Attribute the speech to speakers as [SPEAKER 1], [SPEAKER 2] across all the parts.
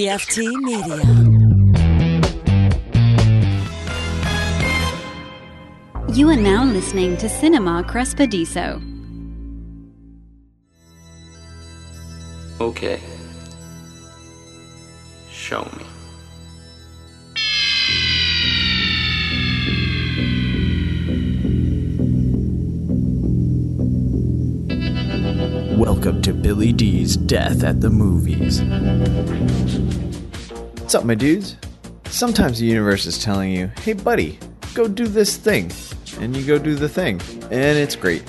[SPEAKER 1] PFT Media.
[SPEAKER 2] You are now listening to Cinema Crespediso.
[SPEAKER 3] Okay. Show me.
[SPEAKER 4] Welcome to Billy D's Death at the Movies. What's up, my dudes? Sometimes the universe is telling you, hey, buddy, go do this thing. And you go do the thing. And it's great.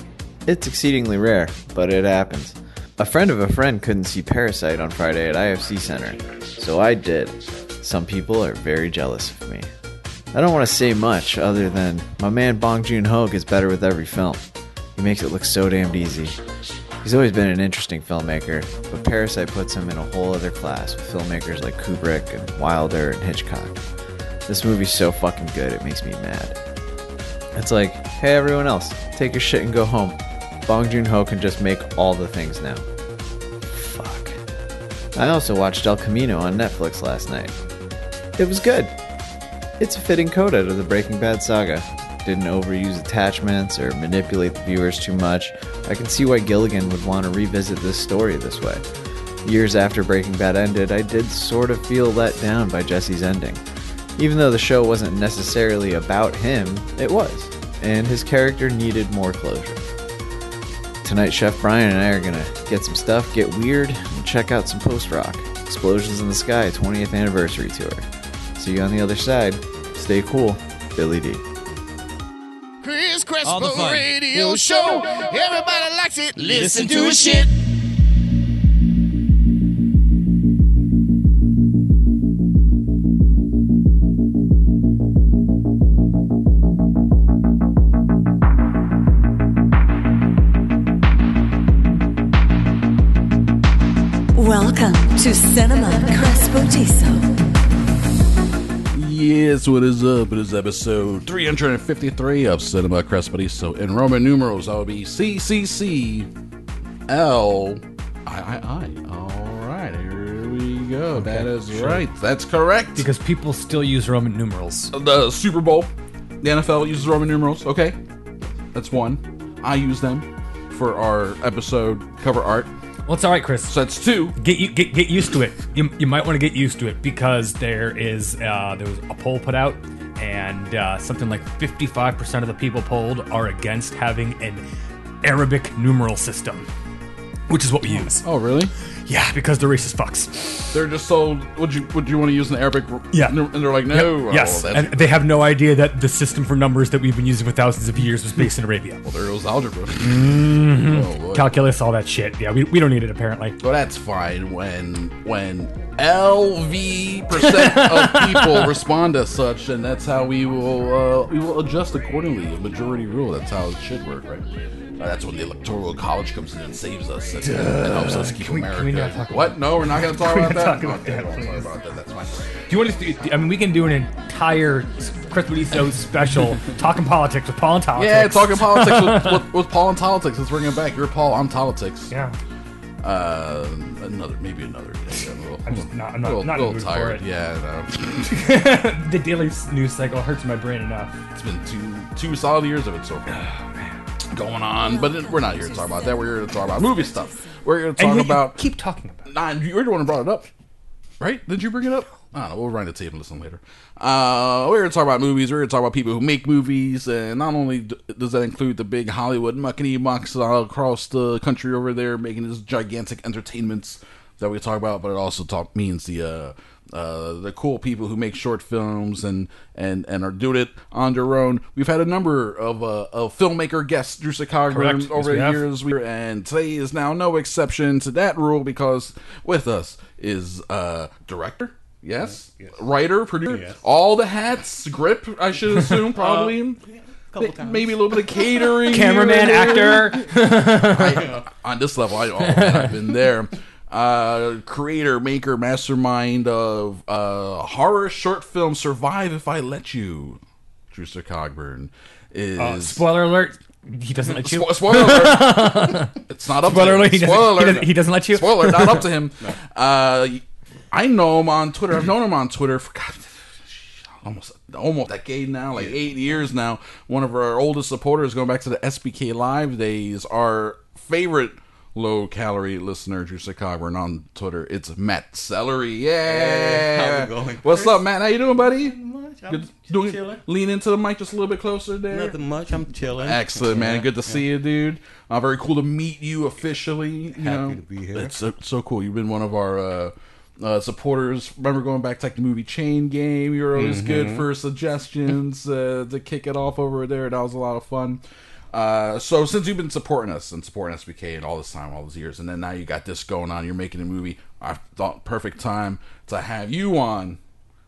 [SPEAKER 4] It's exceedingly rare, but it happens. A friend of a friend couldn't see Parasite on Friday at IFC Center, so I did. Some people are very jealous of me. I don't want to say much other than my man Bong Joon Ho gets better with every film. He makes it look so damned easy. He's always been an interesting filmmaker, but Parasite puts him in a whole other class with filmmakers like Kubrick and Wilder and Hitchcock. This movie's so fucking good, it makes me mad. It's like, hey everyone else, take your shit and go home. Bong Joon Ho can just make all the things now. Fuck. I also watched El Camino on Netflix last night. It was good. It's a fitting coda to the Breaking Bad saga. Didn't overuse attachments or manipulate the viewers too much. I can see why Gilligan would want to revisit this story this way. Years after Breaking Bad ended, I did sort of feel let down by Jesse's ending. Even though the show wasn't necessarily about him, it was, and his character needed more closure. Tonight, Chef Brian and I are gonna get some stuff, get weird, and check out some post rock. Explosions in the Sky 20th Anniversary Tour. See you on the other side. Stay cool, Billy D.
[SPEAKER 5] Chris
[SPEAKER 6] All the
[SPEAKER 5] Crespo
[SPEAKER 6] fun.
[SPEAKER 5] radio show. Everybody likes it. Listen to his shit.
[SPEAKER 6] shit.
[SPEAKER 1] Welcome to Cinema Crespediso.
[SPEAKER 6] Yes, what is up? It is episode 353 of Cinema Crespity. So in Roman numerals, that would be CCC L I I I. All right, here we go. that is right. That's correct.
[SPEAKER 7] because people still use Roman numerals.
[SPEAKER 6] the Super Bowl, the NFL uses Roman numerals. Okay, that's one. I use them for our episode cover art.
[SPEAKER 7] Well, it's all right, Chris.
[SPEAKER 6] So that's two.
[SPEAKER 7] Get you get, get used to it. You, you might want to get used to it because there is uh, there was a poll put out, and uh, something like fifty five percent of the people polled are against having an Arabic numeral system, which is what we use.
[SPEAKER 6] Oh, really?
[SPEAKER 7] Yeah, because they're racist fucks.
[SPEAKER 6] They're just sold. Would you would you want to use an Arabic?
[SPEAKER 7] Yeah.
[SPEAKER 6] And they're like, no. Oh,
[SPEAKER 7] yes,
[SPEAKER 6] that's-
[SPEAKER 7] and they have no idea that the system for numbers that we've been using for thousands of years was based in Arabia.
[SPEAKER 6] Well, there goes algebra.
[SPEAKER 7] Mm-hmm.
[SPEAKER 6] Oh, boy.
[SPEAKER 7] Calculus, all that shit. Yeah, we, we don't need it apparently.
[SPEAKER 6] Well, that's fine when when LV percent of people respond as such, and that's how we will uh, we will adjust accordingly. A majority rule. That's how it should work, right? Uh, that's when the electoral college comes in and saves us and, and helps us keep America.
[SPEAKER 7] not talk about-
[SPEAKER 6] what? No, we're not going to talk about that.
[SPEAKER 7] talk about
[SPEAKER 6] Okay,
[SPEAKER 7] that,
[SPEAKER 6] we'll talk
[SPEAKER 7] please.
[SPEAKER 6] about that. That's fine.
[SPEAKER 7] Do you want to? I mean, we can do an entire Chris Bediso special talking politics with Paul and politics.
[SPEAKER 6] Yeah, talking politics with, with, with Paul and politics. Let's bring it back. You're Paul. I'm politics.
[SPEAKER 7] Yeah,
[SPEAKER 6] Uh, another, maybe another day. I'm, a little,
[SPEAKER 7] I'm just not- I'm not-
[SPEAKER 6] little,
[SPEAKER 7] not in the
[SPEAKER 6] little
[SPEAKER 7] mood for
[SPEAKER 6] tired.
[SPEAKER 7] it.
[SPEAKER 6] Yeah, I know.
[SPEAKER 7] the daily news cycle hurts my brain enough.
[SPEAKER 6] It's been two two solid years of it so
[SPEAKER 7] Oh,
[SPEAKER 6] far. Going on, but it- we're not here to talk about that. We're here to talk about movie stuff. We're here to
[SPEAKER 7] And
[SPEAKER 6] talk
[SPEAKER 7] yet you
[SPEAKER 6] about.
[SPEAKER 7] keep talking about. it.
[SPEAKER 6] Nah, you're the one who brought it up, right? Did you bring it up? I don't know. We'll run the tape and listen later. Uh, we're here to talk about movies. We're here to talk about people who make movies, and not only d- does that include the big Hollywood muckety mucks all across the country over there making these gigantic entertainments that we talk about, but it also talk, means the uh, uh, the cool people who make short films and and and are doing it on their own. We've had a number of uh, of filmmaker guests, Drew
[SPEAKER 7] Correct.
[SPEAKER 6] Sicagrin,
[SPEAKER 7] Yes,
[SPEAKER 6] over
[SPEAKER 7] we
[SPEAKER 6] the
[SPEAKER 7] have.
[SPEAKER 6] years, we, and today is now no exception to that rule because with us is uh director. Yes. Writer, producer, all the hats, grip, I should assume, probably. Th- Maybe a little bit of catering. here
[SPEAKER 7] Cameraman,
[SPEAKER 6] and there.
[SPEAKER 7] actor.
[SPEAKER 6] I- on this level, I, oh, man, I've been there. Uh, creator, maker, mastermind of uh, horror short film "Survive If I Let You," Drewster Cogburn is.
[SPEAKER 7] Spoiler alert: He doesn't let you.
[SPEAKER 6] Spo- spoiler alert. it's not up
[SPEAKER 7] Spoiler
[SPEAKER 6] to him.
[SPEAKER 7] alert, he doesn't-
[SPEAKER 6] spoiler
[SPEAKER 7] he doesn't- he doesn't let you-
[SPEAKER 6] Spoiler, not up to him. Uh, I know him on Twitter. I've known him on Twitter for God, almost almost a decade now, like eight years now. One of our oldest supporters, going back to the SBK Live days, our favorite low calorie listener, Drew Coburn on Twitter. It's Matt Celery. Yeah,
[SPEAKER 3] how's it going,
[SPEAKER 6] What's
[SPEAKER 3] Chris?
[SPEAKER 6] up, Matt? How you doing, buddy?
[SPEAKER 3] Much. I'm
[SPEAKER 6] Good.
[SPEAKER 3] just
[SPEAKER 6] Doing,
[SPEAKER 3] chilling.
[SPEAKER 6] lean into the mic just a little bit closer there.
[SPEAKER 3] Nothing much. I'm chilling.
[SPEAKER 6] Excellent, man.
[SPEAKER 3] Yeah.
[SPEAKER 6] Good to see you, dude. Uh, very cool to meet you officially. You Happy
[SPEAKER 3] to be here.
[SPEAKER 6] It's so, so cool. You've been one of our uh, uh, supporters. Remember going back to like the movie Chain Game? You were always
[SPEAKER 3] Mm-hmm.
[SPEAKER 6] good for suggestions uh, to kick it off over there. That was a lot of fun. Uh, so since you've been supporting us and supporting SBK and all this time, all these years, and then now you got this going on, you're making a movie. I thought perfect time to have you on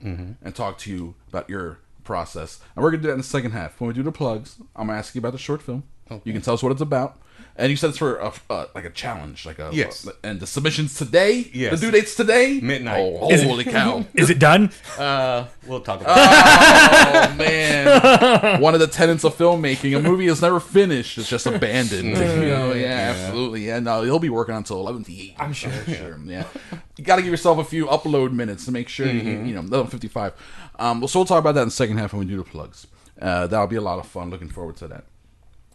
[SPEAKER 3] Mm-hmm.
[SPEAKER 6] and talk to you about your process. And we're gonna do that in the second half. When we do the plugs, I'm gonna ask you about the short film. You can tell us what it's about. And you said it's for a, uh, like a challenge, like a uh,
[SPEAKER 3] Yes.
[SPEAKER 6] and the submissions today.
[SPEAKER 3] Yes.
[SPEAKER 6] The due dates today.
[SPEAKER 3] Midnight.
[SPEAKER 6] Oh,
[SPEAKER 7] Is it-
[SPEAKER 6] holy cow!
[SPEAKER 7] Is it done?
[SPEAKER 3] Uh, we'll talk about
[SPEAKER 6] oh man! One of the tenets of filmmaking: a movie is never finished; it's just abandoned. you know? Mm-hmm. yeah, absolutely. Yeah, no, he'll be working until eleven to eight. I'm sure. sure. Yeah, you got to give yourself a few upload minutes to make sure you, you know eleven fifty five. Um, well, so we'll talk about that in the second half when we do the plugs. Uh, that'll be a lot of fun. Looking forward to that.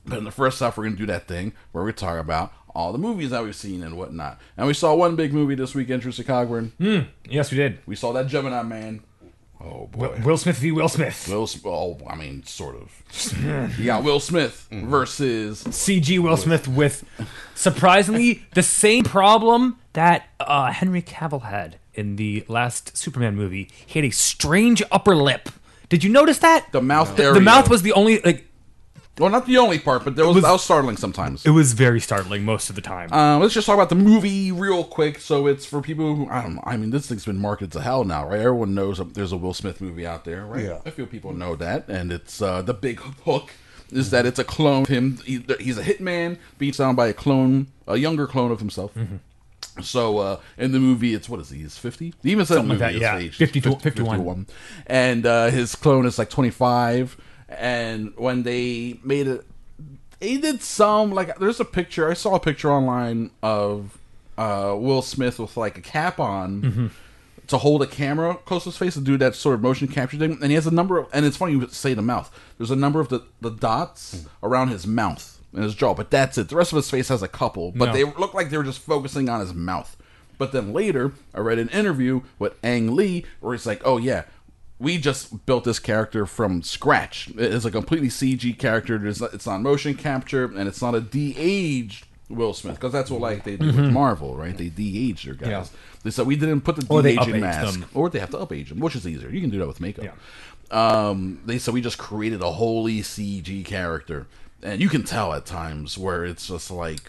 [SPEAKER 6] But in the first half, we're going to do that thing where we talk about all the movies that we've seen and whatnot. And we saw one big movie this weekend, Trista Cogburn.
[SPEAKER 7] Yes, we did.
[SPEAKER 6] We saw that Gemini Man. Oh boy.
[SPEAKER 7] Will, Will Smith v. Will Smith.
[SPEAKER 6] Will, Sm- oh, I mean, sort of. you got Will Smith
[SPEAKER 7] Mm.
[SPEAKER 6] versus
[SPEAKER 7] CG Will Smith with surprisingly the same problem that uh, Henry Cavill had in the last Superman movie. He had a strange upper lip. Did you notice that?
[SPEAKER 6] the mouth
[SPEAKER 7] The-
[SPEAKER 6] area.
[SPEAKER 7] the mouth was the only like
[SPEAKER 6] well, not the only part, but there was,
[SPEAKER 7] was-
[SPEAKER 6] that was startling sometimes.
[SPEAKER 7] it was very startling most of the time.
[SPEAKER 6] Um, let's just talk about the movie real quick. So it's for people who I don't. know. I mean, this thing's been marketed to hell now, right? Everyone knows that there's a Will Smith movie out there, right?
[SPEAKER 3] Yeah.
[SPEAKER 6] I feel people know that, and it's uh, the big hook is that it's a clone. Of him, he, he's a hitman beat down by a clone, a younger clone of himself.
[SPEAKER 7] Mm-hmm.
[SPEAKER 6] So uh, in the movie, it's what is he? He's fifty. He even said in the
[SPEAKER 7] like
[SPEAKER 6] movie
[SPEAKER 7] that,
[SPEAKER 6] it's
[SPEAKER 7] yeah.
[SPEAKER 6] aged
[SPEAKER 7] 50 to-
[SPEAKER 6] 50
[SPEAKER 7] 51.
[SPEAKER 6] 51. and uh, his clone is like twenty five. And when they made it, they did some like there's a picture. I saw a picture online of uh, Will Smith with like a cap on. To hold a camera close to his face and do that sort of motion capture thing, and he has a number of, and it's funny you say the mouth. There's a number of the, the
[SPEAKER 7] Hmm.
[SPEAKER 6] dots around his mouth and his jaw, but that's it. The rest of his face has a couple, but
[SPEAKER 7] No.
[SPEAKER 6] they looked like they were just focusing on his mouth. But then later, I read an interview with Ang Lee where he's like, "Oh yeah, we just built this character from scratch. It's a completely CG character. There's- It's not motion capture, and it's not a de-aged Will Smith because that's what like they do with Marvel, right? They de-age their guys.
[SPEAKER 7] Mm-hmm. Yeah.
[SPEAKER 6] They said we didn't put the
[SPEAKER 7] Or they
[SPEAKER 6] de-aging
[SPEAKER 7] upage
[SPEAKER 6] mask,
[SPEAKER 7] them.
[SPEAKER 6] or they have to upage them, which is easier. You can do that with makeup. Um, they said we just created a wholly CG character, and you can tell at times where it's just like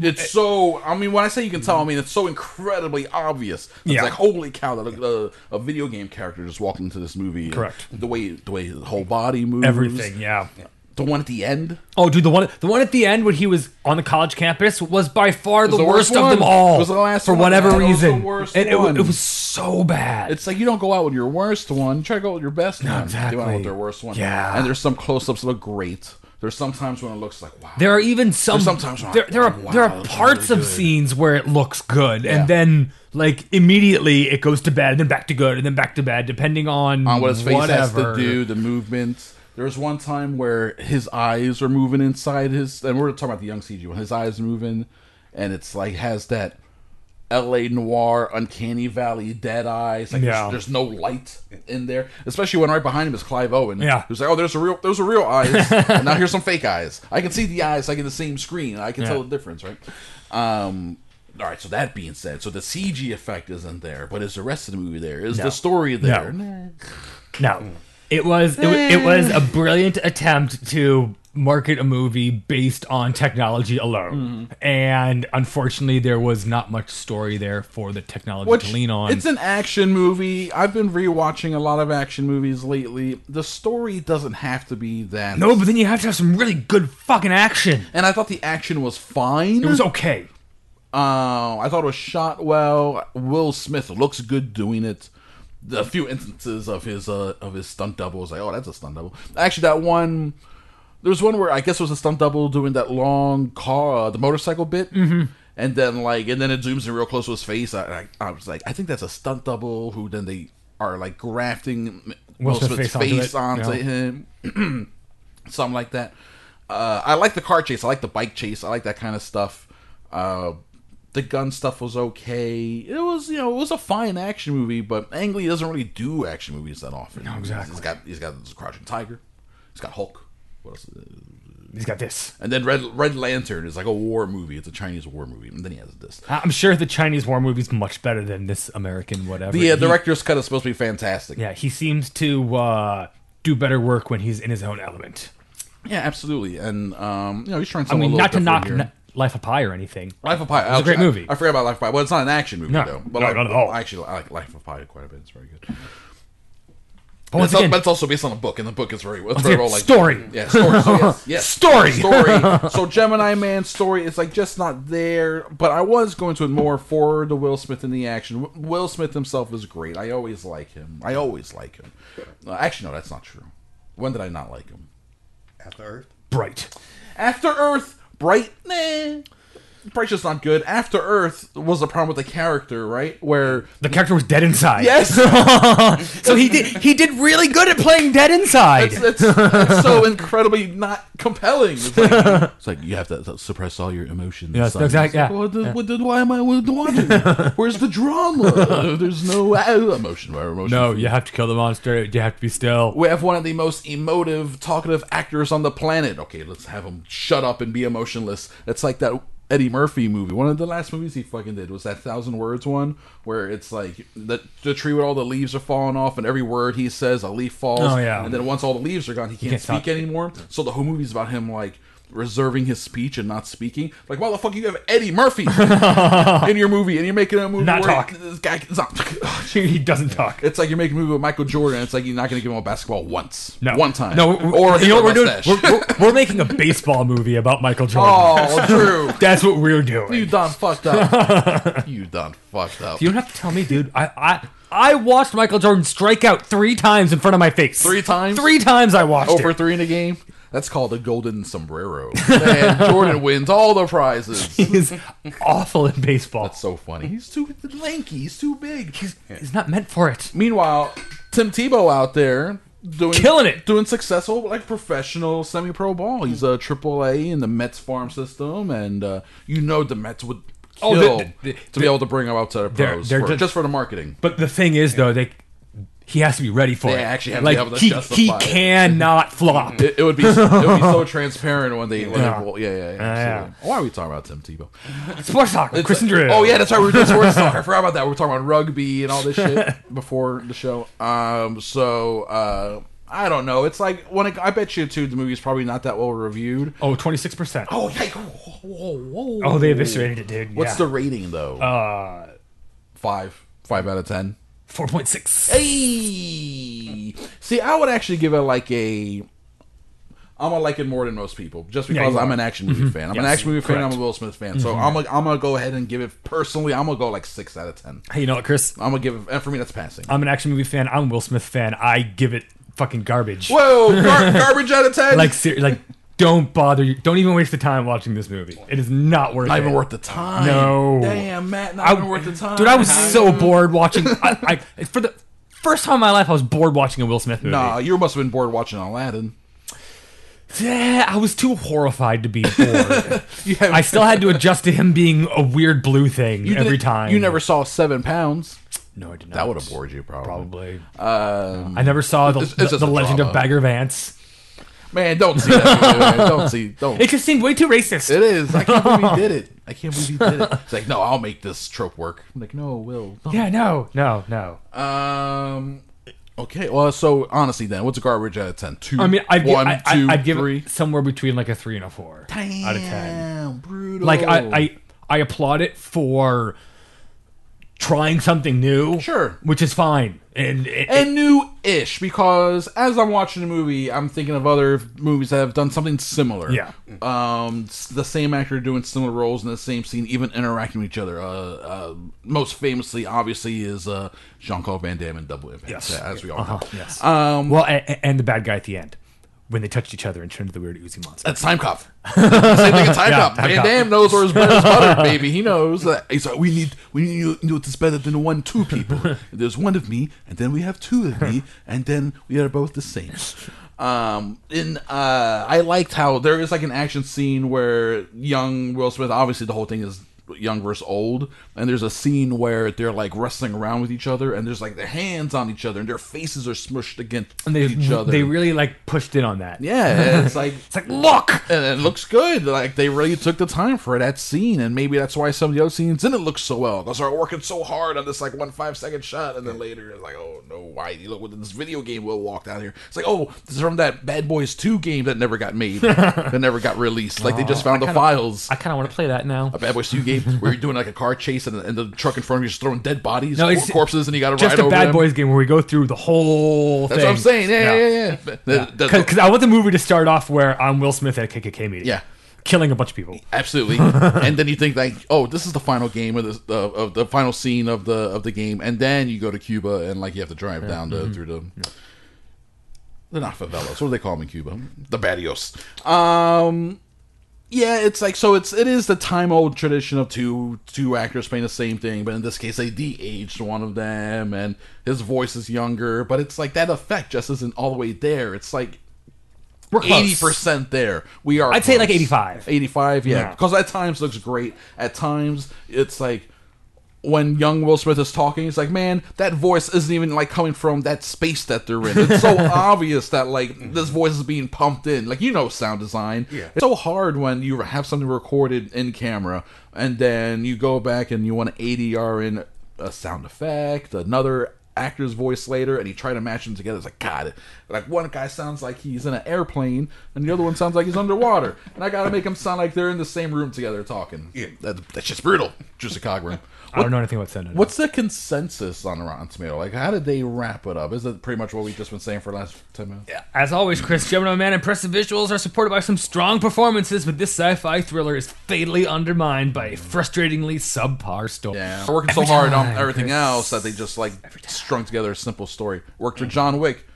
[SPEAKER 6] it's so. I mean, when I say you can tell, I mean it's so incredibly obvious. It's
[SPEAKER 7] Yeah.
[SPEAKER 6] like holy cow that a, a, a video game character just walked into this movie.
[SPEAKER 7] Correct.
[SPEAKER 6] The way the way the whole body moves,
[SPEAKER 7] Everything, yeah.
[SPEAKER 6] The one at the end,
[SPEAKER 7] Oh, dude, the one the one at the end when he was on the college campus was by far the,
[SPEAKER 6] the
[SPEAKER 7] worst,
[SPEAKER 6] worst
[SPEAKER 7] of them
[SPEAKER 6] one.
[SPEAKER 7] all.
[SPEAKER 6] It was the last
[SPEAKER 7] for
[SPEAKER 6] one.
[SPEAKER 7] whatever
[SPEAKER 6] That was the
[SPEAKER 7] reason.
[SPEAKER 6] worst
[SPEAKER 7] and it, wa-
[SPEAKER 6] one.
[SPEAKER 7] it was so bad.
[SPEAKER 6] it's like you don't go out with your worst one. You try to go with your best one. They went
[SPEAKER 7] exactly.
[SPEAKER 6] with their worst one.
[SPEAKER 7] Yeah.
[SPEAKER 6] And there's some close-ups that look great. There's sometimes when it looks like wow.
[SPEAKER 7] There are even some.
[SPEAKER 6] There's sometimes when I'm
[SPEAKER 7] there, there are
[SPEAKER 6] like, wow,
[SPEAKER 7] there
[SPEAKER 6] that
[SPEAKER 7] are
[SPEAKER 6] looks
[SPEAKER 7] parts
[SPEAKER 6] really
[SPEAKER 7] of
[SPEAKER 6] good.
[SPEAKER 7] scenes where it looks good,
[SPEAKER 6] Yeah.
[SPEAKER 7] and then like immediately it goes to bad, and then back to good, and then back to bad, depending on,
[SPEAKER 6] on what his face
[SPEAKER 7] whatever.
[SPEAKER 6] has to do, the movements. There was one time where his eyes are moving inside his, and we're talking about the young CG when his eyes moving, and it's like has that L.A. noir, uncanny valley, dead eyes. Like
[SPEAKER 7] Yeah.
[SPEAKER 6] there's, there's no light in there, especially when right behind him is Clive Owen.
[SPEAKER 7] Yeah.
[SPEAKER 6] who's like, oh, there's a real, there's a real eyes, and now here's some fake eyes. I can see the eyes, like in the same screen. I can
[SPEAKER 7] Yeah.
[SPEAKER 6] tell the difference, right? Um. All right. So that being said, so the CG effect isn't there, but is the rest of the movie there? Is
[SPEAKER 7] No.
[SPEAKER 6] the story there?
[SPEAKER 7] No, it was it, wa- it was a brilliant attempt to market a movie based on technology alone,
[SPEAKER 6] Mm-hmm.
[SPEAKER 7] and unfortunately, there was not much story there for the technology
[SPEAKER 6] Which,
[SPEAKER 7] to lean on.
[SPEAKER 6] It's an action movie. I've been rewatching a lot of action movies lately. The story doesn't have to be that.
[SPEAKER 7] no, but then you have to have some really good fucking action.
[SPEAKER 6] And I thought the action was fine.
[SPEAKER 7] It was okay.
[SPEAKER 6] Uh, I thought it was shot well. Will Smith looks good doing it. The few instances of his uh, of his stunt double was like, oh, that's a stunt double. Actually, that one. There was one where I guess it was a stunt double doing that long car, the uh, motorcycle bit, and then like and then it zooms in real close to his face. I, I, I was like, I think that's a stunt double. Who then they are like grafting Will
[SPEAKER 7] Smith's
[SPEAKER 6] Smith's
[SPEAKER 7] face onto
[SPEAKER 6] face
[SPEAKER 7] it,
[SPEAKER 6] onto
[SPEAKER 7] yeah.
[SPEAKER 6] him, something like that. Uh, I like the car chase. I like the bike chase. I like that kind of stuff. Uh, the gun stuff was okay. It was you know it was a fine action movie, but Ang Lee doesn't really do action movies that often. No,
[SPEAKER 7] exactly.
[SPEAKER 6] He's got he's got this Crouching Tiger. He's got Hulk. What else?
[SPEAKER 7] He's got this.
[SPEAKER 6] And then Red Red Lantern is like a war movie. It's a Chinese war movie. And then he has this.
[SPEAKER 7] I- I'm sure the Chinese war movie's much better than this American whatever.
[SPEAKER 6] The uh,
[SPEAKER 7] He-
[SPEAKER 6] director's cut is supposed to be fantastic.
[SPEAKER 7] yeah, he seems to uh, do better work when he's in his own element.
[SPEAKER 6] Yeah, absolutely. And um, you know, he's trying
[SPEAKER 7] I
[SPEAKER 6] something.
[SPEAKER 7] mean,
[SPEAKER 6] a little
[SPEAKER 7] not to
[SPEAKER 6] different
[SPEAKER 7] knock
[SPEAKER 6] here.
[SPEAKER 7] N- Life of Pi or anything.
[SPEAKER 6] Life of Pi. It's
[SPEAKER 7] a great movie.
[SPEAKER 6] I, forgot about Life of Pi. Well, it's not an action movie
[SPEAKER 7] No,
[SPEAKER 6] though.
[SPEAKER 7] no,
[SPEAKER 6] Life-
[SPEAKER 7] not at all.
[SPEAKER 6] Actually, I like Life of Pi quite a bit. It's very good.
[SPEAKER 7] But once
[SPEAKER 6] That's al-
[SPEAKER 7] again,
[SPEAKER 6] but it's also based on a book, and the book is very well.
[SPEAKER 7] again, story.
[SPEAKER 6] Yeah, story. So yes, yes.
[SPEAKER 7] Story.
[SPEAKER 6] Story. So Gemini Man story is like just not there. But I was going to it more for the Will Smith in the action. W- Will Smith himself is great. I always like him. I always like him. Uh, actually, no, that's not true. When did I not like him?
[SPEAKER 8] After Earth.
[SPEAKER 7] bright.
[SPEAKER 6] After Earth, Bright, nah. Bright's just not good. After Earth was the problem with the character, right? Where
[SPEAKER 7] The character was dead inside.
[SPEAKER 6] yes,
[SPEAKER 7] so he did. He did really good at playing dead inside.
[SPEAKER 6] It's, it's, it's so incredibly not compelling. It's like, it's like you have to suppress all your emotions.
[SPEAKER 7] Yes,
[SPEAKER 6] son. It's
[SPEAKER 7] exact-
[SPEAKER 6] like,
[SPEAKER 7] yeah.
[SPEAKER 6] well, then- well, then why am I watching? it? Where's the drama? There's no uh, emotion. Where emotion?
[SPEAKER 7] no, you have to kill the monster. You have to be still.
[SPEAKER 6] We have one of the most emotive, talkative actors on the planet. Okay, let's have him shut up and be emotionless. It's like that Eddie Murphy movie. One of the last movies he fucking did was that Thousand Words one, where it's like the, the tree with all the leaves are falling off, and every word he says, a leaf falls.
[SPEAKER 7] Oh, yeah.
[SPEAKER 6] And then once all the leaves are gone, he can't,
[SPEAKER 7] can't
[SPEAKER 6] speak
[SPEAKER 7] talk.
[SPEAKER 6] anymore. So the whole movie's about him, like, reserving his speech and not speaking. Like, why the fuck you have Eddie Murphy in your movie, and you're making a movie
[SPEAKER 7] Not
[SPEAKER 6] where
[SPEAKER 7] talk.
[SPEAKER 6] this guy is not.
[SPEAKER 7] he doesn't talk.
[SPEAKER 6] It's like you're making a movie with Michael Jordan. It's like you're not going to give him a basketball once.
[SPEAKER 7] No.
[SPEAKER 6] One time.
[SPEAKER 7] No, we- we-
[SPEAKER 6] or
[SPEAKER 7] you know what we're doing?
[SPEAKER 6] we
[SPEAKER 7] We're, we're, we're making a baseball movie about Michael Jordan.
[SPEAKER 6] oh, Drew.
[SPEAKER 7] That's what we're
[SPEAKER 6] You
[SPEAKER 7] doing.
[SPEAKER 6] done fucked up. You done fucked up.
[SPEAKER 7] You don't have to tell me, dude. I, I, I watched Michael Jordan strike out three times in front of my face.
[SPEAKER 6] Three times?
[SPEAKER 7] Three times I watched
[SPEAKER 6] Over
[SPEAKER 7] it.
[SPEAKER 6] three in a game? That's called a golden sombrero. And Jordan wins all the prizes.
[SPEAKER 7] He's awful in baseball.
[SPEAKER 6] So funny. He's too lanky. He's too big.
[SPEAKER 7] He's not meant for it.
[SPEAKER 6] Meanwhile, Tim Tebow out there doing
[SPEAKER 7] Killing it.
[SPEAKER 6] doing successful like professional semi-pro ball. He's a triple A in the Mets farm system, and uh, you know the Mets would kill
[SPEAKER 7] Oh, the- the-
[SPEAKER 6] to
[SPEAKER 7] the-
[SPEAKER 6] be able to bring him out to the
[SPEAKER 7] They're-
[SPEAKER 6] pros
[SPEAKER 7] they're
[SPEAKER 6] for-
[SPEAKER 7] just-
[SPEAKER 6] just, for the marketing.
[SPEAKER 7] But the thing is, though, they he has to be ready for
[SPEAKER 6] They
[SPEAKER 7] it.
[SPEAKER 6] actually have to
[SPEAKER 7] like,
[SPEAKER 6] be able to
[SPEAKER 7] he, he
[SPEAKER 6] justify it. Mm-hmm.
[SPEAKER 7] cannot flop.
[SPEAKER 6] It, it would be it would be so transparent when they when
[SPEAKER 7] Yeah.
[SPEAKER 6] yeah. yeah yeah, yeah,
[SPEAKER 7] Yeah.
[SPEAKER 6] absolutely. Why are we talking about Tim Tebow?
[SPEAKER 7] Sports soccer, Chris and Drew.
[SPEAKER 6] Oh yeah, that's right. We were doing sports talk. I forgot about that. We were talking about rugby and all this shit before the show. Um, so uh, I don't know. It's like when it, I bet you too, the movie's probably not that well reviewed.
[SPEAKER 7] Oh, 26%. Oh,
[SPEAKER 6] Oh yeah. Whoa, whoa, whoa.
[SPEAKER 7] they eviscerated it, dude.
[SPEAKER 6] What's
[SPEAKER 7] Oh, yeah.
[SPEAKER 6] the rating though? Uh, five. Five out of ten.
[SPEAKER 7] 4.6.
[SPEAKER 6] Hey. See, I would actually give it like a. I'm gonna like it more than most people, just because I'm
[SPEAKER 7] you are. Mm-hmm.
[SPEAKER 6] an action movie fan. I'm an
[SPEAKER 7] Yes,
[SPEAKER 6] action movie fan.
[SPEAKER 7] correct. Mm-hmm.
[SPEAKER 6] I'm a Will Smith fan, so I'm gonna I'm gonna go ahead and give it personally. I'm gonna go like six out of ten.
[SPEAKER 7] Hey, you know what, Chris?
[SPEAKER 6] I'm gonna give it. And for me, that's passing.
[SPEAKER 7] I'm an action movie fan. I'm a Will Smith fan. I give it fucking garbage.
[SPEAKER 6] Whoa, gar- garbage out of ten.
[SPEAKER 7] Like, ser- like, don't bother. You. Don't even waste the time watching this movie. It is not worth.
[SPEAKER 6] not
[SPEAKER 7] it.
[SPEAKER 6] even worth the time.
[SPEAKER 7] No.
[SPEAKER 6] damn, Matt, not
[SPEAKER 7] I-
[SPEAKER 6] even worth the time.
[SPEAKER 7] Dude, I was so bored watching. I, I for the first time in my life, I was bored watching a Will Smith movie.
[SPEAKER 6] Nah, you must have been bored watching Aladdin.
[SPEAKER 7] Yeah, I was too horrified to be bored.
[SPEAKER 6] You haven't-
[SPEAKER 7] I still had to adjust to him being a weird blue thing
[SPEAKER 6] you
[SPEAKER 7] every
[SPEAKER 6] didn't-
[SPEAKER 7] time.
[SPEAKER 6] You never saw Seven Pounds.
[SPEAKER 7] No, I did not.
[SPEAKER 6] That would have bored you, probably.
[SPEAKER 7] Probably.
[SPEAKER 6] Um,
[SPEAKER 7] I never saw the,
[SPEAKER 6] It's- it's
[SPEAKER 7] the,
[SPEAKER 6] just
[SPEAKER 7] the
[SPEAKER 6] a
[SPEAKER 7] Legend of
[SPEAKER 6] drama.
[SPEAKER 7] Bagger Vance.
[SPEAKER 6] man, don't see that. movie, man. Don't see. Don't.
[SPEAKER 7] It just seemed way too racist.
[SPEAKER 6] It is. I can't believe he did it. I can't believe he did it. It's like, no, I'll make this trope work. I'm like, no, Will. don't.
[SPEAKER 7] yeah, no, no, no.
[SPEAKER 6] Um. Okay. Well, so honestly, then, what's a garbage out of ten? Two.
[SPEAKER 7] I mean, I'd, gi-
[SPEAKER 6] one,
[SPEAKER 7] I, I,
[SPEAKER 6] two,
[SPEAKER 7] I'd give
[SPEAKER 6] three.
[SPEAKER 7] it somewhere between like a three and a four out of ten.
[SPEAKER 6] Damn, brutal.
[SPEAKER 7] Like I, I, I applaud it for trying something new.
[SPEAKER 6] Sure.
[SPEAKER 7] which is fine. And it,
[SPEAKER 6] and new-ish because as I'm watching the movie, I'm thinking of other movies that have done something similar.
[SPEAKER 7] Yeah.
[SPEAKER 6] um, s- the same actor doing similar roles in the same scene, even interacting with each other. Uh, uh most famously, obviously, is uh Jean Claude Van Damme in Double Impact.
[SPEAKER 7] Yes. Uh-huh.
[SPEAKER 6] as we all know.
[SPEAKER 7] yes. Um, well, and, and the bad guy at the end, when they touched each other and turned into the weird oozy monster.
[SPEAKER 6] That's Time Cop. Same thing as Time
[SPEAKER 7] Yeah,
[SPEAKER 6] Cop.
[SPEAKER 7] Time
[SPEAKER 6] Van
[SPEAKER 7] Cop.
[SPEAKER 6] Damme knows where his bread is buttered, baby. He knows that. He's like, we need, we need to know it's better than one, two people. There's one of me, and then we have two of me, and then we are both the same. Um, and uh, I liked how there is like an action scene where young Will Smith. Obviously, the whole thing is young versus old and there's a scene where they're like wrestling around with each other and there's like their hands on each other and their faces are smushed against
[SPEAKER 7] And they,
[SPEAKER 6] each other
[SPEAKER 7] they really like pushed in on that.
[SPEAKER 6] yeah, it's like it's
[SPEAKER 7] like, look!
[SPEAKER 6] and it looks good. Like they really took the time for that scene, and maybe that's why some of the other scenes didn't look so well. Because they're working so hard on this like one five second shot, and then later it's like, oh no, why? You look with this video game will walk down here. It's like, oh, this is from that Bad Boys Two game that never got made, that never got released. Like they just found the files.
[SPEAKER 7] Oh, I kind of want to play that now.
[SPEAKER 6] a Bad Boys Two game where you're doing like a car chase and, and the truck in front of you is throwing dead bodies,
[SPEAKER 7] No, it's-
[SPEAKER 6] corpses, and you got to ride
[SPEAKER 7] Just a
[SPEAKER 6] over
[SPEAKER 7] Bad
[SPEAKER 6] them.
[SPEAKER 7] Boys game where we go through the whole
[SPEAKER 6] That's
[SPEAKER 7] thing.
[SPEAKER 6] what I'm saying. Yeah, yeah, yeah. The- the-
[SPEAKER 7] Because I want the movie to start off where I'm Will Smith at a KKK meeting.
[SPEAKER 6] Yeah.
[SPEAKER 7] Killing a bunch of people.
[SPEAKER 6] Absolutely, and then you think like, oh, this is the final game of this uh, of the final scene of the of the game, and then you go to Cuba and like you have to drive down the, through the. They're not favelas. What do they call them in Cuba? The barrios. Um, yeah, it's like so. It's it is the time old tradition of two two actors playing the same thing, but in this case, they de-aged one of them, and his voice is younger. But it's like that effect just isn't all the way there. It's like
[SPEAKER 7] We're close.
[SPEAKER 6] eighty percent there. We are.
[SPEAKER 7] I'd say, like,
[SPEAKER 6] close.
[SPEAKER 7] 85.
[SPEAKER 6] Eighty-five, yeah.
[SPEAKER 7] Yeah.
[SPEAKER 6] Because at times looks great. At times it's like when young Will Smith is talking, he's like, "Man, that voice isn't even like coming from that space that they're in. It's so obvious that like this voice is being pumped in. Like you know, sound design. Yeah. It's so hard when you have something recorded in camera and then you go back and you want to ADR in a sound effect, another actor's voice later, and you try to match them together. It's like God, like one guy sounds like he's in an airplane, and the other one sounds like he's underwater, and I got to make them sound like they're in the same room together talking. Yeah, that, that's just brutal. Just a cog ring.
[SPEAKER 7] I don't know anything about Senate.
[SPEAKER 6] What's the consensus on Rotten Tomato? Like, how did they wrap it up? Is it pretty much what we've just been saying for the last ten minutes? Yeah.
[SPEAKER 7] As always, Chris, Gemini Man impressive visuals are supported by some strong performances, but this sci-fi thriller is fatally undermined by a frustratingly subpar story.
[SPEAKER 6] They're working so hard on
[SPEAKER 7] time,
[SPEAKER 6] everything
[SPEAKER 7] Chris.
[SPEAKER 6] else that they just like strung together a simple story. Worked for John Wick,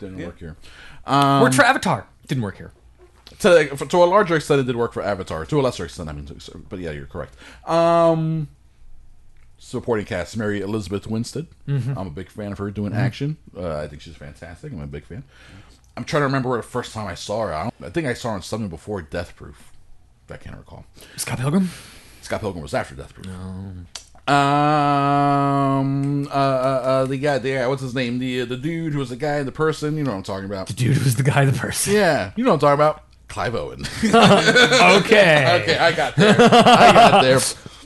[SPEAKER 6] didn't work here. Um,
[SPEAKER 7] We're tra- Avatar. Didn't work here.
[SPEAKER 6] To, for- to a larger extent, it did work for Avatar. To a lesser extent, I mean, to- so- but yeah, you're correct. Um, supporting cast: Mary Elizabeth Winstead. I'm a big fan of her doing action. Uh, I think she's fantastic. I'm a big fan. I'm trying to remember the first time I saw her. I, don't, I think I saw her in something before Death Proof. I can't recall.
[SPEAKER 7] Scott Pilgrim.
[SPEAKER 6] Scott Pilgrim was after Death Proof. Um, uh, uh, uh, the guy, the guy, what's his name? The uh, the dude who was the guy, the person. You know what I'm talking about?
[SPEAKER 7] Dude was the guy, the person.
[SPEAKER 6] Yeah, you know what I'm talking about. Clive Owen.
[SPEAKER 7] Okay.
[SPEAKER 6] okay, I got there. I got there.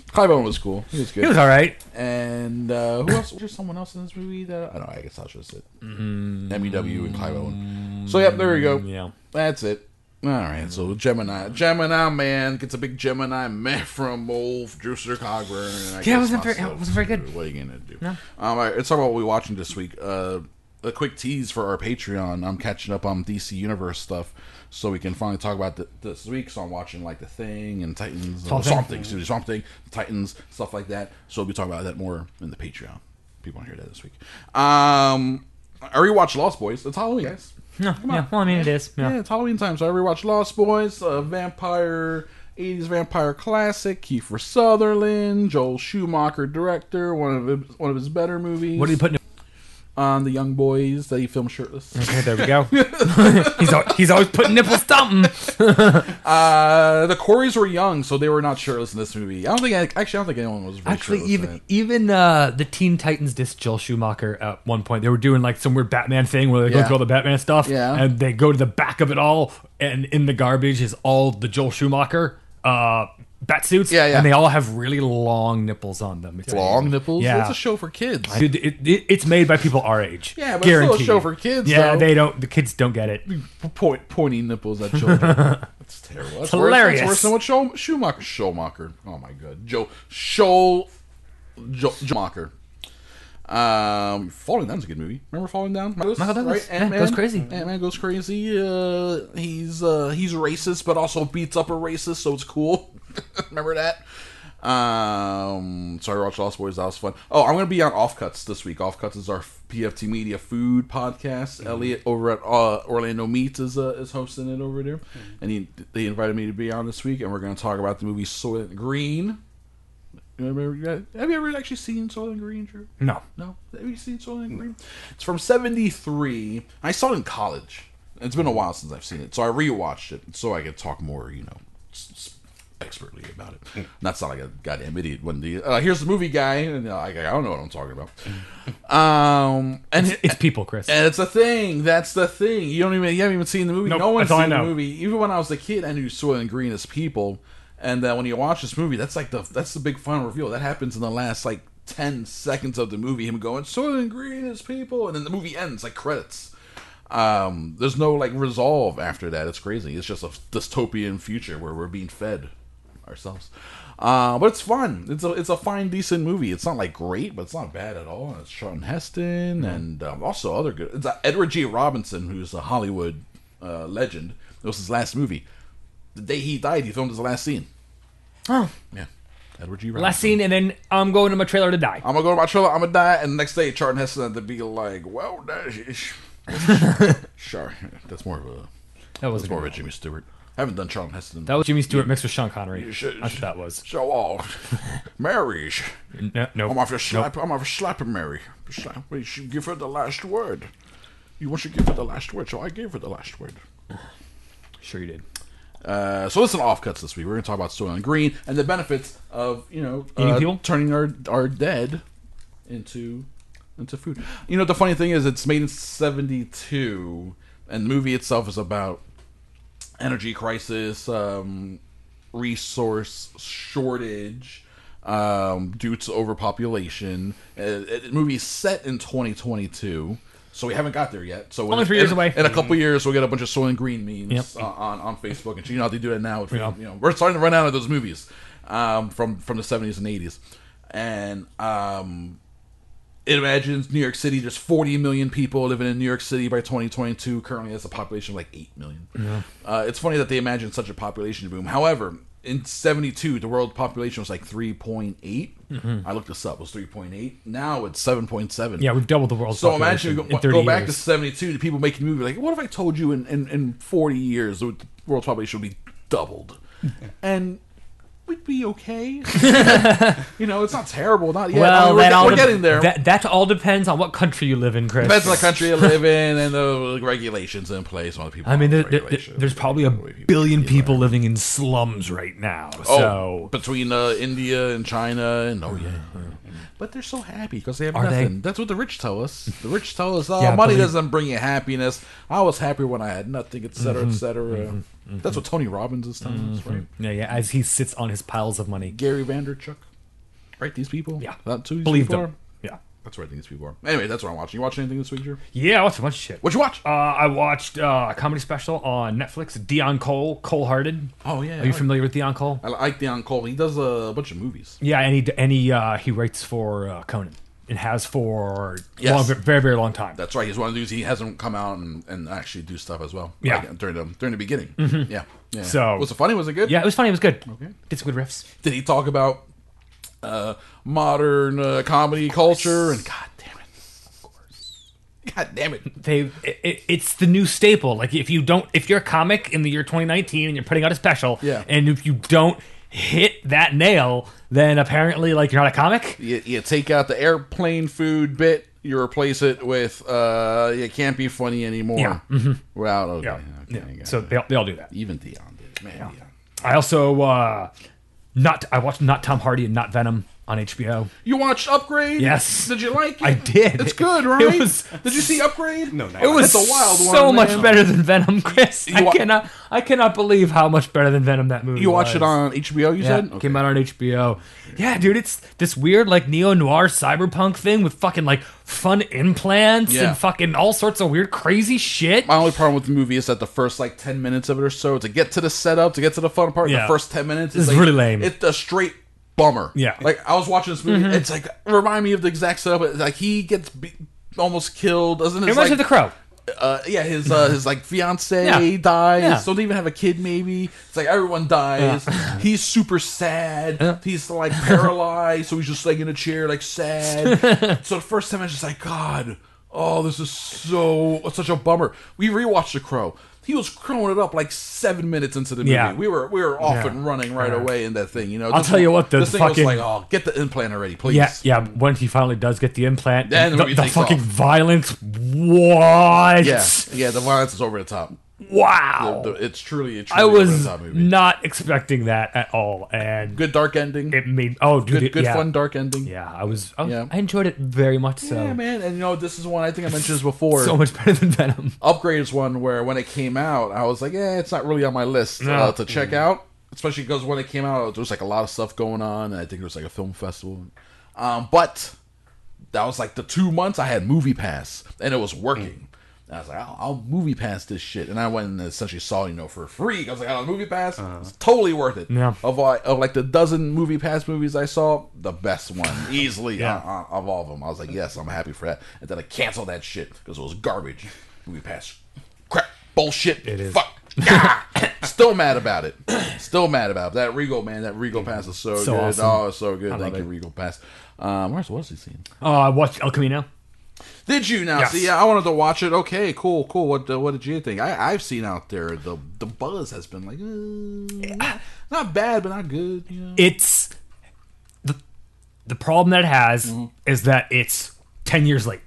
[SPEAKER 6] Clive Owen was cool. He was good.
[SPEAKER 7] He was all right.
[SPEAKER 6] and uh, who else? Was there someone else in this movie that I don't know? I guess that's just it. MEW and Clive Owen. So yep, there you go.
[SPEAKER 7] Mm. yeah.
[SPEAKER 6] that's it. All right, so
[SPEAKER 7] Mm-hmm.
[SPEAKER 6] Gemini, Gemini man gets a big Gemini man from old Drewster Cogburn. And I
[SPEAKER 7] Yeah, it
[SPEAKER 6] guess
[SPEAKER 7] wasn't very-
[SPEAKER 6] myself.
[SPEAKER 7] it wasn't very good.
[SPEAKER 6] What are you gonna do? Um, all right, let's talk about what we're watching this week. Uh, a quick tease for our Patreon. I'm catching up on DC Universe stuff, so we can finally talk about th- this week. So I'm watching like The Thing and Titans, or
[SPEAKER 7] Swamp Thing.
[SPEAKER 6] Swamp Thing, excuse me, Swamp Thing, Titans, stuff like that. So we'll be talking about that more in the Patreon. People want to hear that this week. Um, I rewatched Lost Boys. It's Halloween, guys.
[SPEAKER 7] No, yeah. Well, I mean, it is.
[SPEAKER 6] Yeah, it's Halloween time. So I rewatched Lost Boys, uh, Vampire, 80s Vampire Classic, Kiefer Sutherland, Joel Schumacher, director, one of his, one of his better movies.
[SPEAKER 7] What do you put in?
[SPEAKER 6] on The Young Boys that he filmed shirtless?
[SPEAKER 7] Okay, there we go. he's al- he's always putting nipples stomping.
[SPEAKER 6] uh, the Coreys were young, so they were not shirtless in this movie. I don't think, I, actually, I don't think anyone was really
[SPEAKER 7] Actually,
[SPEAKER 6] shirtless in
[SPEAKER 7] even
[SPEAKER 6] it.
[SPEAKER 7] even uh, the Teen Titans disc Joel Schumacher at one point. They were doing like some weird Batman thing where they go
[SPEAKER 6] Yeah.
[SPEAKER 7] through all the Batman stuff,
[SPEAKER 6] Yeah.
[SPEAKER 7] and they go to the back of it all, and in the garbage is all the Joel Schumacher uh, bat suits,
[SPEAKER 6] Yeah, yeah.
[SPEAKER 7] and they all have really long nipples on them. It's
[SPEAKER 6] long nipples.
[SPEAKER 7] Yeah.
[SPEAKER 6] That's a show for kids.
[SPEAKER 7] Dude, it, it, it's made by people our age.
[SPEAKER 6] Yeah, but it's still a
[SPEAKER 7] Guaranteed.
[SPEAKER 6] show for kids,
[SPEAKER 7] Yeah,
[SPEAKER 6] though.
[SPEAKER 7] they don't. The kids don't get it.
[SPEAKER 6] point, pointy nipples at children. That's terrible. That's Worse,
[SPEAKER 7] hilarious.
[SPEAKER 6] that's worse than what Scho- Schumacher. Schumacher. Oh my god. Joe. Schol. Jo- Schumacher. Um, Falling Down's a good movie. Remember Falling Down?
[SPEAKER 7] Michael Douglas. Yeah,
[SPEAKER 6] Ant-Man?
[SPEAKER 7] goes crazy.
[SPEAKER 6] Ant Man goes crazy. Uh, he's uh, he's racist, but also beats up a racist, so it's cool. Remember that? Um, so I watched Lost Boys. That was fun. Oh, I'm gonna be on Offcuts this week. Offcuts is our PFT Media food podcast.
[SPEAKER 7] Mm-hmm.
[SPEAKER 6] Elliot over at uh, Orlando Meats is uh, is hosting it over there,
[SPEAKER 7] Mm-hmm.
[SPEAKER 6] and he they invited me to be on this week, and we're gonna talk about the movie Soylent Green. You remember that? Have you ever actually seen Soylent Green, Drew?
[SPEAKER 7] No.
[SPEAKER 6] No, have you seen Soylent Green? It's from '73. I saw it in college. It's been a while since I've seen it, so I rewatched it so I could talk more, you know, s- s- expertly about it. Not sound like a goddamn idiot when the uh, here's the movie guy, and uh, I, I don't know what I'm talking about. Um, and
[SPEAKER 7] It's, it's people, Chris.
[SPEAKER 6] and it's a thing. That's the thing. You don't even you haven't even seen the movie.
[SPEAKER 7] Nope,
[SPEAKER 6] no one's
[SPEAKER 7] that's all I
[SPEAKER 6] seen the
[SPEAKER 7] know.
[SPEAKER 6] movie. Even when I was a kid, I knew Soil and Green as people. And then when you watch this movie, that's like the that's the big final reveal. That happens in the last like ten seconds of the movie. Him going Soil and Green as people, and then the movie ends like credits. Um, there's no like resolve after that. It's crazy. It's just a dystopian future where we're being fed ourselves. Uh, but it's fun. It's a it's a fine, decent movie. It's not like great, but it's not bad at all. And it's Sean
[SPEAKER 7] Mm-hmm.
[SPEAKER 6] Heston and um, also other good. It's uh, Edward G. Robinson, who's a Hollywood uh, legend. It was his last movie. The day he died, he filmed his last scene.
[SPEAKER 7] Oh.
[SPEAKER 6] Yeah, Edward G. Robinson.
[SPEAKER 7] Last scene, and then I'm going to my trailer to die.
[SPEAKER 6] I'm gonna go to my trailer. I'm gonna die, and the next day, Charlton Heston had to be like, "Well, that is sure." That's more of a
[SPEAKER 7] That was
[SPEAKER 6] that's more of a Jimmy Stewart. I haven't done Charlton Heston.
[SPEAKER 7] That was Jimmy Stewart mixed with Sean Connery.
[SPEAKER 6] You should-
[SPEAKER 7] That's what that was.
[SPEAKER 6] so off. Marriage.
[SPEAKER 7] No, no.
[SPEAKER 6] I'm off to slap. I'm off to slap her, Mary. Slap. Wait, you give her the last word. You want to give her the last word, so I gave her the last word.
[SPEAKER 7] Sure you did.
[SPEAKER 6] Uh, so listen, to offcuts this week. We're going to talk about Soylent Green and the benefits of you know
[SPEAKER 7] Eating
[SPEAKER 6] uh,
[SPEAKER 7] people?
[SPEAKER 6] turning our our dead into into food. You know the funny thing is it's made in '72, and the movie itself is about energy crisis, um, resource shortage um, due to overpopulation. Uh, it- the movie is set in 2022. So we haven't got there yet. So
[SPEAKER 7] Only
[SPEAKER 6] in-
[SPEAKER 7] three years
[SPEAKER 6] in-
[SPEAKER 7] away.
[SPEAKER 6] In a couple years, we'll get a bunch of soil and green memes
[SPEAKER 7] Yep.
[SPEAKER 6] uh, on on Facebook, and you know how they do that now. With,
[SPEAKER 7] Yeah.
[SPEAKER 6] You know, we're starting to run out of those movies um, from from the seventies and eighties, and um, it imagines New York City. There's 40 million people living in New York City by 2022. Currently, has a population of like 8 million. Uh, it's funny that they imagine such a population boom. However, in 72, the world population was like 3.8.
[SPEAKER 7] Mm-hmm.
[SPEAKER 6] I looked this up. It was 3.8. Now it's 7.7.
[SPEAKER 7] Yeah, we've doubled the world's
[SPEAKER 6] So
[SPEAKER 7] population
[SPEAKER 6] imagine go,
[SPEAKER 7] in 30
[SPEAKER 6] go back
[SPEAKER 7] years.
[SPEAKER 6] to 72, the people making the movie like, what if I told you in, in, in 40 years the world's population would be doubled? and we'd be okay. you know, it's not terrible. Not yet. I mean, we're,
[SPEAKER 7] that
[SPEAKER 6] get-
[SPEAKER 7] all
[SPEAKER 6] we're
[SPEAKER 7] de-
[SPEAKER 6] getting there.
[SPEAKER 7] That, that all depends on what country you live in, Chris.
[SPEAKER 6] Depends on the country you live in and the regulations in place. and all the people.
[SPEAKER 7] I mean, there,
[SPEAKER 6] the
[SPEAKER 7] there-
[SPEAKER 6] regulations.
[SPEAKER 7] there's probably a
[SPEAKER 6] Probably people
[SPEAKER 7] billion
[SPEAKER 6] feel
[SPEAKER 7] people living in slums right now.
[SPEAKER 6] Oh,
[SPEAKER 7] So
[SPEAKER 6] between uh, India and China and oh yeah, but they're so happy because they have
[SPEAKER 7] Are they?
[SPEAKER 6] nothing. That's what the rich tell us. The rich tell us, "Oh,
[SPEAKER 7] Yeah, I
[SPEAKER 6] money
[SPEAKER 7] believe-
[SPEAKER 6] doesn't bring you happiness." I was happy when I had nothing, etc.,
[SPEAKER 7] Mm-hmm.
[SPEAKER 6] etc. That's what Tony Robbins is telling us, right?
[SPEAKER 7] yeah, yeah, as he sits on his piles of money.
[SPEAKER 6] Gary Vanderchuk, right? These people,
[SPEAKER 7] Mm-hmm. Yeah,
[SPEAKER 6] that's who these
[SPEAKER 7] believe
[SPEAKER 6] people
[SPEAKER 7] them.
[SPEAKER 6] are.
[SPEAKER 7] Yeah,
[SPEAKER 6] That's what I think these people are. Anyway, that's what I'm watching. You watch anything this week, Drew?
[SPEAKER 7] yeah. I watched a bunch of shit.
[SPEAKER 6] What you watch?
[SPEAKER 7] Uh, I watched uh, a comedy special on Netflix. Dion Cole, Cole Hearted.
[SPEAKER 6] Oh, yeah,
[SPEAKER 7] Are you
[SPEAKER 6] oh,
[SPEAKER 7] familiar with Dion Cole?
[SPEAKER 6] I like Dion Cole. He does a bunch of movies.
[SPEAKER 7] Yeah, and he d- and he uh, he writes for uh, Conan and has for
[SPEAKER 6] Yes.
[SPEAKER 7] long, very very long time.
[SPEAKER 6] That's right. He's one of these. He hasn't come out and, and actually do stuff as well.
[SPEAKER 7] Yeah. Mm-hmm.
[SPEAKER 6] Like, during the during the beginning. Yeah. yeah.
[SPEAKER 7] So-
[SPEAKER 6] was it funny? Was it good?
[SPEAKER 7] yeah, it was funny. It was good. Okay. Did some good riffs.
[SPEAKER 6] Did he talk about uh, modern uh, comedy culture and God damn it, of course, God damn it,
[SPEAKER 7] they it, it's the new staple like if you don't if you're a comic in the year 2019 and you're putting out a special
[SPEAKER 6] Yeah.
[SPEAKER 7] and if you don't hit that nail then apparently like you're not a comic
[SPEAKER 6] you, you take out the airplane food bit, you replace it with uh, you can't be funny anymore.
[SPEAKER 7] Yeah. Mm-hmm.
[SPEAKER 6] Well, okay,
[SPEAKER 7] yeah,
[SPEAKER 6] okay, I
[SPEAKER 7] yeah.
[SPEAKER 6] got
[SPEAKER 7] so
[SPEAKER 6] it.
[SPEAKER 7] they, all- they all do that
[SPEAKER 6] even Dion did, man. Dion.
[SPEAKER 7] i also uh not i watched not tom hardy and not venom on hbo
[SPEAKER 6] You watched Upgrade?
[SPEAKER 7] Yes.
[SPEAKER 6] Did you like it?
[SPEAKER 7] I did.
[SPEAKER 6] It's good, right?
[SPEAKER 7] It was-
[SPEAKER 6] did you see Upgrade? No,
[SPEAKER 7] it was
[SPEAKER 6] a wild one.
[SPEAKER 7] so much
[SPEAKER 6] man.
[SPEAKER 7] better than venom chris
[SPEAKER 6] You
[SPEAKER 7] i
[SPEAKER 6] wa-
[SPEAKER 7] cannot i cannot believe how much better than venom that movie
[SPEAKER 6] You watched it on
[SPEAKER 7] was.
[SPEAKER 6] HBO. You
[SPEAKER 7] Yeah,
[SPEAKER 6] said
[SPEAKER 7] came out on HBO. Yeah, dude, it's this weird like neo noir cyberpunk thing with fucking like fun implants
[SPEAKER 6] Yeah.
[SPEAKER 7] and fucking all sorts of weird crazy shit.
[SPEAKER 6] My only problem with the movie is that the first like ten minutes of it or so to get to the setup, to get to the fun part, the
[SPEAKER 7] Yeah.
[SPEAKER 6] first ten minutes
[SPEAKER 7] It's
[SPEAKER 6] is like,
[SPEAKER 7] really lame.
[SPEAKER 6] It's a straight bummer.
[SPEAKER 7] Yeah. Mm-hmm.
[SPEAKER 6] like I was watching this movie. It's like remind me of the exact setup. It's like he gets be- almost killed, doesn't it?
[SPEAKER 7] It
[SPEAKER 6] It's
[SPEAKER 7] reminds me
[SPEAKER 6] like-
[SPEAKER 7] of The Crow.
[SPEAKER 6] uh, yeah, his uh, his like fiance
[SPEAKER 7] Yeah.
[SPEAKER 6] dies.
[SPEAKER 7] Yeah.
[SPEAKER 6] Don't even have a kid. Maybe it's like everyone dies. He's super sad. He's like paralyzed, so he's just like in a chair, like sad. so the first time I was just like, God, oh, this is so it's such a bummer. We rewatched The Crow. He was crowing it up like seven minutes into the movie.
[SPEAKER 7] Yeah.
[SPEAKER 6] We were we were off
[SPEAKER 7] Yeah.
[SPEAKER 6] and running right away in that thing. You know,
[SPEAKER 7] I'll
[SPEAKER 6] This
[SPEAKER 7] tell you what, the
[SPEAKER 6] this thing
[SPEAKER 7] fucking-
[SPEAKER 6] was like, oh, get the implant already, please.
[SPEAKER 7] Yeah, yeah. Once he finally does get the implant,
[SPEAKER 6] Then the
[SPEAKER 7] the,
[SPEAKER 6] movie
[SPEAKER 7] the
[SPEAKER 6] takes
[SPEAKER 7] fucking
[SPEAKER 6] off.
[SPEAKER 7] violence. What?
[SPEAKER 6] yeah, yeah. The violence is over the top.
[SPEAKER 7] Wow.
[SPEAKER 6] The- the- it's truly a truly
[SPEAKER 7] Oh. I was
[SPEAKER 6] over the top movie.
[SPEAKER 7] not expecting that at all, and
[SPEAKER 6] good dark ending.
[SPEAKER 7] it made oh, dude,
[SPEAKER 6] good,
[SPEAKER 7] it-
[SPEAKER 6] good
[SPEAKER 7] yeah.
[SPEAKER 6] fun dark ending.
[SPEAKER 7] Yeah, I was. I, was-
[SPEAKER 6] Yeah.
[SPEAKER 7] I enjoyed it very much. So,
[SPEAKER 6] Yeah, man, and you know this is one I think I mentioned this before.
[SPEAKER 7] so much better than Venom.
[SPEAKER 6] Upgrade is one where when it came out, I was like, yeah, it's not really on my list uh, to check
[SPEAKER 7] Mm-hmm.
[SPEAKER 6] out, especially because when it came out, there was like a lot of stuff going on, and I think there was like a film festival. Um, but that was like the two months I had Movie Pass, and it was working. And I was like, I'll, I'll Movie Pass this shit, and I went and essentially saw you know for free. I was like, on Movie Pass, it's totally worth it.
[SPEAKER 7] Uh-huh. Yeah.
[SPEAKER 6] Of all, of like the dozen Movie Pass movies I saw, the best one easily
[SPEAKER 7] Yeah.
[SPEAKER 6] uh, uh, of all of them. I was like, yes, I'm happy for that. And then I canceled that shit because it was garbage. Movie Pass, crap, bullshit,
[SPEAKER 7] It is.
[SPEAKER 6] fuck. Gah! Still mad about it. Still mad about it. that Regal man. That Regal Pass is so,
[SPEAKER 7] So
[SPEAKER 6] good.
[SPEAKER 7] awesome.
[SPEAKER 6] Oh, it's so good.
[SPEAKER 7] love
[SPEAKER 6] Thank you,
[SPEAKER 7] it.
[SPEAKER 6] Regal Pass. Um, where's what is he seeing?
[SPEAKER 7] Oh, I watched El Camino.
[SPEAKER 6] Did you now?
[SPEAKER 7] Yes.
[SPEAKER 6] See, yeah, I wanted to watch it. Okay, cool, cool. What uh, what did you think? I, I've seen out there the the buzz has been like uh, not- not bad, but not good. You know?
[SPEAKER 7] It's the the problem that it has
[SPEAKER 6] Mm-hmm.
[SPEAKER 7] is that it's ten years late.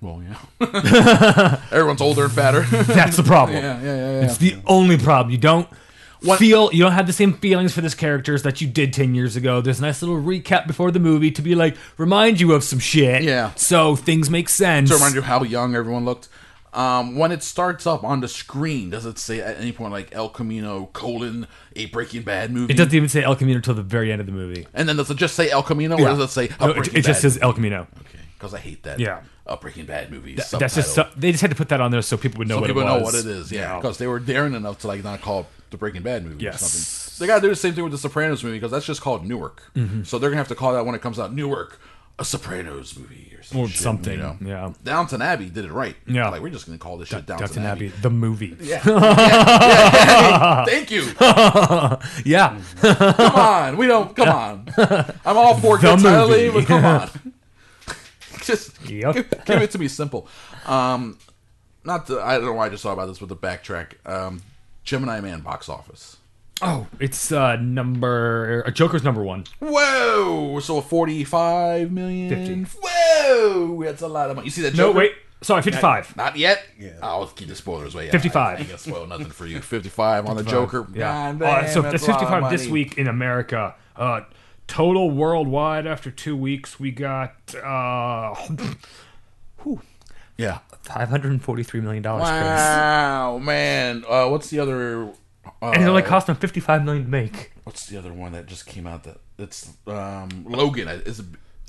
[SPEAKER 6] Well, yeah. Everyone's older and fatter.
[SPEAKER 7] That's the problem.
[SPEAKER 6] yeah, yeah, yeah, yeah.
[SPEAKER 7] It's the only problem. You don't feel you don't have the same feelings for these characters that you did ten years ago. There's a nice little recap before the movie to be like remind you of some shit.
[SPEAKER 6] Yeah.
[SPEAKER 7] So things make sense.
[SPEAKER 6] to remind you how young everyone looked. Um, when it starts up on the screen, does it say at any point like El Camino colon a Breaking Bad movie?
[SPEAKER 7] It doesn't even say El Camino until the very end of the movie.
[SPEAKER 6] And then does it just say El Camino, or does it say a
[SPEAKER 7] No, it,
[SPEAKER 6] Breaking
[SPEAKER 7] it just
[SPEAKER 6] Bad?
[SPEAKER 7] says El Camino.
[SPEAKER 6] Because I hate that.
[SPEAKER 7] Yeah.
[SPEAKER 6] a Breaking Bad movie.
[SPEAKER 7] That's just
[SPEAKER 6] subtitle.
[SPEAKER 7] so, they just had to put that on there so people would know
[SPEAKER 6] so
[SPEAKER 7] what
[SPEAKER 6] people
[SPEAKER 7] it was.
[SPEAKER 6] know what it is. Yeah, because they were daring enough to like not call it the Breaking Bad movie
[SPEAKER 7] Yes.
[SPEAKER 6] or something. They gotta do the same thing with the Sopranos movie because that's just called Newark.
[SPEAKER 7] Mm-hmm.
[SPEAKER 6] So they're gonna have to call that when it comes out Newark a Sopranos movie or, some
[SPEAKER 7] Or
[SPEAKER 6] shit,
[SPEAKER 7] something,
[SPEAKER 6] You know?
[SPEAKER 7] yeah.
[SPEAKER 6] Downton Abbey did it right.
[SPEAKER 7] Yeah.
[SPEAKER 6] like we're just gonna call this shit Downton,
[SPEAKER 7] Downton
[SPEAKER 6] Abbey.
[SPEAKER 7] Abbey, the movie.
[SPEAKER 6] Yeah. Yeah. Thank you. Come
[SPEAKER 7] Yeah.
[SPEAKER 6] on. We don't. Come on. I'm all for
[SPEAKER 7] The
[SPEAKER 6] good titling,
[SPEAKER 7] movie.
[SPEAKER 6] but come on. Just
[SPEAKER 7] Yep.
[SPEAKER 6] give, give it to me simple. Um, not the. I don't know why I just thought about this with the backtrack. Um, Gemini Man box office.
[SPEAKER 7] Oh, it's uh number uh, Joker's number one.
[SPEAKER 6] Whoa! So a 45 million.
[SPEAKER 7] 50.
[SPEAKER 6] Whoa! That's a lot of money. You see that?
[SPEAKER 7] No,
[SPEAKER 6] Joker?
[SPEAKER 7] wait. Sorry, fifty-five.
[SPEAKER 6] Not yet. I'll keep the spoilers away.
[SPEAKER 7] 55.
[SPEAKER 6] I ain't gonna spoil nothing for you. 55 on the Joker.
[SPEAKER 7] Yeah.
[SPEAKER 6] God
[SPEAKER 7] Uh,
[SPEAKER 6] damn,
[SPEAKER 7] so
[SPEAKER 6] that's
[SPEAKER 7] that's
[SPEAKER 6] a lot of
[SPEAKER 7] 55 this
[SPEAKER 6] money.
[SPEAKER 7] week in America. Uh, total worldwide after two weeks, we got uh,
[SPEAKER 6] Yeah.
[SPEAKER 7] $543 million. Chris.
[SPEAKER 6] Wow, man. Uh, what's the other? Uh,
[SPEAKER 7] And it only cost them $55 million to make.
[SPEAKER 6] what's the other one that just came out? That it's um, Logan. Is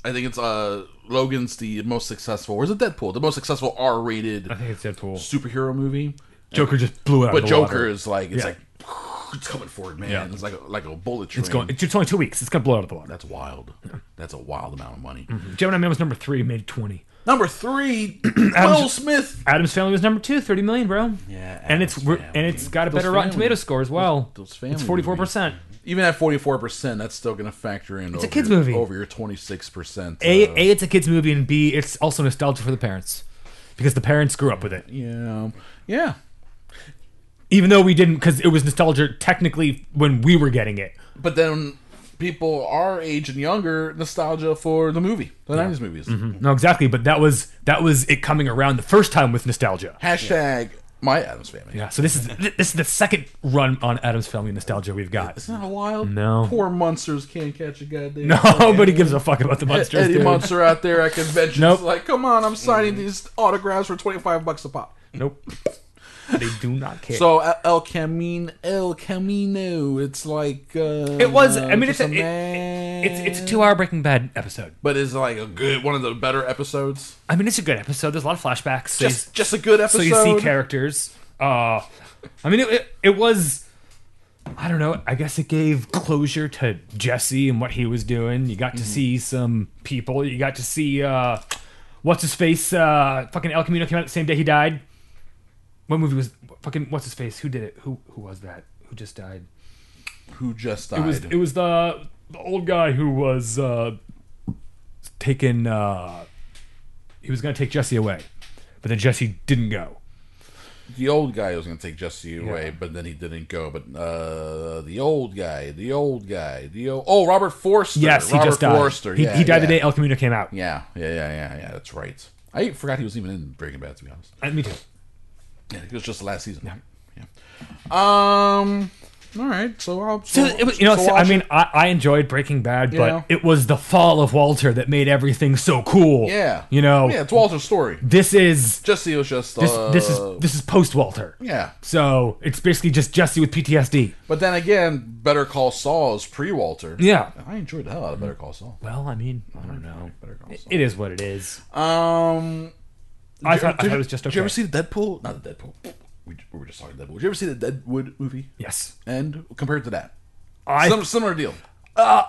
[SPEAKER 6] I think it's uh, Logan's the most successful. Or is it Deadpool? The most successful R-rated
[SPEAKER 7] I think it's Deadpool.
[SPEAKER 6] superhero movie.
[SPEAKER 7] Joker just blew it out
[SPEAKER 6] But
[SPEAKER 7] of the
[SPEAKER 6] Joker
[SPEAKER 7] water.
[SPEAKER 6] is like it's
[SPEAKER 7] Yeah.
[SPEAKER 6] like it's coming for it, man.
[SPEAKER 7] Yeah.
[SPEAKER 6] It's like a, like a bullet train.
[SPEAKER 7] It's, going, it's only two weeks. It's going to blow it out of the water.
[SPEAKER 6] That's wild. That's a wild amount of money.
[SPEAKER 7] Gemini Man was number three, made 20.
[SPEAKER 6] Number three, Will Smith.
[SPEAKER 7] Adam's Family was number two, 30 million, bro.
[SPEAKER 6] Yeah,
[SPEAKER 7] and it's
[SPEAKER 6] Addams
[SPEAKER 7] we're-
[SPEAKER 6] Family.
[SPEAKER 7] and it's got a
[SPEAKER 6] Those
[SPEAKER 7] better Rotten
[SPEAKER 6] family-
[SPEAKER 7] Tomato score as well.
[SPEAKER 6] those
[SPEAKER 7] it's
[SPEAKER 6] family
[SPEAKER 7] 44. percent
[SPEAKER 6] Even at forty four percent, that's still going to factor in. It's
[SPEAKER 7] a kids' movie.
[SPEAKER 6] Over your twenty six percent.
[SPEAKER 7] A A, it's a kids movie, and B, it's also nostalgia for the parents because the parents grew up with it.
[SPEAKER 6] Yeah. Yeah.
[SPEAKER 7] even though we didn't because it was nostalgia technically when we were getting it
[SPEAKER 6] But then people our age and younger nostalgia for the movie, the 90s movies.
[SPEAKER 7] no exactly but that was that was it coming around the first time with nostalgia
[SPEAKER 6] Hashtag my Adams family.
[SPEAKER 7] yeah so this is this is the second run on adam's family nostalgia we've got
[SPEAKER 6] Isn't that wild?
[SPEAKER 7] No.
[SPEAKER 6] Poor Munsters can't catch a goddamn.
[SPEAKER 7] nobody gives a fuck about the monsters
[SPEAKER 6] Eddie
[SPEAKER 7] dude.
[SPEAKER 6] Munster out there at conventions,
[SPEAKER 7] Nope. Mm-hmm.
[SPEAKER 6] like, come on, I'm signing these autographs for 25 bucks a pop.
[SPEAKER 7] nope they do not care
[SPEAKER 6] So uh, El Camino, El Camino, it's like uh,
[SPEAKER 7] it was i mean it's
[SPEAKER 6] just
[SPEAKER 7] a,
[SPEAKER 6] a
[SPEAKER 7] it-
[SPEAKER 6] man.
[SPEAKER 7] it's it's a two-hour Breaking Bad episode.
[SPEAKER 6] but it's like a good one of the better episodes.
[SPEAKER 7] I mean, it's a good episode. There's a lot of flashbacks. So you-
[SPEAKER 6] Just just a good
[SPEAKER 7] so
[SPEAKER 6] episode.
[SPEAKER 7] you see characters. Uh, I mean, it, it, it was. I don't know. I guess it gave closure to Jesse and what he was doing. You got to see some people. You got to see uh, what's his face. Uh, fucking El Camino came out the same day he died. What movie was fucking? What's his face? Who did it? Who who was that? Who just died?
[SPEAKER 6] Who just died?
[SPEAKER 7] It was it was the the old guy who was uh, taking. Uh, he was gonna take Jesse away, but then Jesse didn't go.
[SPEAKER 6] the old guy was going to take Jesse away, but then he didn't go. But uh, the old guy, the old guy, the old, oh Robert Forster.
[SPEAKER 7] Yes,
[SPEAKER 6] Robert
[SPEAKER 7] he just died.
[SPEAKER 6] Forster.
[SPEAKER 7] He,
[SPEAKER 6] yeah,
[SPEAKER 7] he died
[SPEAKER 6] yeah.
[SPEAKER 7] the day El Camino came out.
[SPEAKER 6] Yeah, yeah, yeah, yeah, yeah. That's right. I forgot he was even in Breaking Bad. To be honest,
[SPEAKER 7] And Uh, me too.
[SPEAKER 6] yeah, it was just the last season. Yeah. yeah. Um. All right. So I'll.
[SPEAKER 7] So it was, you know,
[SPEAKER 6] so
[SPEAKER 7] see,
[SPEAKER 6] I'll
[SPEAKER 7] I
[SPEAKER 6] sh-
[SPEAKER 7] mean, I, I enjoyed Breaking Bad,
[SPEAKER 6] You
[SPEAKER 7] but
[SPEAKER 6] know?
[SPEAKER 7] it was the fall of Walter that made everything so cool.
[SPEAKER 6] Yeah.
[SPEAKER 7] you know,
[SPEAKER 6] Yeah, it's Walter's story.
[SPEAKER 7] this is
[SPEAKER 6] Jesse was just.
[SPEAKER 7] this
[SPEAKER 6] uh,
[SPEAKER 7] this is this is post Walter.
[SPEAKER 6] Yeah.
[SPEAKER 7] So it's basically just Jesse with PTSD.
[SPEAKER 6] But then again, Better Call Saul is pre Walter.
[SPEAKER 7] Yeah.
[SPEAKER 6] I enjoyed the hell out of Better Call Saul.
[SPEAKER 7] Well, I mean, I don't know.
[SPEAKER 6] Better Call Saul.
[SPEAKER 7] It is what it is.
[SPEAKER 6] Um.
[SPEAKER 7] I
[SPEAKER 6] did you-
[SPEAKER 7] thought, I
[SPEAKER 6] did
[SPEAKER 7] thought
[SPEAKER 6] you-
[SPEAKER 7] it was just okay.
[SPEAKER 6] Did you ever see the Deadpool? Not the Deadpool. We, we were just talking Deadpool. Did you ever see the Deadwood movie?
[SPEAKER 7] Yes.
[SPEAKER 6] And compared to that,
[SPEAKER 7] I
[SPEAKER 6] Sim- similar deal.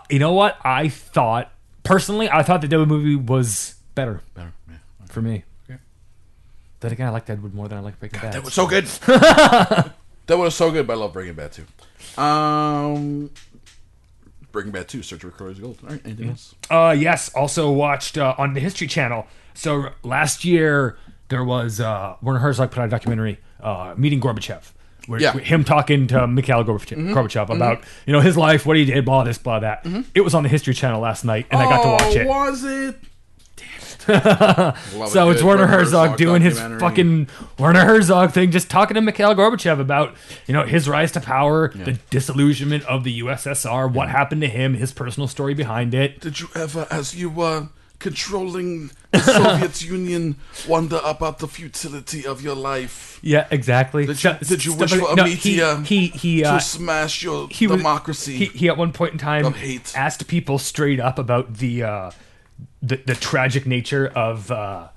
[SPEAKER 7] you know what? I thought personally, I thought the Deadwood movie was better
[SPEAKER 6] Better. Yeah.
[SPEAKER 7] for me. Then again, I like Deadwood more than I like Breaking Bad.
[SPEAKER 6] That was so good. that was so good, but I love Breaking Bad too. Um, Breaking Bad two, Search for Chloe's Gold. All right, anything else?
[SPEAKER 7] Uh, yes, also watched uh, on the History Channel. So last year there was uh, Werner Herzog put out a documentary, uh, meeting Gorbachev, where
[SPEAKER 6] Yeah. Mm-hmm.
[SPEAKER 7] where him talking to Mikhail Gorbachev, Gorbachev about you know his life, what he did, blah this, blah that. It was on the History Channel last night, and I got to watch
[SPEAKER 6] Oh,
[SPEAKER 7] it.
[SPEAKER 6] Was it? Damn it. Love
[SPEAKER 7] So
[SPEAKER 6] a
[SPEAKER 7] it's
[SPEAKER 6] good
[SPEAKER 7] Werner Herzog doing his
[SPEAKER 6] documentary.
[SPEAKER 7] fucking Werner Herzog thing, just talking to Mikhail Gorbachev about you know his rise to power, the disillusionment of the USSR, what happened to him, his personal story behind it.
[SPEAKER 6] Did you ever, as you were controlling the Soviet Union, wonder about the futility of your life?
[SPEAKER 7] Yeah, exactly.
[SPEAKER 6] Did
[SPEAKER 7] So-
[SPEAKER 6] you, did you
[SPEAKER 7] stuff
[SPEAKER 6] wish
[SPEAKER 7] like-
[SPEAKER 6] for a
[SPEAKER 7] no, he-
[SPEAKER 6] meteor
[SPEAKER 7] He he uh,
[SPEAKER 6] to smash your
[SPEAKER 7] he was-
[SPEAKER 6] democracy?
[SPEAKER 7] He, he at one point in time
[SPEAKER 6] Of hate.
[SPEAKER 7] asked people straight up about the uh, the, the tragic nature of uh,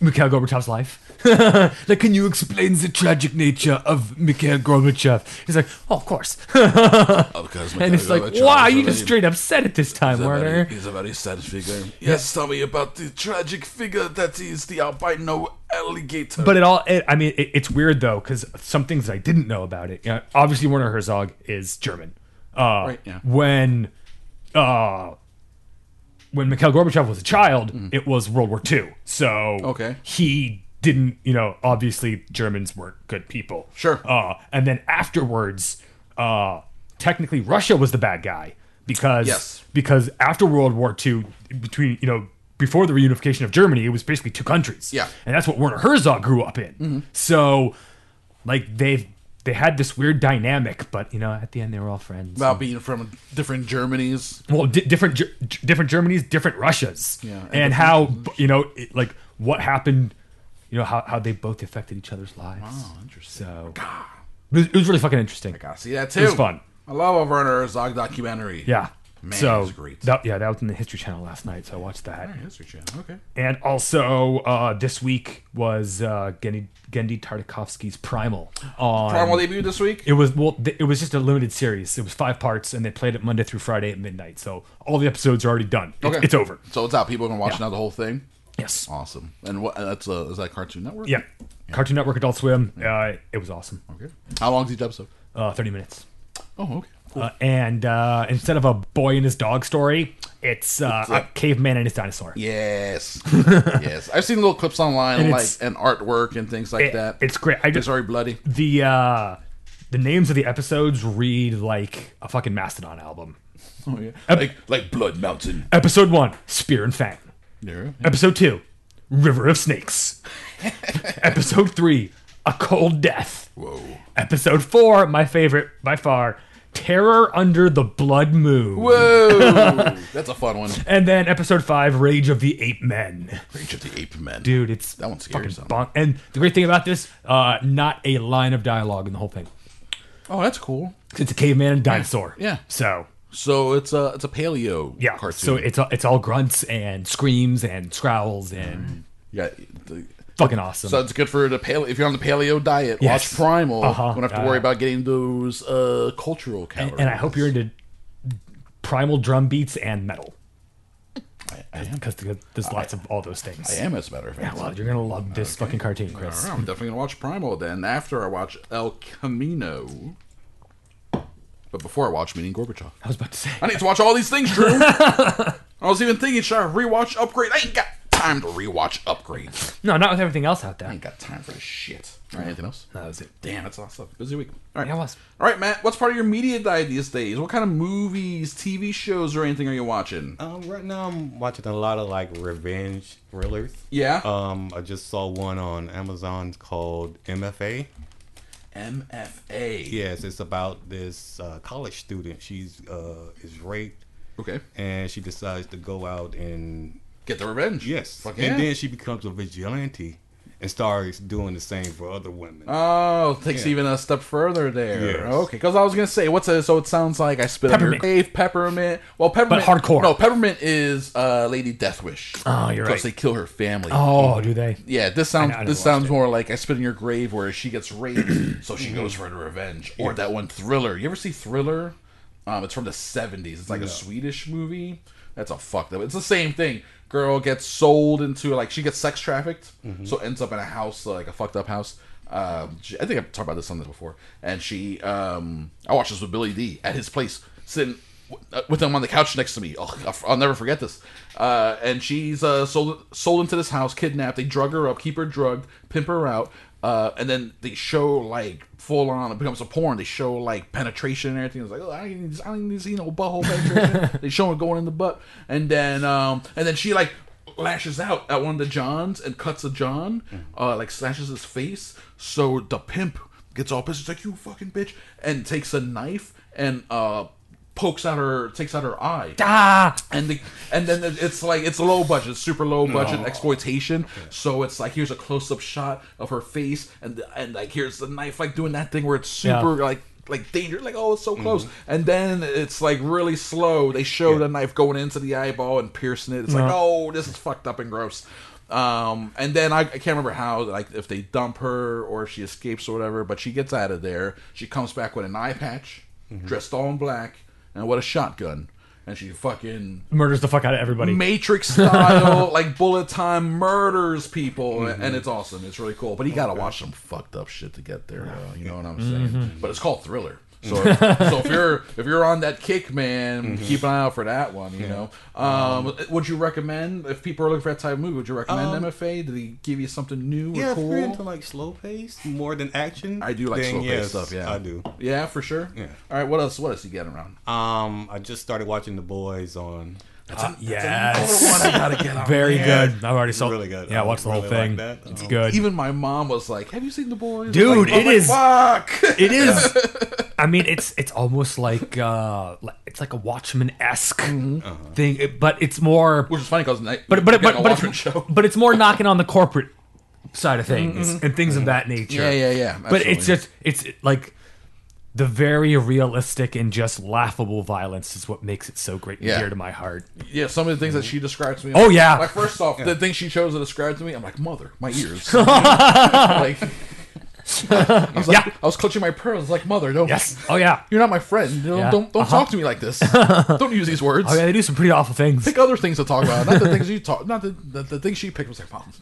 [SPEAKER 7] Mikhail Gorbachev's life. like, can you explain the tragic nature of Mikhail Gorbachev? He's like, oh, of course.
[SPEAKER 6] Oh, because
[SPEAKER 7] and it's
[SPEAKER 6] Mikhail
[SPEAKER 7] like,
[SPEAKER 6] Gorbachev
[SPEAKER 7] wow,
[SPEAKER 6] is
[SPEAKER 7] you
[SPEAKER 6] a
[SPEAKER 7] just
[SPEAKER 6] very-
[SPEAKER 7] straight up said it this time,
[SPEAKER 6] he's a very-
[SPEAKER 7] Werner.
[SPEAKER 6] He's a very sad figure. Yes, tell me about the tragic figure that is the albino alligator.
[SPEAKER 7] But it all, it, I mean, it, it's weird though, because some things I didn't know about it. You know, obviously, Werner Herzog is German. Uh,
[SPEAKER 6] Right, yeah.
[SPEAKER 7] When, uh, when Mikhail Gorbachev was a child, it was World War II. So
[SPEAKER 6] Mm. Okay.
[SPEAKER 7] he didn't, you know, obviously Germans weren't good people.
[SPEAKER 6] Sure.
[SPEAKER 7] Uh, and then afterwards, uh, technically Russia was the bad guy because
[SPEAKER 6] Yes.
[SPEAKER 7] because after World War II, between you know before the reunification of Germany, it was basically two countries.
[SPEAKER 6] Yeah. Mm-hmm.
[SPEAKER 7] and that's what Werner Herzog grew up in. So, like they they had this weird dynamic, but you know at the end they were all friends.
[SPEAKER 6] about being from different Germanys.
[SPEAKER 7] well, di- different Ger- different Germany's, different Russias,
[SPEAKER 6] Yeah, and
[SPEAKER 7] and, how b- you know it, like what happened. You know how, how they both affected each other's lives. Wow,
[SPEAKER 6] Oh, interesting.
[SPEAKER 7] So it was, it was really fucking interesting.
[SPEAKER 6] I see that too.
[SPEAKER 7] was fun.
[SPEAKER 6] I love a Werner Herzog documentary.
[SPEAKER 7] Yeah.
[SPEAKER 6] Man,
[SPEAKER 7] so
[SPEAKER 6] that's great.
[SPEAKER 7] that- yeah, that was in the History Channel last night, so I watched that.
[SPEAKER 6] History Channel. Okay.
[SPEAKER 7] And also, uh, this week was uh, Gendy, Gendy Tartakovsky's Primal. On,
[SPEAKER 6] Primal debut this week.
[SPEAKER 7] It was well, th- it was just a limited series. It was five parts, and they played it Monday through Friday at midnight. So all the episodes are already done. It's,
[SPEAKER 6] Okay.
[SPEAKER 7] it's over.
[SPEAKER 6] So it's out. People can watch
[SPEAKER 7] Yeah.
[SPEAKER 6] now the whole thing.
[SPEAKER 7] Yes.
[SPEAKER 6] Awesome. And what? That's uh, is that Cartoon Network?
[SPEAKER 7] Yeah. Cartoon Network, Adult Swim. Uh, it was awesome.
[SPEAKER 6] Okay. How long's each episode?
[SPEAKER 7] Uh, Thirty minutes.
[SPEAKER 6] Oh, okay. Cool.
[SPEAKER 7] Uh, and uh, instead of a boy and his dog story, it's, uh,
[SPEAKER 6] It's, uh,
[SPEAKER 7] a caveman and his dinosaur.
[SPEAKER 6] yes. yes. I've seen little clips online,
[SPEAKER 7] And
[SPEAKER 6] like
[SPEAKER 7] it's-
[SPEAKER 6] and artwork and things like
[SPEAKER 7] It-
[SPEAKER 6] that.
[SPEAKER 7] it's great. I
[SPEAKER 6] It's
[SPEAKER 7] just
[SPEAKER 6] already bloody.
[SPEAKER 7] the uh the names of the episodes read like a fucking Mastodon album.
[SPEAKER 6] Oh, yeah. Like like Blood Mountain.
[SPEAKER 7] Episode one, Spear and Fang.
[SPEAKER 6] Yeah.
[SPEAKER 7] Episode two, River of Snakes. Episode three, A Cold Death.
[SPEAKER 6] Whoa.
[SPEAKER 7] Episode four, my favorite by far, Terror Under the Blood Moon.
[SPEAKER 6] Whoa. That's a fun one.
[SPEAKER 7] And then episode five, Rage of the Ape Men.
[SPEAKER 6] Rage of the Ape Men.
[SPEAKER 7] Dude, it's
[SPEAKER 6] That one's scary, son.
[SPEAKER 7] fucking bonk. And the great thing about this, uh, not a line of dialogue in the whole thing.
[SPEAKER 6] Oh, that's cool.
[SPEAKER 7] It's a caveman and dinosaur.
[SPEAKER 6] Yeah.
[SPEAKER 7] So
[SPEAKER 6] So it's a it's a paleo
[SPEAKER 7] Yeah.
[SPEAKER 6] cartoon.
[SPEAKER 7] So it's all- it's all grunts and screams and scowls and
[SPEAKER 6] yeah. the-
[SPEAKER 7] fucking awesome.
[SPEAKER 6] so it's good for the paleo. If you're on the paleo diet,
[SPEAKER 7] Yes.
[SPEAKER 6] watch Primal.
[SPEAKER 7] Uh-huh.
[SPEAKER 6] You don't have to
[SPEAKER 7] Yeah,
[SPEAKER 6] worry
[SPEAKER 7] yeah.
[SPEAKER 6] about getting those uh, cultural calories.
[SPEAKER 7] and I hope you're into primal drum beats and metal. Because there's lots of all those things.
[SPEAKER 6] I am, as a matter of fact.
[SPEAKER 7] Well, you're gonna love this fucking cartoon, Chris.
[SPEAKER 6] Alright, I'm definitely gonna watch Primal then after I watch El Camino. But before I watch Meeting Gorbachev,
[SPEAKER 7] I was about to say.
[SPEAKER 6] I need to watch all these things, Drew. I was even thinking, should I rewatch Upgrade? I ain't got time to rewatch Upgrade.
[SPEAKER 7] No, not with everything else out
[SPEAKER 6] I
[SPEAKER 7] there.
[SPEAKER 6] ain't got time for this shit. All right, anything else?
[SPEAKER 7] That was it.
[SPEAKER 6] Damn, that's awesome. Busy week. All right,
[SPEAKER 7] Yeah, it was.
[SPEAKER 6] All right, Matt. What's part of your media diet these days? What kind of movies, TV shows, or anything are you watching?
[SPEAKER 3] Um, right now I'm watching a lot of like revenge thrillers.
[SPEAKER 6] Yeah.
[SPEAKER 3] Um, I just saw one on Amazon called MFA.
[SPEAKER 6] MFA.
[SPEAKER 3] Yes, it's about this uh, college student. She's uh, is raped,
[SPEAKER 6] Okay.
[SPEAKER 3] and she decides to go out and
[SPEAKER 6] Get the revenge.
[SPEAKER 3] yes,
[SPEAKER 6] Fuck yeah.
[SPEAKER 3] and then she becomes a vigilante and starts doing the same for other women.
[SPEAKER 6] Oh, takes even a step further there.
[SPEAKER 3] Yes.
[SPEAKER 6] Okay, because I was gonna say, what's a, so? It sounds like I spit on your
[SPEAKER 7] Peppermint.
[SPEAKER 6] grave, peppermint. Well, peppermint
[SPEAKER 7] hardcore.
[SPEAKER 6] No, peppermint is uh, Lady Deathwish.
[SPEAKER 7] Oh, you're
[SPEAKER 6] Because they
[SPEAKER 7] right.
[SPEAKER 6] kill her family.
[SPEAKER 7] Oh, do they?
[SPEAKER 6] Yeah, this sounds
[SPEAKER 7] I never
[SPEAKER 6] this
[SPEAKER 7] watched
[SPEAKER 6] sounds
[SPEAKER 7] it. Mm-hmm.
[SPEAKER 6] more like I spit in your grave, where she gets raped, so she goes for her revenge. Or that one thriller. You ever see Thriller? Um, it's from the seventies. It's like a Swedish movie. That's a fucked up. It's the same thing. Girl gets sold into like she gets sex trafficked,
[SPEAKER 7] Mm-hmm.
[SPEAKER 6] so ends up in a house like a fucked up house. Um, she- I think I've talked about this on this before. And she, um, I watched this with Billy D at his place, sitting uh, with them on the couch next to me. Oh, I'll- I'll never forget this. Uh, and she's uh, sold sold into this house, kidnapped. They drug her up, keep her drugged, pimp her out, uh, and then they show like full on. It becomes a porn. They show like penetration and everything. It's like oh, I don't need, I don't need to see no butthole penetration. they show her going in the butt, and then um, and then she like lashes out at one of the Johns and cuts a John, uh, like slashes his face. So the pimp gets all pissed. He's like, "You fucking bitch!" and takes a knife and uh, pokes out her, takes out her eye.
[SPEAKER 7] Ah,
[SPEAKER 6] And the and then it's like it's low budget, super low budget exploitation. So it's like here's a close up shot of her face, and and like here's the knife, like doing that thing where it's
[SPEAKER 7] Yeah.
[SPEAKER 6] super like like danger, like oh it's so close. And then it's like really slow. They show the knife going into the eyeball and piercing it. It's like
[SPEAKER 7] Yeah.
[SPEAKER 6] oh this is fucked up and gross. Um, and then I, I can't remember how like if they dump her or if she escapes or whatever, but she gets out of there. She comes back with an eye patch, dressed all in black, and with a shotgun. And she fucking
[SPEAKER 7] murders the fuck out of everybody.
[SPEAKER 6] Matrix style, like bullet time murders people,
[SPEAKER 7] Mhm.
[SPEAKER 6] and it's awesome. It's really cool. But you gotta watch some fucked up shit to get there. though, you know what I'm saying?
[SPEAKER 7] Mm-hmm.
[SPEAKER 6] But it's called Thriller. So, so if you're if you're on that kick, man,
[SPEAKER 7] Mm-hmm.
[SPEAKER 6] keep an eye out for that one. You know, um, would you recommend if people are looking for that type of movie? Would you
[SPEAKER 7] Um,
[SPEAKER 6] recommend MFA? Did he give you something new or
[SPEAKER 3] yeah,
[SPEAKER 6] cool?
[SPEAKER 3] if you're into like slow pace more than action,
[SPEAKER 6] I do like
[SPEAKER 3] then
[SPEAKER 6] slow
[SPEAKER 3] yes,
[SPEAKER 6] paced stuff. Yeah,
[SPEAKER 3] I do.
[SPEAKER 6] Yeah, for sure.
[SPEAKER 3] Yeah.
[SPEAKER 6] All right. What else? What else you get around?
[SPEAKER 3] Um, I just started watching The Boys on.
[SPEAKER 7] Uh, Yes. Very good. I've already sold.
[SPEAKER 3] really good.
[SPEAKER 7] Yeah,
[SPEAKER 3] I
[SPEAKER 7] watch the whole
[SPEAKER 3] really
[SPEAKER 7] thing.
[SPEAKER 3] like that.
[SPEAKER 7] It's
[SPEAKER 3] Um,
[SPEAKER 7] good.
[SPEAKER 6] Oh. Even my mom was like, "Have you seen the boys?"
[SPEAKER 7] Dude,
[SPEAKER 6] like, oh I'm
[SPEAKER 7] it is-
[SPEAKER 6] like, Fuck.
[SPEAKER 7] it is. I mean, it's it's almost like uh, like- it's like a Watchmen esque
[SPEAKER 6] Uh-huh.
[SPEAKER 7] thing, it- but it's more.
[SPEAKER 6] Which is funny because
[SPEAKER 7] But but but but
[SPEAKER 6] Watchmen
[SPEAKER 7] it's,
[SPEAKER 6] show. Mm-hmm.
[SPEAKER 7] but it's more knocking on the corporate side of things and things of that nature.
[SPEAKER 6] Yeah, yeah, yeah,
[SPEAKER 7] But it's uh,
[SPEAKER 6] absolutely.
[SPEAKER 7] just it's like the very realistic and just laughable violence is what makes it so great and
[SPEAKER 6] Yeah.
[SPEAKER 7] dear to my heart.
[SPEAKER 6] yeah, some of the things that she describes to me.
[SPEAKER 7] Oh, yeah.
[SPEAKER 6] Like first off, the thing she chose to describe to me, I'm like, mother, my ears. like, I was like,
[SPEAKER 7] Yeah.
[SPEAKER 6] I was clutching my pearls. Like, mother, don't.
[SPEAKER 7] Yes. Oh yeah.
[SPEAKER 6] You're not my friend. Don't
[SPEAKER 7] Yeah. Uh-huh.
[SPEAKER 6] don't, don't talk to me like this. don't use these words.
[SPEAKER 7] Oh yeah. They do some pretty awful things.
[SPEAKER 6] Pick other things to talk about, not the things you talk. Not the the, the things she picked. I was like, mom,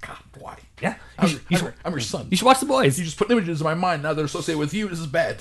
[SPEAKER 6] God, why?
[SPEAKER 7] Yeah.
[SPEAKER 6] I'm, your-
[SPEAKER 7] You should, you
[SPEAKER 6] I'm
[SPEAKER 7] should-
[SPEAKER 6] your- I'm your son.
[SPEAKER 7] you should watch the boys.
[SPEAKER 6] You just put images in my mind. Now they're associated with you. This is bad.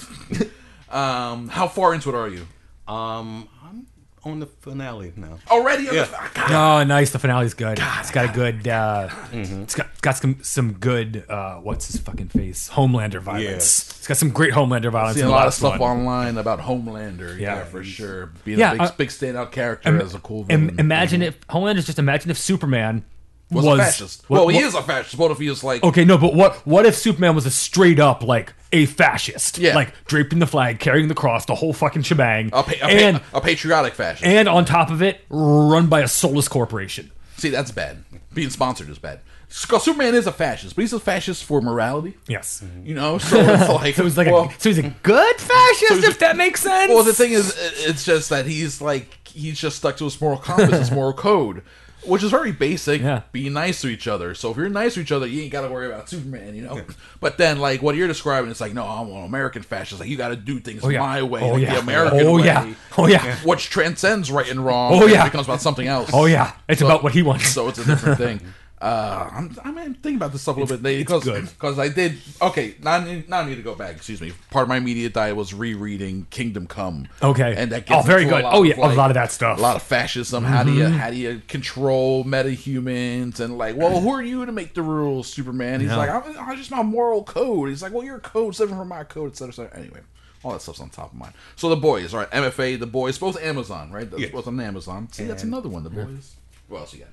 [SPEAKER 6] um, how far into it are you?
[SPEAKER 3] Um, I'm on the finale now.
[SPEAKER 6] Already? on the-
[SPEAKER 3] Yeah.
[SPEAKER 6] God,
[SPEAKER 7] Oh, nice. The finale's good. it's got a good. Uh,
[SPEAKER 6] Mm-hmm.
[SPEAKER 7] It's got it's got some some good. Uh, what's his fucking face? Homelander violence. It's got some great Homelander violence.
[SPEAKER 6] seen
[SPEAKER 7] in
[SPEAKER 6] a
[SPEAKER 7] the
[SPEAKER 6] lot of
[SPEAKER 7] last
[SPEAKER 6] stuff
[SPEAKER 7] one.
[SPEAKER 6] online about Homelander. Yeah,
[SPEAKER 7] Yeah.
[SPEAKER 6] for sure. Being
[SPEAKER 7] Yeah,
[SPEAKER 6] a big,
[SPEAKER 7] uh,
[SPEAKER 6] big standout character
[SPEAKER 7] Im-
[SPEAKER 6] as a cool
[SPEAKER 7] im-
[SPEAKER 6] villain. Mm-hmm.
[SPEAKER 7] imagine if Homelander's just imagine if Superman was,
[SPEAKER 6] was, a fascist.
[SPEAKER 7] what-
[SPEAKER 6] well, he
[SPEAKER 7] what- Oh,
[SPEAKER 6] is a fascist. What if he is like?
[SPEAKER 7] Okay, no, but what what if Superman was a straight up like a fascist?
[SPEAKER 6] Yeah.
[SPEAKER 7] like draped in the flag, carrying the cross, the whole fucking shebang,
[SPEAKER 6] A, pa- a, pa-
[SPEAKER 7] and
[SPEAKER 6] a patriotic fascist.
[SPEAKER 7] and on top of it, run by a soulless corporation.
[SPEAKER 6] See, that's bad. Being sponsored is bad. Sc- Superman is a fascist, but he's a fascist for morality.
[SPEAKER 7] Yes.
[SPEAKER 6] You know, so it's like
[SPEAKER 7] So he's like,
[SPEAKER 6] Mm-hmm. well- mm-hmm.
[SPEAKER 7] a, so he's a good fascist,
[SPEAKER 6] he's a-
[SPEAKER 7] if that makes sense.
[SPEAKER 6] Well, the thing is, i- it's just that he's like he's just stuck to his moral compass, his moral code. which is very basic.
[SPEAKER 7] Yeah.
[SPEAKER 6] Be nice to each other. So if you're nice to each other, you ain't got to worry about Superman, you know. But then, like what you're describing, it's like, no, I'm an American fascist. Like you got to do things
[SPEAKER 7] Oh, yeah.
[SPEAKER 6] my way,
[SPEAKER 7] Oh,
[SPEAKER 6] like
[SPEAKER 7] yeah.
[SPEAKER 6] the American
[SPEAKER 7] Oh,
[SPEAKER 6] way.
[SPEAKER 7] yeah. Oh, yeah.
[SPEAKER 6] Which transcends right and wrong.
[SPEAKER 7] Oh,
[SPEAKER 6] and
[SPEAKER 7] yeah.
[SPEAKER 6] becomes about something else.
[SPEAKER 7] Oh, yeah. It's
[SPEAKER 6] So-
[SPEAKER 7] about what he wants.
[SPEAKER 6] So it's a different thing. Uh, I'm, I'm thinking about this stuff a little bit lately because
[SPEAKER 7] good.
[SPEAKER 6] because I did okay. Now I, need, now I need to go back. Excuse me. Part of my media diet was rereading Kingdom Come.
[SPEAKER 7] Okay.
[SPEAKER 6] and that
[SPEAKER 7] Oh,
[SPEAKER 6] gets
[SPEAKER 7] very
[SPEAKER 6] into a
[SPEAKER 7] good.
[SPEAKER 6] lot
[SPEAKER 7] Oh,
[SPEAKER 6] of,
[SPEAKER 7] yeah, a
[SPEAKER 6] like,
[SPEAKER 7] lot of that stuff. Mm-hmm.
[SPEAKER 6] A lot of fascism. How do you how do you control metahumans and like, well, who are you to make the rules, Superman? He's
[SPEAKER 7] Yeah.
[SPEAKER 6] like, I'm, I'm just my moral code. He's like, well, your code's different from my code, etc. etc. Anyway, all that stuff's on top of mine. So the boys, all right, MFA, the boys, both Amazon, right? That's
[SPEAKER 3] Yeah.
[SPEAKER 6] both on Amazon. See, that's another one. The boys. What else you got?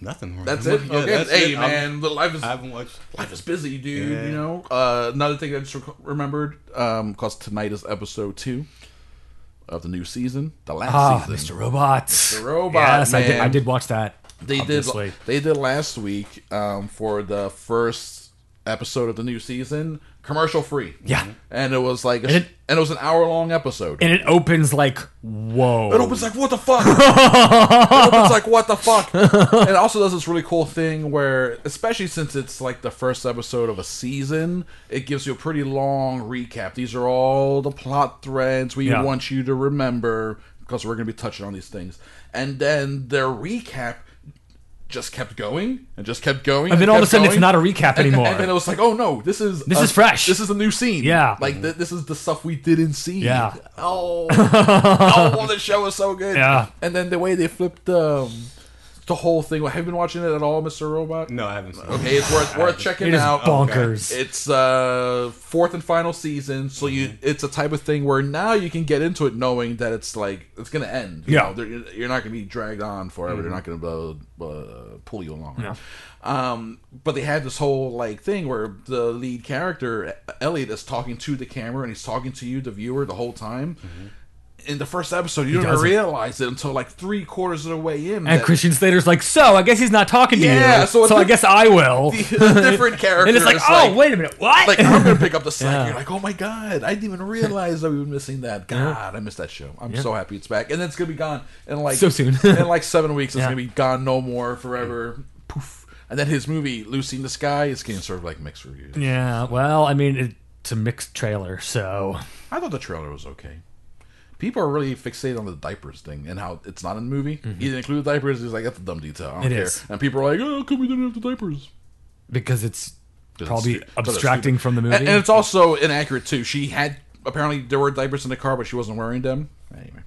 [SPEAKER 3] Nothing. wrong.
[SPEAKER 6] That's it.
[SPEAKER 3] I'm looking- yeah,
[SPEAKER 6] okay.
[SPEAKER 3] that's
[SPEAKER 6] hey,
[SPEAKER 3] it. I'm-
[SPEAKER 6] man, the life is
[SPEAKER 3] I haven't watched.
[SPEAKER 6] life is busy, dude.
[SPEAKER 3] Yeah.
[SPEAKER 6] You know. Uh, another thing I just rec- remembered, um, because tonight is episode two of the new season, the last
[SPEAKER 7] Ah,
[SPEAKER 6] season.
[SPEAKER 7] Mr. Robots.
[SPEAKER 6] Mr. Robot,
[SPEAKER 7] Yes, I did.
[SPEAKER 6] man.
[SPEAKER 7] I did watch that.
[SPEAKER 6] They
[SPEAKER 7] obviously.
[SPEAKER 6] did. They did last week um, for the first episode of the new season, commercial free.
[SPEAKER 7] Yeah.
[SPEAKER 6] and it was like, a,
[SPEAKER 7] And it-
[SPEAKER 6] and, it was an hour long episode.
[SPEAKER 7] And it opens like whoa.
[SPEAKER 6] It opens like what the fuck. it opens like what the fuck. And it also does this really cool thing where, especially since it's like the first episode of a season, it gives you a pretty long recap. These are all the plot threads we
[SPEAKER 7] Yeah.
[SPEAKER 6] want you to remember because we're going to be touching on these things. And then their recap just kept going and just kept going.
[SPEAKER 7] And then all of a
[SPEAKER 6] kept
[SPEAKER 7] sudden it's
[SPEAKER 6] going.
[SPEAKER 7] not a recap
[SPEAKER 6] And-
[SPEAKER 7] anymore.
[SPEAKER 6] And then it was like, oh no, this is
[SPEAKER 7] This is fresh.
[SPEAKER 6] This is a new scene.
[SPEAKER 7] Yeah.
[SPEAKER 6] like th- this is the stuff we didn't see.
[SPEAKER 7] Yeah.
[SPEAKER 6] Oh, oh, the show is so good.
[SPEAKER 7] Yeah.
[SPEAKER 6] And then the way they flipped um, the whole thing. Have you been watching it at all, Mister Robot?
[SPEAKER 3] No, I haven't. Seen it.
[SPEAKER 6] Okay, it's worth worth checking
[SPEAKER 7] It is
[SPEAKER 6] out.
[SPEAKER 7] bonkers.
[SPEAKER 6] It's uh fourth and final season, so you it's a type of thing where now you can get into it knowing that it's like it's gonna end. You
[SPEAKER 7] Yeah. Mm-hmm.
[SPEAKER 6] know, they're- you're not gonna be dragged on forever. They're not gonna uh, uh, pull you along. right? Um, but they had this whole like thing where the lead character Elliot is talking to the camera and he's talking to you, the viewer, the whole time. In the first episode, you don't
[SPEAKER 7] Mm-hmm. doesn't.
[SPEAKER 6] realize it until like three quarters of the way in.
[SPEAKER 7] and
[SPEAKER 6] that-
[SPEAKER 7] Christian Slater's like, so I guess he's not talking to
[SPEAKER 6] Yeah,
[SPEAKER 7] you.
[SPEAKER 6] so
[SPEAKER 7] So,
[SPEAKER 6] it's
[SPEAKER 7] I
[SPEAKER 6] like-
[SPEAKER 7] guess I will.
[SPEAKER 6] the different character.
[SPEAKER 7] and it's like,
[SPEAKER 6] is
[SPEAKER 7] oh wait a minute, what?
[SPEAKER 6] like I'm gonna pick up the slack.
[SPEAKER 7] Yeah.
[SPEAKER 6] You're like, oh my god, I didn't even realize that we were missing that. God, I missed that show. I'm so happy it's back, and then it's gonna be gone in like
[SPEAKER 7] So soon.
[SPEAKER 6] in like seven weeks, it's
[SPEAKER 7] Yeah.
[SPEAKER 6] gonna be gone no more forever. Poof. And then his movie Lucy in the Sky is getting sort of like mixed reviews.
[SPEAKER 7] yeah. Well, I mean, it's a mixed trailer, so
[SPEAKER 6] I thought the trailer was okay. People are really fixated on the diapers thing and how it's not in the movie. He didn't include the diapers. He's like, that's a dumb detail. I don't
[SPEAKER 7] Mm-hmm. It
[SPEAKER 6] care.
[SPEAKER 7] is.
[SPEAKER 6] And people are like, oh, come we didn't have the diapers.
[SPEAKER 7] because it's
[SPEAKER 6] 'Cause
[SPEAKER 7] probably
[SPEAKER 6] it's stu- 'cause it's
[SPEAKER 7] abstracting
[SPEAKER 6] stupid.
[SPEAKER 7] from the
[SPEAKER 6] And-
[SPEAKER 7] movie.
[SPEAKER 6] And, it's also inaccurate too. She had apparently there were diapers in the car, but she wasn't wearing them. Anyway,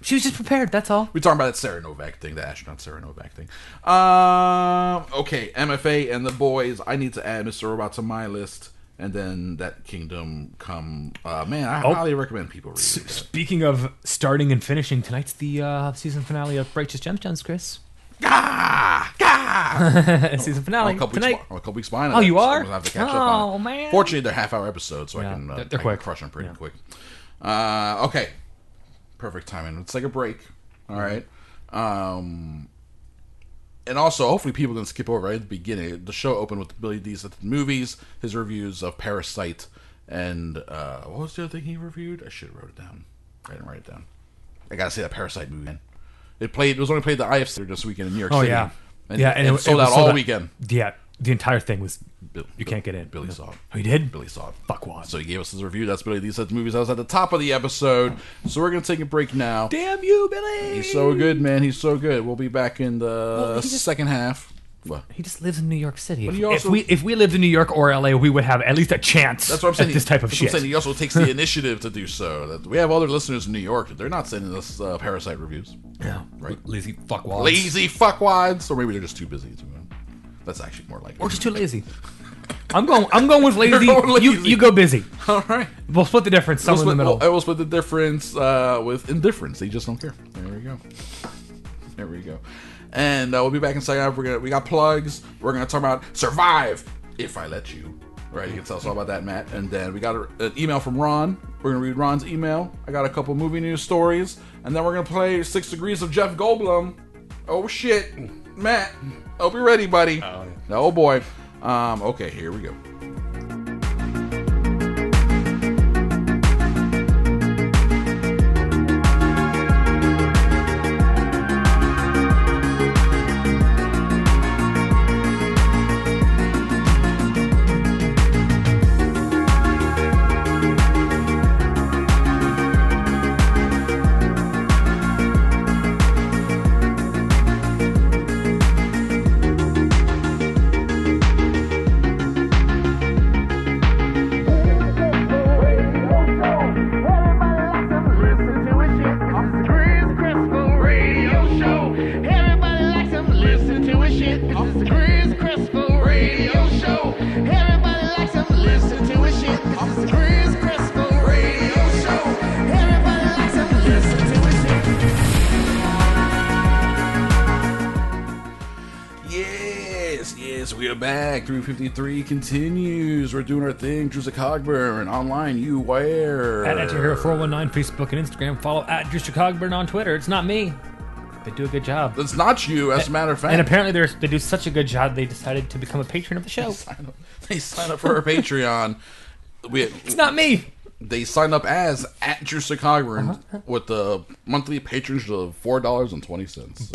[SPEAKER 7] she was just prepared. That's all.
[SPEAKER 6] we're talking about that Sarah Novak thing, the astronaut Sarah Novak thing. Um, okay, MFA and the boys. I need to add Mr. Robot to my list, and then that Kingdom Come. Uh, man, I highly recommend people read
[SPEAKER 7] Oh. S-
[SPEAKER 6] it.
[SPEAKER 7] Speaking of starting and finishing, tonight's the uh, season finale of Righteous Gemstones, Chris.
[SPEAKER 6] Gah! Gah!
[SPEAKER 7] season
[SPEAKER 6] I'm Oh, a
[SPEAKER 7] finale
[SPEAKER 6] couple
[SPEAKER 7] tonight.
[SPEAKER 6] weeks. I'm a couple weeks behind. on
[SPEAKER 7] Oh,
[SPEAKER 6] that,
[SPEAKER 7] you
[SPEAKER 6] so
[SPEAKER 7] are?
[SPEAKER 6] I'm gonna have to catch up on
[SPEAKER 7] Oh,
[SPEAKER 6] it.
[SPEAKER 7] man.
[SPEAKER 6] Fortunately, they're half hour episodes, so I
[SPEAKER 7] Yeah,
[SPEAKER 6] can. Uh,
[SPEAKER 7] they're-
[SPEAKER 6] they're
[SPEAKER 7] they're
[SPEAKER 6] quick.
[SPEAKER 7] quick.
[SPEAKER 6] crush them pretty
[SPEAKER 7] Yeah.
[SPEAKER 6] quick. Uh, okay, perfect timing. Let's take a break. All right. Um, and also, hopefully, people didn't skip over right at the beginning. The show opened with Billy D's at the movies, his reviews of Parasite, and uh, what was the other thing he reviewed? I should have wrote it down. I didn't write it down. I gotta say that Parasite movie. Man. It played. It was only played at the IFC this weekend in New York
[SPEAKER 7] Oh
[SPEAKER 6] City.
[SPEAKER 7] yeah,
[SPEAKER 6] and,
[SPEAKER 7] yeah,
[SPEAKER 6] and it, sold
[SPEAKER 7] was
[SPEAKER 6] out all weekend.
[SPEAKER 7] Yeah, the entire thing was.
[SPEAKER 6] Bill-
[SPEAKER 7] You
[SPEAKER 6] Bill-
[SPEAKER 7] can't get in.
[SPEAKER 6] Billy saw it.
[SPEAKER 7] Oh, you did?
[SPEAKER 6] Billy saw it.
[SPEAKER 7] Fuckwad.
[SPEAKER 6] So he gave us his review. That's Billy. These are the movies I was at the top of the episode. So we're gonna take a break now.
[SPEAKER 7] Damn you, Billy!
[SPEAKER 6] He's so good, man. He's so good. We'll be back in the
[SPEAKER 7] he just-
[SPEAKER 6] second half. What?
[SPEAKER 7] He just lives in New York City.
[SPEAKER 6] he
[SPEAKER 7] If,
[SPEAKER 6] also-
[SPEAKER 7] if we if we lived in New York or LA, we would have at least a chance.
[SPEAKER 6] That's what I'm saying.
[SPEAKER 7] At this type of
[SPEAKER 6] That's what
[SPEAKER 7] shit.
[SPEAKER 6] I'm saying. He also takes the initiative to do so. That we have other listeners in New York. They're not sending us uh, parasite reviews. Right.
[SPEAKER 7] Lazy fuckwads.
[SPEAKER 6] Lazy fuckwads. Or maybe they're just too busy. To, that's actually more likely.
[SPEAKER 7] Or just too lazy. I'm going. I'm going with lazy.
[SPEAKER 6] You're going
[SPEAKER 7] You
[SPEAKER 6] lazy.
[SPEAKER 7] you go busy.
[SPEAKER 6] All right.
[SPEAKER 7] We'll split the difference
[SPEAKER 6] We'll
[SPEAKER 7] somewhere in the
[SPEAKER 6] split-
[SPEAKER 7] middle.
[SPEAKER 6] we'll- I will split the difference uh, with indifference. They just don't care. There we go. There we go. And uh, we'll be back in second half. We're gonna we got plugs. We're gonna talk about survive if I let you. Right, you can tell us all about that, Matt. And then we got a, an email from Ron. We're gonna read Ron's email. I got a couple movie news stories, and then we're gonna play Six Degrees of Jeff Goldblum. Oh shit, Matt. Hope you're ready, buddy. Oh, boy. Um, okay, here we go. back. 353 continues. We're doing our thing. Drew's a Cogburn. Online, you where?
[SPEAKER 7] At Enter Hero 419, Facebook and Instagram. Follow at Drew Cogburn on Twitter. It's not me. They do a good job.
[SPEAKER 6] That's not you, as a matter of fact.
[SPEAKER 7] And apparently they're, they do such a good job, they decided to become a patron of the show. It's
[SPEAKER 6] they sign up for our Patreon. We,
[SPEAKER 7] not me.
[SPEAKER 6] they sign up as at Drew Cogburn
[SPEAKER 7] Uh-huh.
[SPEAKER 6] with the monthly patronage of four dollars and twenty cents.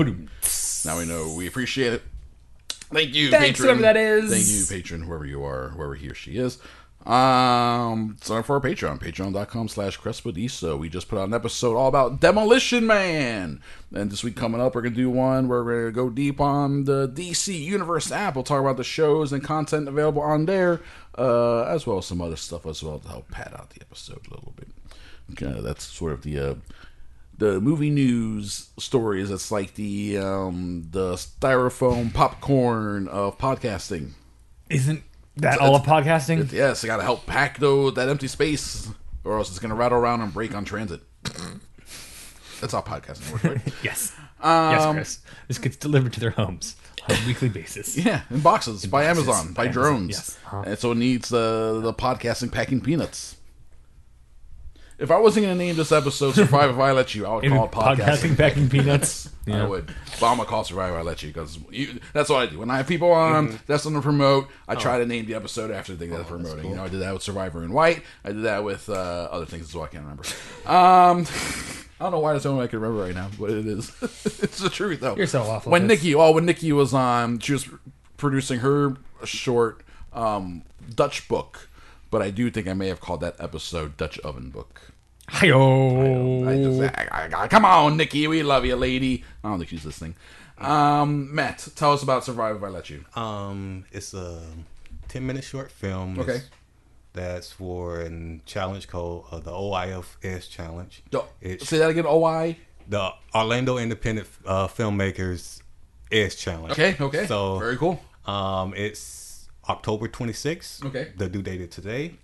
[SPEAKER 6] Now we know. We appreciate it. Thank you,
[SPEAKER 7] Thanks,
[SPEAKER 6] patron.
[SPEAKER 7] whoever that is.
[SPEAKER 6] Thank you, patron, whoever you are, whoever he or she is. Um, sign up for our Patreon, patreon.com slash Crespediso. We just put out an episode all about Demolition Man. And this week coming up, we're going to do one where we're going to go deep on the DC Universe app. We'll talk about the shows and content available on there, uh, as well as some other stuff as well to help pad out the episode a little bit. Okay, that's sort of the uh, the movie news stories that's like the um the styrofoam popcorn of podcasting
[SPEAKER 7] Isn't that all of podcasting?
[SPEAKER 6] It- yes i gotta help pack though that empty space or else it's gonna rattle around and break on transit that's how podcasting works right
[SPEAKER 7] yes.
[SPEAKER 6] Um,
[SPEAKER 7] yes, Chris. This gets delivered to their homes on a weekly basis.
[SPEAKER 6] yeah in boxes by
[SPEAKER 7] boxes,
[SPEAKER 6] amazon by,
[SPEAKER 7] by Amazon,
[SPEAKER 6] drones
[SPEAKER 7] yes. Huh.
[SPEAKER 6] and so it needs uh, the podcasting packing peanuts if i wasn't gonna name this episode survive if i let you i would
[SPEAKER 7] Maybe
[SPEAKER 6] call it podcasting
[SPEAKER 7] podcasting packing peanuts.
[SPEAKER 6] I would. But I'm gonna call Survivor. I let you because that's what I do. When I have people on,
[SPEAKER 7] Mm-hmm.
[SPEAKER 6] that's something to promote. I
[SPEAKER 7] Oh.
[SPEAKER 6] try to name the episode after the thing that's promoting. You know, I did that with Survivor in White. I did that with uh, other things as well. I can't remember. Um, I don't know why that's the only one I can remember right now, but it is. it's the truth though.
[SPEAKER 7] You're so awful,
[SPEAKER 6] When
[SPEAKER 7] Chris.
[SPEAKER 6] Nikki, oh, when Nikki was on, she was producing her short um, Dutch book. But I do think I may have called that episode Dutch Oven Book.
[SPEAKER 7] Hi-yo.
[SPEAKER 6] I just, I, I, I- come on, Nikki, we love you, lady. I don't think she's listening. Um, Matt, tell us about Survive If I Let You.
[SPEAKER 3] Um, it's a ten minute short film.
[SPEAKER 6] Okay.
[SPEAKER 3] It's- That's for a challenge called uh, the OIFS challenge.
[SPEAKER 6] Yo,
[SPEAKER 3] It's
[SPEAKER 6] say that again. OI.
[SPEAKER 3] the Orlando Independent uh, Filmmakers Edge Challenge.
[SPEAKER 6] Okay. Okay.
[SPEAKER 3] So
[SPEAKER 6] very cool.
[SPEAKER 3] Um, it's October 26th.
[SPEAKER 6] Okay.
[SPEAKER 3] The due date is today.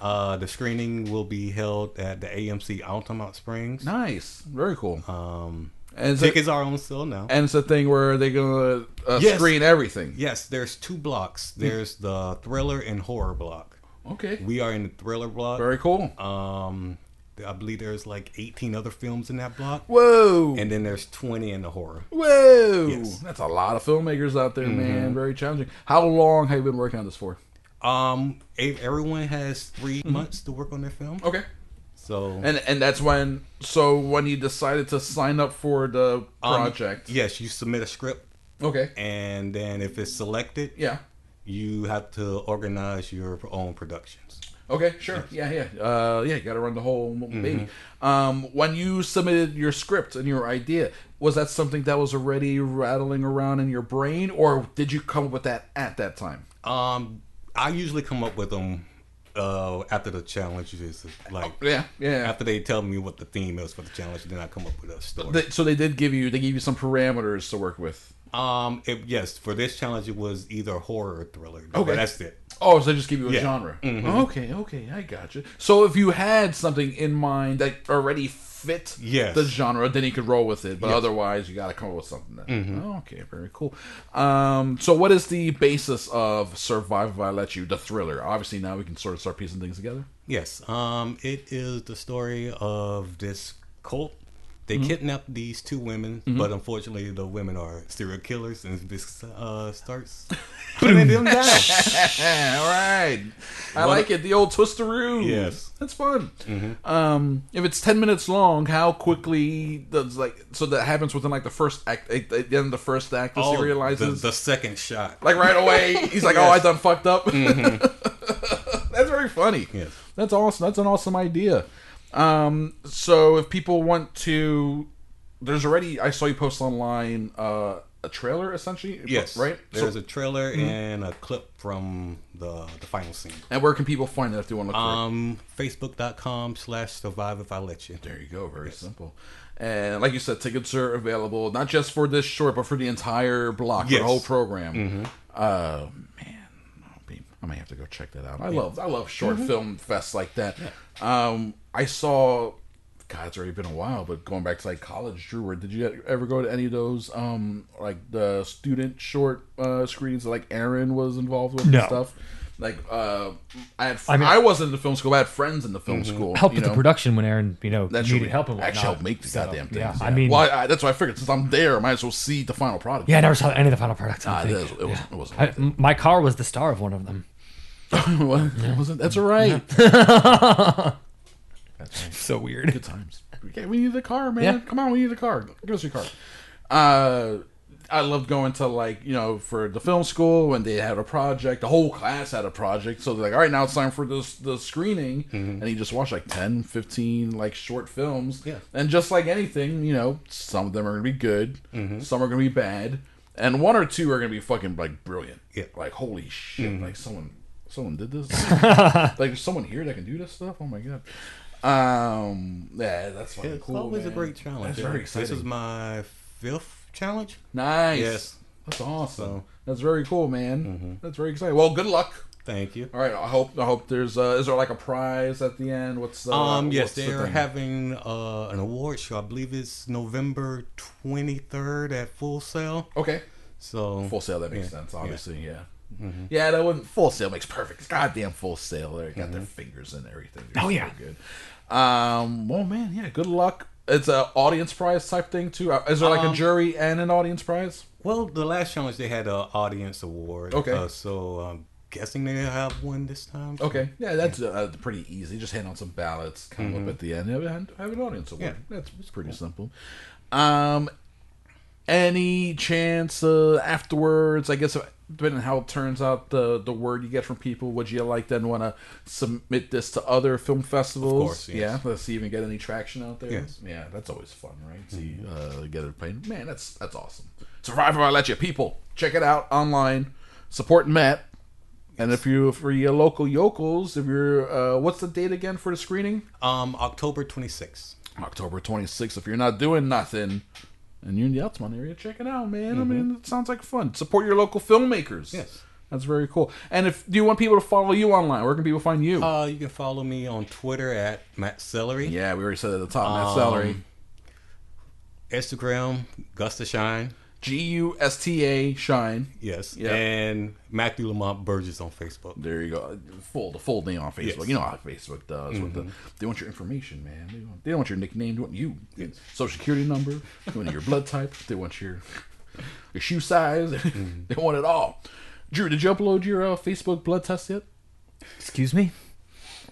[SPEAKER 3] Uh, the screening will be held at the AMC Altamont Springs.
[SPEAKER 6] Nice. Very cool.
[SPEAKER 3] Um,
[SPEAKER 6] and it's,
[SPEAKER 3] tickets
[SPEAKER 6] a,
[SPEAKER 3] are on sale now.
[SPEAKER 6] and it's a thing where they gonna uh,
[SPEAKER 3] Yes.
[SPEAKER 6] screen everything.
[SPEAKER 3] yes, there's two blocks. There's the thriller and horror block.
[SPEAKER 6] Okay.
[SPEAKER 3] We are in the thriller block.
[SPEAKER 6] Very cool.
[SPEAKER 3] Um, I believe there's like 18 other films in that block,
[SPEAKER 6] Whoa.
[SPEAKER 3] and then there's 20 in the horror.
[SPEAKER 6] Whoa.
[SPEAKER 3] Yes. Mm-hmm.
[SPEAKER 6] That's a lot of filmmakers out there, man. Very challenging. How long have you been working on this for?
[SPEAKER 3] Um, e- everyone has 3 months to work on their film.
[SPEAKER 6] Okay.
[SPEAKER 3] So
[SPEAKER 6] Mm-hmm. Oh, And and that's when. So when you decided to sign up for the
[SPEAKER 3] um,
[SPEAKER 6] project.
[SPEAKER 3] yes, you submit a script,
[SPEAKER 6] Okay.
[SPEAKER 3] and then if it's selected,
[SPEAKER 6] Yeah.
[SPEAKER 3] you have to organize your own productions.
[SPEAKER 6] Okay, sure. Yeah, yeah. Uh, yeah, you got to run the whole baby. Um, when you submitted your script and your idea, was that something that was already rattling around in your brain, or did you come up with that at that time?
[SPEAKER 3] Um, I usually come up with them uh, after the challenge is like
[SPEAKER 6] Oh, Yeah, yeah.
[SPEAKER 3] after they tell me what the theme is for the challenge, then I come up with a story.
[SPEAKER 6] They- so they did give you they gave you some parameters to work with.
[SPEAKER 3] um, it, yes, for this challenge it was either horror or thriller.
[SPEAKER 6] Okay.
[SPEAKER 3] Okay, that's it.
[SPEAKER 6] Oh, so they just give you a
[SPEAKER 3] Yeah. Mm-hmm.
[SPEAKER 6] genre. Okay, okay, I gotcha. So if you had something in mind that already fit
[SPEAKER 3] Yes.
[SPEAKER 6] the genre, then you could roll with it. But otherwise, you got to come up with something. Then.
[SPEAKER 3] Mm-hmm.
[SPEAKER 6] Okay, very cool. Um, so what is the basis of Survive If I Let You, the thriller? Obviously, now we can sort of start piecing things together.
[SPEAKER 3] Yes, um, it is the story of this cult. They
[SPEAKER 6] Mm-hmm.
[SPEAKER 3] kidnap these two women, but unfortunately, the women are serial killers, and this uh, starts hunting them down.
[SPEAKER 6] All right, I like it. The old twisteroo.
[SPEAKER 3] Yes. Mm-hmm.
[SPEAKER 6] that's fun. Um, if it's ten minutes long, how quickly does like so that happens within like the first act? At the end of the first act, does
[SPEAKER 3] Oh,
[SPEAKER 6] he realizes
[SPEAKER 3] the, the second shot.
[SPEAKER 6] like right away he's like, "Oh, I done fucked up."
[SPEAKER 3] Mm-hmm.
[SPEAKER 6] That's very funny.
[SPEAKER 3] Yes.
[SPEAKER 6] That's awesome. That's an awesome idea. Um, so if people want to, there's already I saw you post online uh, a trailer essentially.
[SPEAKER 3] Yes,
[SPEAKER 6] right.
[SPEAKER 3] There's
[SPEAKER 6] So- Mm-hmm.
[SPEAKER 3] a trailer and a clip from the the final scene.
[SPEAKER 6] and where can people find that if they want to look for it?
[SPEAKER 3] Um, Facebook.com slash Survive If I Let You.
[SPEAKER 6] There you go. Very simple. And like you said, tickets are available not just for this short, but for the entire block, for
[SPEAKER 3] Yes.
[SPEAKER 6] the whole program.
[SPEAKER 7] Mm-hmm.
[SPEAKER 6] Uh, man, I'll be- I may have to go
[SPEAKER 7] Mm-hmm.
[SPEAKER 6] check that out. I love I love short film fests like that. Um, I saw God, it's already been a while, but going back to like college, Drew, or did you ever go to any of those, um, like the student short uh, screens that like Aaron was involved with
[SPEAKER 7] No.
[SPEAKER 6] and stuff? Like, uh, I had, I,
[SPEAKER 7] I mean- Mm-hmm.
[SPEAKER 6] wasn't in the film school, but I had friends in the film school. you
[SPEAKER 7] helped with
[SPEAKER 6] know?
[SPEAKER 7] the production when Aaron, you know,
[SPEAKER 6] That
[SPEAKER 7] needed
[SPEAKER 6] should
[SPEAKER 7] help and whatnot.
[SPEAKER 6] actually helped make the
[SPEAKER 7] So,
[SPEAKER 6] goddamn things.
[SPEAKER 7] Yeah, I mean,
[SPEAKER 6] well, I, I- that's why I figured since I'm there, I might as well see the final product.
[SPEAKER 7] yeah, I never saw any of the final products. I
[SPEAKER 6] Ah,
[SPEAKER 7] don't
[SPEAKER 6] it,
[SPEAKER 7] think.
[SPEAKER 6] was, it, was, it wasn't.
[SPEAKER 7] I- m- my car was the star of one of them.
[SPEAKER 6] What? wasn't. That's all right.
[SPEAKER 7] So weird.
[SPEAKER 6] Good times. Okay, we need the car, man.
[SPEAKER 7] Yeah.
[SPEAKER 6] Come on, we need the car. Give us your car. Uh, I loved going to like you know for the film school when they had a project. The whole class had a project, so they're like, all right, now it's time for this the screening, and you just watch like 10, 15 like short films.
[SPEAKER 3] Yeah.
[SPEAKER 6] and just like anything, you know, some of them are gonna be good, some are gonna be bad, and one or two are gonna be fucking like brilliant.
[SPEAKER 3] Yeah.
[SPEAKER 6] like holy shit, like someone someone did this. like there's someone here that can do this stuff. Oh my god. Um, yeah, that's fucking
[SPEAKER 3] It's
[SPEAKER 6] cool.
[SPEAKER 3] always
[SPEAKER 6] man.
[SPEAKER 3] a great challenge.
[SPEAKER 6] That's very
[SPEAKER 3] This is
[SPEAKER 6] exciting.
[SPEAKER 3] my fifth challenge.
[SPEAKER 6] Nice.
[SPEAKER 3] Yes.
[SPEAKER 6] That's awesome.
[SPEAKER 3] So- Mm-hmm.
[SPEAKER 6] That's very cool, man. That's very exciting. Well, good luck.
[SPEAKER 3] Thank you.
[SPEAKER 6] All right. I hope. I hope there's. Uh, is there like a prize at the end? What's. Uh,
[SPEAKER 3] Um, yes,
[SPEAKER 6] what's the
[SPEAKER 3] they are
[SPEAKER 6] thing?
[SPEAKER 3] having uh, an award show. I believe it's November 23rd at Full Sail.
[SPEAKER 6] Okay.
[SPEAKER 3] So
[SPEAKER 6] Full sale. That makes
[SPEAKER 3] yeah, Mm-hmm.
[SPEAKER 6] sense.
[SPEAKER 3] yeah.
[SPEAKER 6] Obviously, yeah. Yeah, that wouldn't. Full sale makes perfect. Goddamn full sale. They got
[SPEAKER 3] Mm-hmm.
[SPEAKER 6] their fingers in everything. They're
[SPEAKER 7] Oh,
[SPEAKER 6] so
[SPEAKER 7] yeah.
[SPEAKER 6] Good. Um. Well, man. Yeah. Good luck. It's a audience prize type thing too. Uh, Is there
[SPEAKER 3] Um,
[SPEAKER 6] like a jury and an audience prize?
[SPEAKER 3] Well, the last challenge they had an audience award.
[SPEAKER 6] Okay.
[SPEAKER 3] Uh, so I'm guessing they have one this time.
[SPEAKER 6] Okay, yeah, that's Uh, pretty easy. Just hand out some ballots, come up at the end, have, have- have an audience award.
[SPEAKER 3] Mm-hmm. Yeah.
[SPEAKER 6] That's it's pretty simple. Um, any chance uh, afterwards? I guess uh, depending on how it turns out, the the word you get from people, would you like then want to submit this to other film festivals?
[SPEAKER 3] course, yes.
[SPEAKER 6] Yeah, let's see if we get any traction out there.
[SPEAKER 3] Yes. Mm-hmm.
[SPEAKER 6] Yeah, that's always fun, right? See, uh, get it playing. Man, that's that's awesome. Survivor by Let You people, check it out online. Support Matt. And if you for your local yokels, if you're uh, what's the date again for the screening?
[SPEAKER 3] Um, October 26th.
[SPEAKER 6] October 26th. If you're not doing nothing and you're in the Altamont area, check it out, man. I mean, it sounds like fun. Support your local filmmakers.
[SPEAKER 3] Mm-hmm. Yes.
[SPEAKER 6] That's very cool. And if do you want people to follow you online? Where can people find you?
[SPEAKER 3] Uh, you can follow me on Twitter at Matt Celery.
[SPEAKER 6] yeah, we already said at the top.
[SPEAKER 3] um,
[SPEAKER 6] Matt Salary.
[SPEAKER 3] Instagram, Gusta Shine.
[SPEAKER 6] G U S T A Shine.
[SPEAKER 3] Yes.
[SPEAKER 6] Yeah.
[SPEAKER 3] And Matthew Lamont Burgess on Facebook.
[SPEAKER 6] There you go. Full the full name on Facebook.
[SPEAKER 3] Yes.
[SPEAKER 6] You know how Facebook does. With the, they want your information, man. They, want, they don't want your nickname. They want you. Social security number. They want your blood type. They want your your shoe size. they want it all. Drew, did you upload your uh, Facebook blood test yet?
[SPEAKER 7] Excuse me.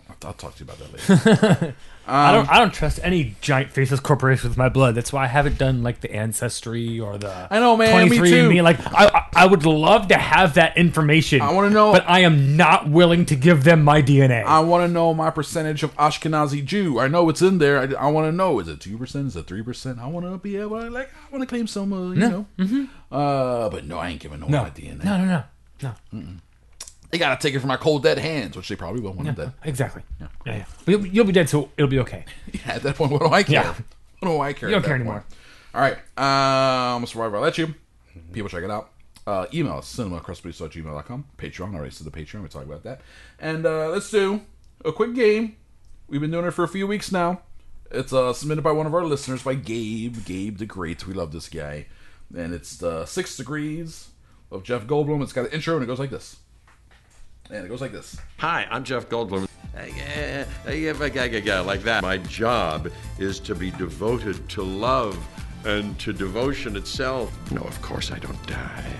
[SPEAKER 6] I'll, I'll talk to you about that later.
[SPEAKER 7] I
[SPEAKER 6] Um,
[SPEAKER 7] don't. I don't trust any giant faceless corporation with my blood. That's why I haven't done like the ancestry or the.
[SPEAKER 6] I know, man, me too.
[SPEAKER 7] Me like I, I. I would love to have that information.
[SPEAKER 6] I wanna know-
[SPEAKER 7] but I am not willing to give them my DNA.
[SPEAKER 6] I want to know my percentage of Ashkenazi Jew. I know it's in there. I, want to know is it two percent? Is it three percent? I want to be able to like I want to claim some. Uh, you know. Uh, but no, I ain't giving no,
[SPEAKER 7] no.
[SPEAKER 6] my DNA.
[SPEAKER 7] no, no, no, no.
[SPEAKER 6] Hmm? They gotta take it from my cold dead hands, which they probably will when I'm dead.
[SPEAKER 7] Exactly. Yeah, yeah. But You'll, you'll be dead, so it'll be okay.
[SPEAKER 6] Yeah, at that point, what do I care?
[SPEAKER 7] Yeah.
[SPEAKER 6] What do I care?
[SPEAKER 7] You don't
[SPEAKER 6] at that
[SPEAKER 7] care
[SPEAKER 6] point?
[SPEAKER 7] anymore.
[SPEAKER 6] All right, um, Survivor, I let you. People check it out. Uh, email us, cinemacrustbase.gmail.com. Patreon, I already said the Patreon. We talk about that. And uh, let's do a quick game. We've been doing it for a few weeks now. It's uh, submitted by one of our listeners, by Gabe, Gabe the Great. We love this guy. And it's uh, Six Degrees of Jeff Goldblum. It's got an intro and it goes like this. And it goes like this.
[SPEAKER 8] Hi, I'm Jeff Goldblum. Eh, eh, eh, eh, eh, Like that. My job is to be devoted to love and to devotion itself. No, of course I don't die.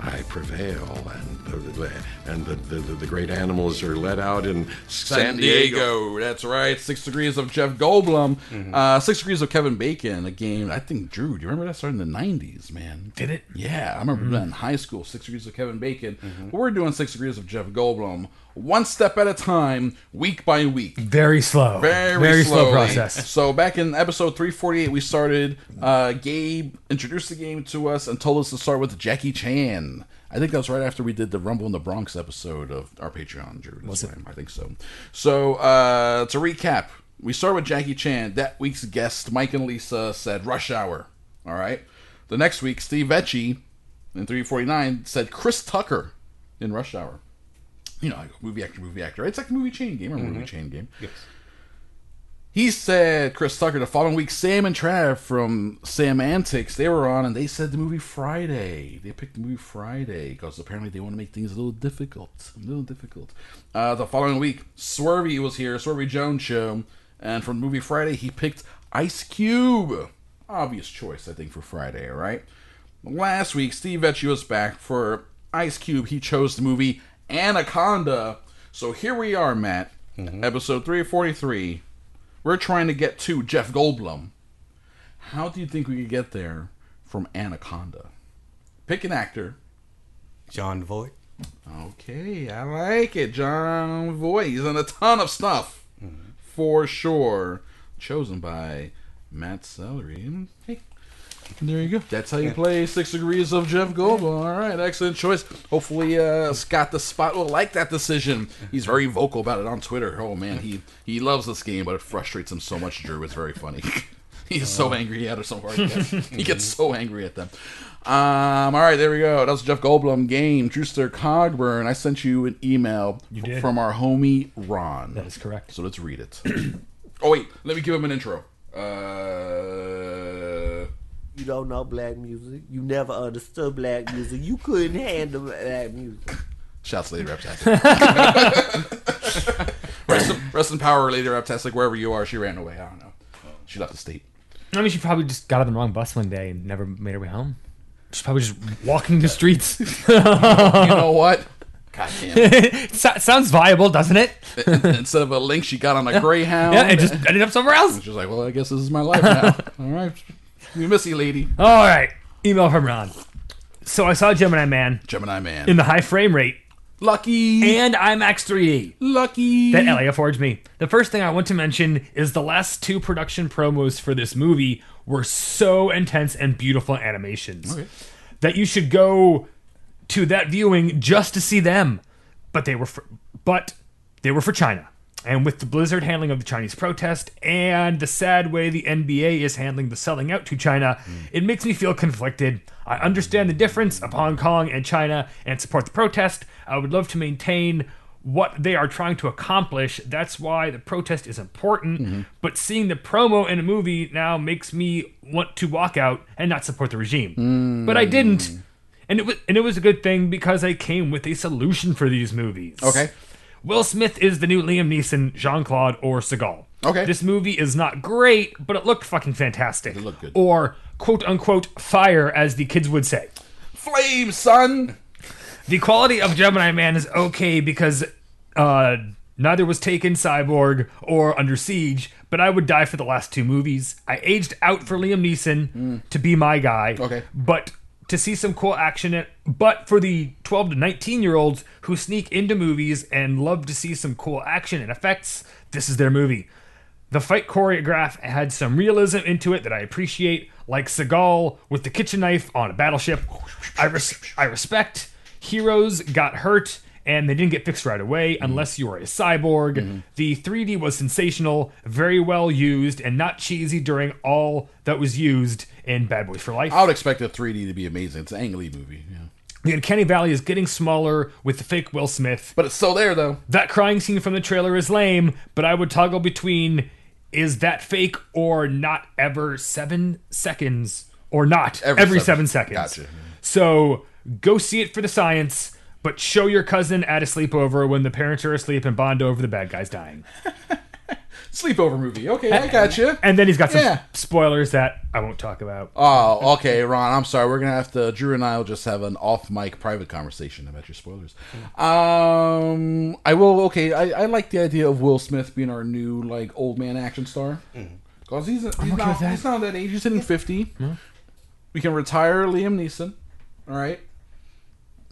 [SPEAKER 8] I prevail, and the, and the, the, the great animals are let out in San Diego.
[SPEAKER 6] That's right. Six Degrees of Jeff Goldblum. Uh, Six Degrees of Kevin Bacon. A game I think Drew. Do you remember that started in the '90s, man? Did it? Yeah, I remember that in high school. Six Degrees of Kevin Bacon. But we're doing Six Degrees of Jeff Goldblum, one step at a time, week by week.
[SPEAKER 7] Very slow.
[SPEAKER 6] Very,
[SPEAKER 7] slow
[SPEAKER 6] slowly.
[SPEAKER 7] process.
[SPEAKER 6] So back in episode 348, we started. Uh, Gabe introduced the game to us and told us to start with Jackie Chan. I think that was right after we did the Rumble in the Bronx episode of our Patreon, Drew. That's right. I think so. So uh, to recap, we start with Jackie Chan. That week's guest, Mike and Lisa, said Rush Hour. All right. The next week, Steve Vecchi in 349 said Chris Tucker in Rush Hour. You know, like movie actor, movie actor. Right? It's like the movie chain game or movie chain game. He said Chris Tucker the following week. Sam and Trav from Sam Antics they were on, and they said the movie Friday. They picked the movie Friday because apparently they want to make things a little difficult, a little difficult. Uh, the following week, Swervy was here, Swervy Jones show, and from movie Friday he picked Ice Cube. Obvious choice, I think, for Friday. Right. Last week, Steve Vecchio was back for Ice Cube. He chose the movie Anaconda. So here we are, Matt. Episode 343. We're trying to get to Jeff Goldblum. How do you think we could get there from Anaconda? Pick an actor.
[SPEAKER 3] John Voight.
[SPEAKER 6] Okay, I like it. John Voight. He's in a ton of stuff. For sure. Chosen by Matt Celery. Hey. There you go. That's how you play Six Degrees of Jeff Goldblum. All right, excellent choice. Hopefully, uh, Scott the Spot will like that decision. He's very vocal about it on Twitter. Oh man, he he loves this game, but it frustrates him so much. Drew, it's very funny. He is so angry at us somewhere. he gets so angry at them. Um, all right, there we go. That was Jeff Goldblum game. Drewster Cogburn. I sent you an email f-
[SPEAKER 7] did.
[SPEAKER 6] from our homie Ron.
[SPEAKER 7] That is correct.
[SPEAKER 6] So let's read it. oh wait, let me give him an intro. Uh.
[SPEAKER 9] You don't know black music. You never understood black music. You couldn't handle black music.
[SPEAKER 6] Shouts Lady Raptastic. rest, in, rest in power, Lady Raptastic. Wherever you are, she ran away. I don't know. She left the state.
[SPEAKER 7] I mean, she probably just got on the wrong bus one day and never made her way home. She's probably just walking the streets.
[SPEAKER 6] You know what? God damn it.
[SPEAKER 7] So- sounds viable, doesn't it?
[SPEAKER 6] Instead of a link, she got on a Greyhound.
[SPEAKER 7] Yeah, it just ended up somewhere else.
[SPEAKER 6] She's like, well, I guess this is my life now. All right. We miss you, lady.
[SPEAKER 7] All right, email from Ron. So I saw Gemini Man
[SPEAKER 6] Gemini Man.
[SPEAKER 7] in the high frame rate
[SPEAKER 6] Lucky.
[SPEAKER 7] and IMAX 3D.
[SPEAKER 6] Lucky.
[SPEAKER 7] that LA affords me. The first thing I want to mention is the last two production promos for this movie were so intense and beautiful animations
[SPEAKER 6] Okay.
[SPEAKER 7] that you should go to that viewing just to see them. But they were for, but they were for China. And with the blizzard handling of the Chinese protest and the sad way the NBA is handling the selling out to China, it makes me feel conflicted. I understand the difference of Hong Kong and China and support the protest. I would love to maintain what they are trying to accomplish. That's why the protest is important. But seeing the promo in a movie now makes me want to walk out and not support the regime. But I
[SPEAKER 6] Hmm.
[SPEAKER 7] didn't. And it was and it was a good thing because I came with a solution for these movies.
[SPEAKER 6] Okay.
[SPEAKER 7] Will Smith is the new Liam Neeson, Jean Claude, or Seagal.
[SPEAKER 6] Okay.
[SPEAKER 7] This movie is not great, but it looked fucking fantastic. It
[SPEAKER 6] looked good.
[SPEAKER 7] Or quote unquote fire, as the kids would say.
[SPEAKER 6] Flame, son.
[SPEAKER 7] The quality of Gemini Man is okay because uh, neither was Taken, Cyborg, or Under Siege, but I would die for the last two movies. I aged out for Liam Neeson to be my guy.
[SPEAKER 6] Hmm. Okay.
[SPEAKER 7] But to see some cool action, in, but for the 12 to 19 year olds who sneak into movies and love to see some cool action and effects, this is their movie. The fight choreograph had some realism into it that I appreciate, like Seagal with the kitchen knife on a battleship. I, res- I respect. Heroes got hurt and they didn't get fixed right away unless you were a cyborg. The 3D was sensational, very well used, and not cheesy during all that was used in Bad Boys for Life.
[SPEAKER 6] I would expect the 3D to be amazing. It's an Ang Lee movie. Yeah.
[SPEAKER 7] The Uncanny Valley is getting smaller with the fake Will Smith.
[SPEAKER 6] But it's still there, though.
[SPEAKER 7] That crying scene from the trailer is lame, but I would toggle between is that fake or not ever seven seconds or not
[SPEAKER 6] Every
[SPEAKER 7] every,
[SPEAKER 6] seven.
[SPEAKER 7] seven. seconds.
[SPEAKER 6] Gotcha.
[SPEAKER 7] So go see it for the science, but show your cousin at a sleepover when the parents are asleep and bond over the bad guys dying.
[SPEAKER 6] Sleepover movie. Okay, I gotcha.
[SPEAKER 7] And then he's got some
[SPEAKER 6] Yeah.
[SPEAKER 7] spoilers that I won't talk about.
[SPEAKER 6] Oh, okay, Ron. I'm sorry. We're gonna have to. Drew and I will just have an off-mic private conversation about your spoilers. Um, I will. Okay, I, I like the idea of Will Smith being our new like old man action star because he's, he's not
[SPEAKER 7] that.
[SPEAKER 6] he's not that age. He's hitting 50 We can retire Liam Neeson. All right.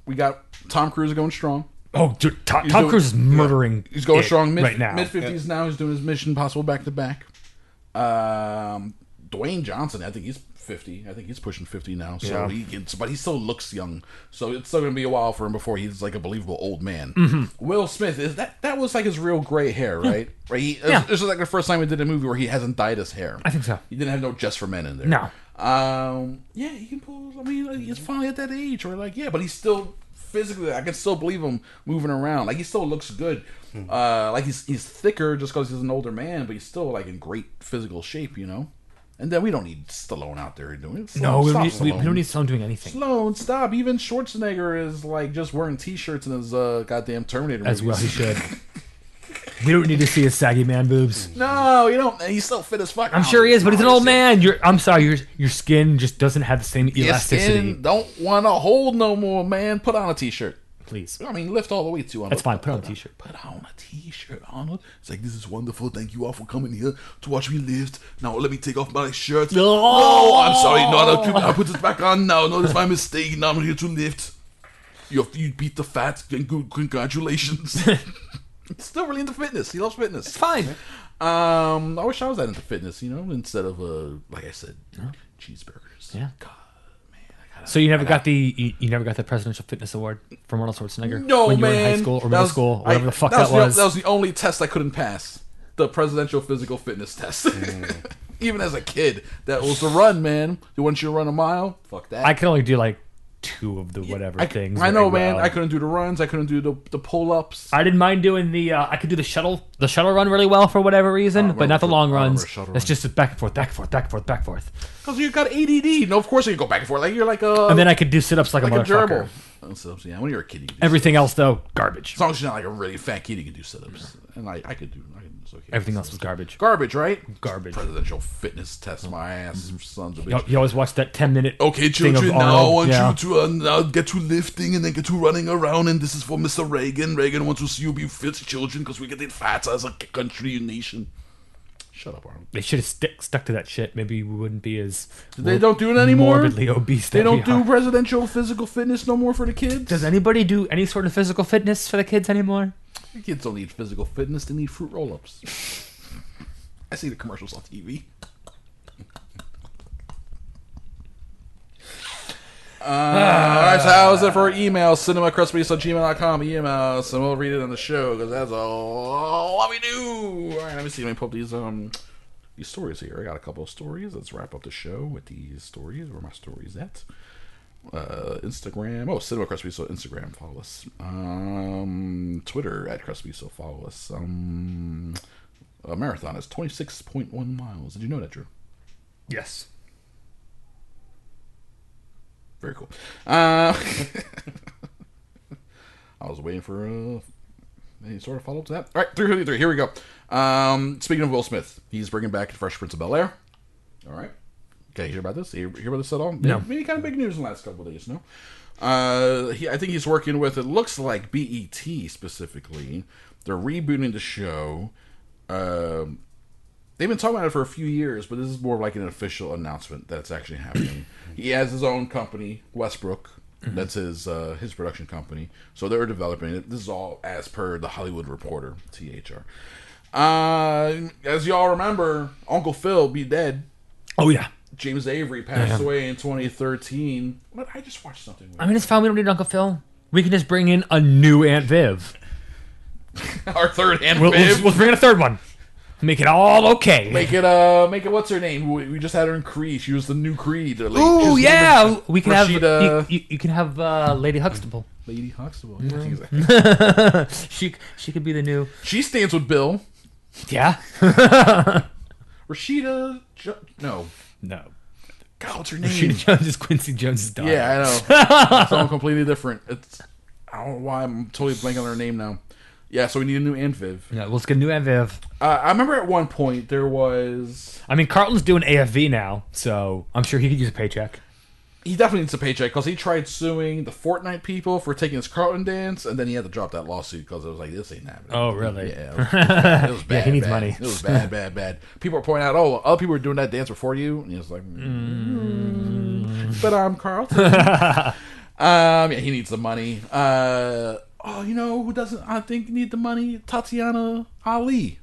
[SPEAKER 6] We got Tom Cruise going strong.
[SPEAKER 7] Oh, dude, Tom,
[SPEAKER 6] He's
[SPEAKER 7] Tom
[SPEAKER 6] doing-
[SPEAKER 7] Cruise is murdering.
[SPEAKER 6] He's going
[SPEAKER 7] it
[SPEAKER 6] strong mid,
[SPEAKER 7] right now.
[SPEAKER 6] Mid fifties now. He's doing his Mission Possible back to back. Um, Dwayne Johnson. I think he's fifty. I think he's pushing fifty now. So
[SPEAKER 7] Yeah.
[SPEAKER 6] he gets, but he still looks young. So it's still gonna be a while for him before he's like a believable old man. Will Smith is that that was like his real gray hair, right? Right. He,
[SPEAKER 7] Mm-hmm. Yeah.
[SPEAKER 6] This is like the first time we did a movie where he hasn't dyed his hair.
[SPEAKER 7] I think so.
[SPEAKER 6] He didn't have no just for men in there.
[SPEAKER 7] No.
[SPEAKER 6] Um. Yeah, he can pull. I mean, like, he's finally at that age, where like, yeah, but he's still physically, I can still believe him moving around. Like he still looks good. Uh, like he's he's thicker just because he's an older man, but he's still like in great physical shape, you know. And then we don't need Stallone out there doing it.
[SPEAKER 7] No, we,
[SPEAKER 6] Stop
[SPEAKER 7] don't need, we,
[SPEAKER 6] Stallone.
[SPEAKER 7] we don't need someone doing anything.
[SPEAKER 6] Stallone, stop. Even Schwarzenegger is like just wearing t-shirts in his uh, goddamn Terminator
[SPEAKER 7] As well,
[SPEAKER 6] movies.
[SPEAKER 7] he should. we don't need to see his saggy man boobs.
[SPEAKER 6] No, you don't. He's still fit as fuck.
[SPEAKER 7] I'm
[SPEAKER 6] now.
[SPEAKER 7] sure he is, but he's an
[SPEAKER 6] Honestly.
[SPEAKER 7] old man. Your, I'm sorry, your your skin just doesn't have the same
[SPEAKER 6] Your
[SPEAKER 7] elasticity.
[SPEAKER 6] skin don't want to hold no more, man. Put on a t-shirt.
[SPEAKER 7] Please,
[SPEAKER 6] I mean, lift all the way to.
[SPEAKER 7] that's fine. Put on a t-shirt.
[SPEAKER 6] Put on a t-shirt, Arnold. It's like this is wonderful. Thank you all for coming here to watch me lift. Now let me take off my shirt. No, I'm sorry. No, I, don't- I put it back on now. No, that's my mistake. Now I'm here to lift. You you beat the fat. Then good, congratulations. Still really into fitness. He loves fitness. It's
[SPEAKER 7] Fine.
[SPEAKER 6] Um, I wish I was that into fitness. You know, instead of uh, like I said, cheeseburgers.
[SPEAKER 7] Yeah. So you never got the you, you never got the Presidential Fitness Award from Arnold Schwarzenegger
[SPEAKER 6] No,
[SPEAKER 7] when you
[SPEAKER 6] man.
[SPEAKER 7] were in high school or
[SPEAKER 6] That
[SPEAKER 7] middle
[SPEAKER 6] was-
[SPEAKER 7] school,
[SPEAKER 6] I-
[SPEAKER 7] whatever the fuck that
[SPEAKER 6] that
[SPEAKER 7] was.
[SPEAKER 6] The, that was the only test I couldn't pass. The presidential physical fitness test.
[SPEAKER 7] Mm.
[SPEAKER 6] Even as a kid, that was the run, man. They want you to run a mile. Fuck that.
[SPEAKER 7] I could only do like two of the whatever
[SPEAKER 6] I,
[SPEAKER 7] things.
[SPEAKER 6] I know,
[SPEAKER 7] very
[SPEAKER 6] man.
[SPEAKER 7] well.
[SPEAKER 6] I couldn't do the runs. I couldn't do the, the pull ups.
[SPEAKER 7] I didn't mind doing the. Uh, I could do the shuttle, the shuttle run really well for whatever reason, but
[SPEAKER 6] remember
[SPEAKER 7] not the
[SPEAKER 6] the-
[SPEAKER 7] long
[SPEAKER 6] I remember
[SPEAKER 7] runs.
[SPEAKER 6] shuttle
[SPEAKER 7] It's
[SPEAKER 6] run.
[SPEAKER 7] just back and forth, back and forth, back and forth, back and forth.
[SPEAKER 6] Because you got ADD. No, of course you can go back and forth. Like you're like a
[SPEAKER 7] And then I could do sit-ups like,
[SPEAKER 6] Oh, like
[SPEAKER 7] a
[SPEAKER 6] a
[SPEAKER 7] motherfucker.
[SPEAKER 6] gerbil. Oh, sit-ups, yeah, when you're a kid, you can do
[SPEAKER 7] Everything else though, garbage.
[SPEAKER 6] sit-ups. As long as you're not like a really fat kid, you can do sit ups. And I, I could do. I could, it's okay.
[SPEAKER 7] Everything else was garbage.
[SPEAKER 6] Garbage, right?
[SPEAKER 7] Garbage.
[SPEAKER 6] Presidential fitness test. My ass, sons of bitches.
[SPEAKER 7] You, you always watch that ten-minute.
[SPEAKER 6] Okay, children,
[SPEAKER 7] Thing of
[SPEAKER 6] now I
[SPEAKER 7] Arnold,
[SPEAKER 6] want
[SPEAKER 7] yeah.
[SPEAKER 6] you to uh, now get to lifting and then get to running around, and this is for Mr. Reagan. Reagan wants to see you be fit, children, because we're getting fat as a country and nation. Shut up, Arnold.
[SPEAKER 7] They should have stick, stuck to that shit. Maybe we wouldn't be as.
[SPEAKER 6] They don't do it anymore.
[SPEAKER 7] Morbidly obese.
[SPEAKER 6] They
[SPEAKER 7] that we
[SPEAKER 6] don't do
[SPEAKER 7] are.
[SPEAKER 6] presidential physical fitness no more for the kids.
[SPEAKER 7] Does anybody do any sort of physical fitness for the kids anymore?
[SPEAKER 6] The kids don't need physical fitness; they need fruit roll-ups. I see the commercials on TV. Uh, all right, so how's it for email? cinemacrustbase.gmail.com email, and we'll read it on the show because that's all what we do. All right, let me see. Let me pull up these um these stories here. I got a couple of stories. Let's wrap up the show with these stories. Where are my stories at? uh, Instagram. Oh, Cinema Crust Miso Instagram. Follow us. Um, Twitter at Crust Miso. Follow us. Um, a marathon is twenty six point one miles. Did you know that, Drew?
[SPEAKER 7] Yes.
[SPEAKER 6] Very cool. Uh, I was waiting for uh, any sort of follow up to that. All right, three fifty three. Here we go. Um, speaking of Will Smith, he's bringing back Fresh Prince of Bel Air. All right. Okay, hear about this? Hear, hear about this at all?
[SPEAKER 7] No.
[SPEAKER 6] Maybe kind of big news in the last couple of days. No. Uh, he, I think he's working with. It looks like BET specifically. They're rebooting the show. Um, they've been talking about it for a few years, but this is more of like an official announcement that's actually happening. he has his own company, Westbrook.
[SPEAKER 7] Mm-hmm.
[SPEAKER 6] That's his uh, his production company. So they're developing it. This is all as per the Hollywood Reporter, THR. Uh, as y'all remember, Uncle Phil be dead.
[SPEAKER 7] Oh yeah.
[SPEAKER 6] James Avery passed away in 2013. But I just watched something. Weird.
[SPEAKER 7] I mean, it's fine. We don't need Uncle Phil. We can just bring in a new Aunt Viv.
[SPEAKER 6] Our third and
[SPEAKER 7] We'll,
[SPEAKER 6] fifth.
[SPEAKER 7] we'll, we'll bring in a third one. Make it all okay.
[SPEAKER 6] Make it uh, make it. What's her name? We, we just had her in Creed. She was the new Creed. The late- she
[SPEAKER 7] Ooh
[SPEAKER 6] was
[SPEAKER 7] yeah,
[SPEAKER 6] the-
[SPEAKER 7] we can
[SPEAKER 6] Rashida-
[SPEAKER 7] have you, you, you can have uh, Lady Huxtable.
[SPEAKER 6] Lady Huxtable. Yeah, exactly.
[SPEAKER 7] She she could be the new
[SPEAKER 6] She stands with Bill.
[SPEAKER 7] yeah.
[SPEAKER 6] Rashida. Jo- no.
[SPEAKER 7] No,
[SPEAKER 6] God, what's her name?
[SPEAKER 7] Rashida Jones is Quincy Jones' daughter.
[SPEAKER 6] Yeah, I know. it's all completely different. It's. I don't know why I'm totally blanking on her name now. Yeah, so we need a new Aunt Viv.
[SPEAKER 7] Yeah, let's get a new Aunt Viv.
[SPEAKER 6] Uh, I remember at one point there was.
[SPEAKER 7] I mean, Carlton's doing AFV now, so I'm sure he could use a paycheck.
[SPEAKER 6] He definitely needs a paycheck because he tried suing the Fortnite people for taking his Carlton dance, and then he had to drop that lawsuit because it was like this ain't happening.
[SPEAKER 7] Oh, really?
[SPEAKER 6] Yeah, it was bad. It was bad,
[SPEAKER 7] he needs
[SPEAKER 6] bad.
[SPEAKER 7] money.
[SPEAKER 6] It was bad, bad, bad. People were pointing out, oh, other people were doing that dance before you, and he was like, "Mm, but I'm Carlton. Um, yeah, he needs the money. Uh, oh, you know who doesn't? I think need the money. Tatiana Ali.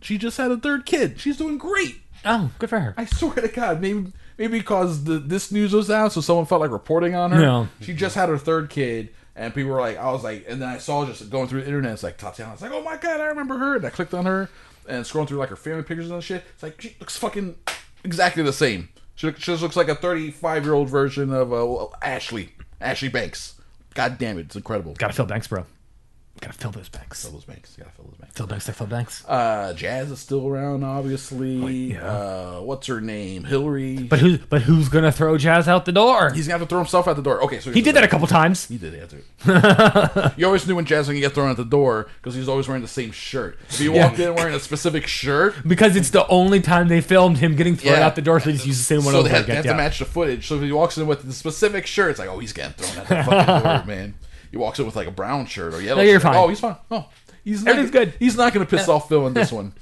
[SPEAKER 6] She just had a third kid. She's doing great.
[SPEAKER 7] Oh, good for her.
[SPEAKER 6] I swear to God, maybe maybe because the, this news was out, so someone felt like reporting on her.
[SPEAKER 7] Yeah.
[SPEAKER 6] She just had her third kid, and people were like, I was like, and then I saw just going through the internet, it's like Tatiana. It's like, oh my God, I remember her, and I clicked on her and scrolling through like her family pictures and shit. It's like she looks fucking exactly the same. She, she just looks like a 35 year old version of uh, well, Ashley Ashley Banks. God damn it, it's incredible.
[SPEAKER 7] Gotta fill banks, bro. Gotta fill those banks.
[SPEAKER 6] Fill those banks. Gotta fill those banks.
[SPEAKER 7] Fill banks. I fill banks.
[SPEAKER 6] Uh, Jazz is still around, obviously. uh, what's her name? Hillary.
[SPEAKER 7] But who's but who's gonna throw Jazz out the door?
[SPEAKER 6] he's gonna have to throw himself out the door. Okay, so
[SPEAKER 7] He did that a couple times.
[SPEAKER 6] He did have to. you always knew when Jazz was gonna get thrown out the door because he's always wearing the same shirt. If he walked in wearing a specific shirt,
[SPEAKER 7] Because it's the only time they filmed him getting thrown
[SPEAKER 6] Yeah.
[SPEAKER 7] out the door, so they just use the same one
[SPEAKER 6] so
[SPEAKER 7] over
[SPEAKER 6] they have, they
[SPEAKER 7] again.
[SPEAKER 6] have
[SPEAKER 7] yeah.
[SPEAKER 6] to match the footage. So if he walks in with the specific shirt, it's like, oh, he's getting thrown out the fucking door, man. He walks in with like a brown shirt or yellow.
[SPEAKER 7] No, you're
[SPEAKER 6] shirt.
[SPEAKER 7] fine.
[SPEAKER 6] Oh, he's fine. Oh, he's not,
[SPEAKER 7] Everything's good.
[SPEAKER 6] He's not going to piss off Phil in this one.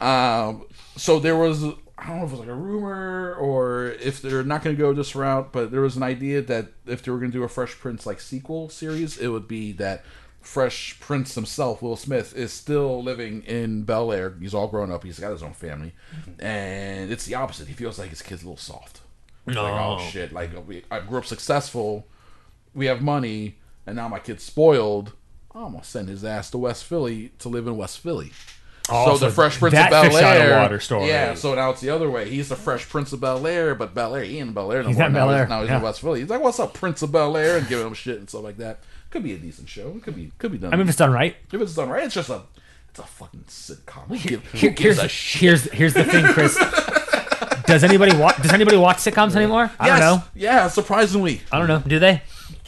[SPEAKER 6] Um, so there was, I don't know if it was like a rumor or if they're not going to go this route, but there was an idea that if they were going to do a Fresh Prince like sequel series, it would be that. Fresh Prince himself, Will Smith, is still living in Bel Air. He's all grown up. He's got his own family,
[SPEAKER 7] Mm-hmm.
[SPEAKER 6] and it's the opposite. He feels like his kid's a little soft. Like, oh shit! Like we, I grew up successful, we have money, and now my kid's spoiled. I'm gonna send his ass to West Philly to live in West Philly.
[SPEAKER 7] Oh,
[SPEAKER 6] so
[SPEAKER 7] so
[SPEAKER 6] the Fresh Prince of
[SPEAKER 7] that
[SPEAKER 6] Bel
[SPEAKER 7] fish out of
[SPEAKER 6] Air,
[SPEAKER 7] water story.
[SPEAKER 6] yeah. So now it's the other way. He's the Fresh Prince of Bel Air, but Bel Air, he ain't in Bel Air no
[SPEAKER 7] He's
[SPEAKER 6] more.
[SPEAKER 7] not in
[SPEAKER 6] now
[SPEAKER 7] Bel Air,
[SPEAKER 6] He's, now he's in
[SPEAKER 7] yeah.
[SPEAKER 6] West Philly. He's like, "What's up, Prince of Bel Air?" and giving him shit and stuff like that. Could be a decent show. It could be could be done.
[SPEAKER 7] I mean, if it's done right.
[SPEAKER 6] if it's done right, it's just a it's a fucking sitcom. Who, give, who gives
[SPEAKER 7] here's,
[SPEAKER 6] a shit?
[SPEAKER 7] here's here's the thing, Chris. does anybody watch Does anybody watch sitcoms anymore? I
[SPEAKER 6] Yes.
[SPEAKER 7] don't know.
[SPEAKER 6] Yeah, surprisingly,
[SPEAKER 7] I don't know. Do they?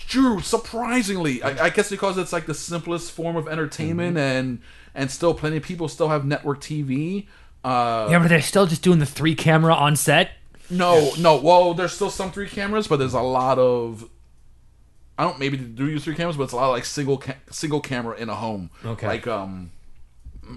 [SPEAKER 6] Drew, surprisingly, I, I guess because it's like the simplest form of entertainment, and and still plenty of people still have network TV. Uh,
[SPEAKER 7] Yeah, but they're still just doing the three camera on set.
[SPEAKER 6] No, no. Well, there's still some three cameras, but there's a lot of. I don't maybe they do use three cameras, but it's a lot of like single ca- single camera in a home.
[SPEAKER 7] Okay.
[SPEAKER 6] Like um,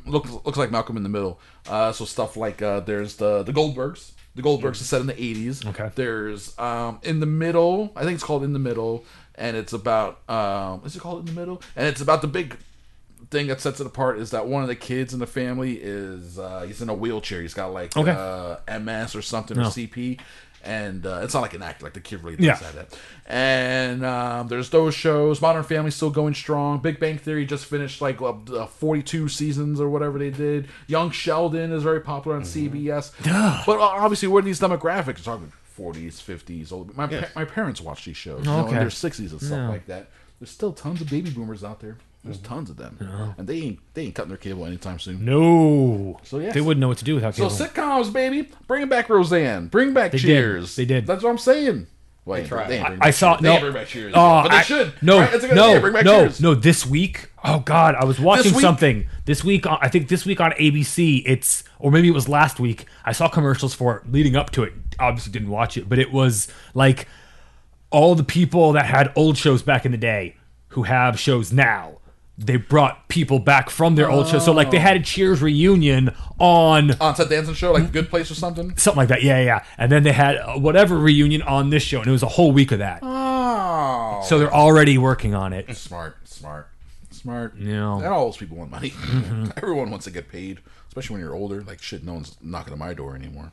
[SPEAKER 6] looks looks like Malcolm in the Middle. Uh, so stuff like uh, there's the the Goldbergs. The Goldbergs is set in the 80s.
[SPEAKER 7] Okay.
[SPEAKER 6] There's um in the middle. I think it's called in the middle, and it's about um is it called in the middle? And it's about the big thing that sets it apart is that one of the kids in the family is uh, he's in a wheelchair. He's got like
[SPEAKER 7] Okay.
[SPEAKER 6] uh, MS or something or CP, and uh, it's not like an act like the kid really does
[SPEAKER 7] Yeah.
[SPEAKER 6] have that. And um, there's those shows. Modern Family still going strong. Big Bang Theory just finished like up to, uh, 42 seasons or whatever they did. Young Sheldon is very popular on CBS. But uh, obviously, we're in these demographics. We're talking 40s, 50s. Old. My, pa- my parents watch these shows. You know, in
[SPEAKER 7] Okay.
[SPEAKER 6] their 60s and stuff like that. There's still tons of baby boomers out there. There's
[SPEAKER 7] Mm-hmm.
[SPEAKER 6] tons of them, and they ain't they ain't cutting their cable anytime soon.
[SPEAKER 7] No.
[SPEAKER 6] So, yes.
[SPEAKER 7] they wouldn't know what to do without
[SPEAKER 6] So
[SPEAKER 7] cable.
[SPEAKER 6] sitcoms, baby, bring back Roseanne, bring back
[SPEAKER 7] They did.
[SPEAKER 6] Cheers.
[SPEAKER 7] They did.
[SPEAKER 6] That's what I'm saying. Well, they
[SPEAKER 8] tried.
[SPEAKER 6] They ain't bring
[SPEAKER 7] I
[SPEAKER 6] back
[SPEAKER 7] saw
[SPEAKER 6] Cheers. They
[SPEAKER 7] no.
[SPEAKER 6] ain't bring back Cheers.
[SPEAKER 7] Oh,
[SPEAKER 6] but they
[SPEAKER 7] I-
[SPEAKER 6] should.
[SPEAKER 7] No,
[SPEAKER 6] Right? That's a good
[SPEAKER 7] no,
[SPEAKER 6] idea. Bring back
[SPEAKER 7] no,
[SPEAKER 6] Cheers.
[SPEAKER 7] no. This week. Oh God, I was watching
[SPEAKER 6] week?
[SPEAKER 7] something this week. On, I think this week on ABC. It's or maybe it was last week. I saw commercials for it leading up to it. Obviously didn't watch it, but it was like all the people that had old shows back in the day who have shows now. They brought people back from their old shows. So like they had a Cheers reunion on
[SPEAKER 6] On set dancing show,
[SPEAKER 7] Mm-hmm.
[SPEAKER 6] like Good Place or something.
[SPEAKER 7] something like that. Yeah, yeah, yeah. And then they had uh, whatever reunion on this show, and it was a whole week of that.
[SPEAKER 6] Oh,
[SPEAKER 7] So they're already working on it.
[SPEAKER 6] smart, smart, smart.
[SPEAKER 7] Yeah.
[SPEAKER 6] and all those people want money. Everyone wants to get paid, especially when you're older. Like shit, no one's knocking on my door anymore.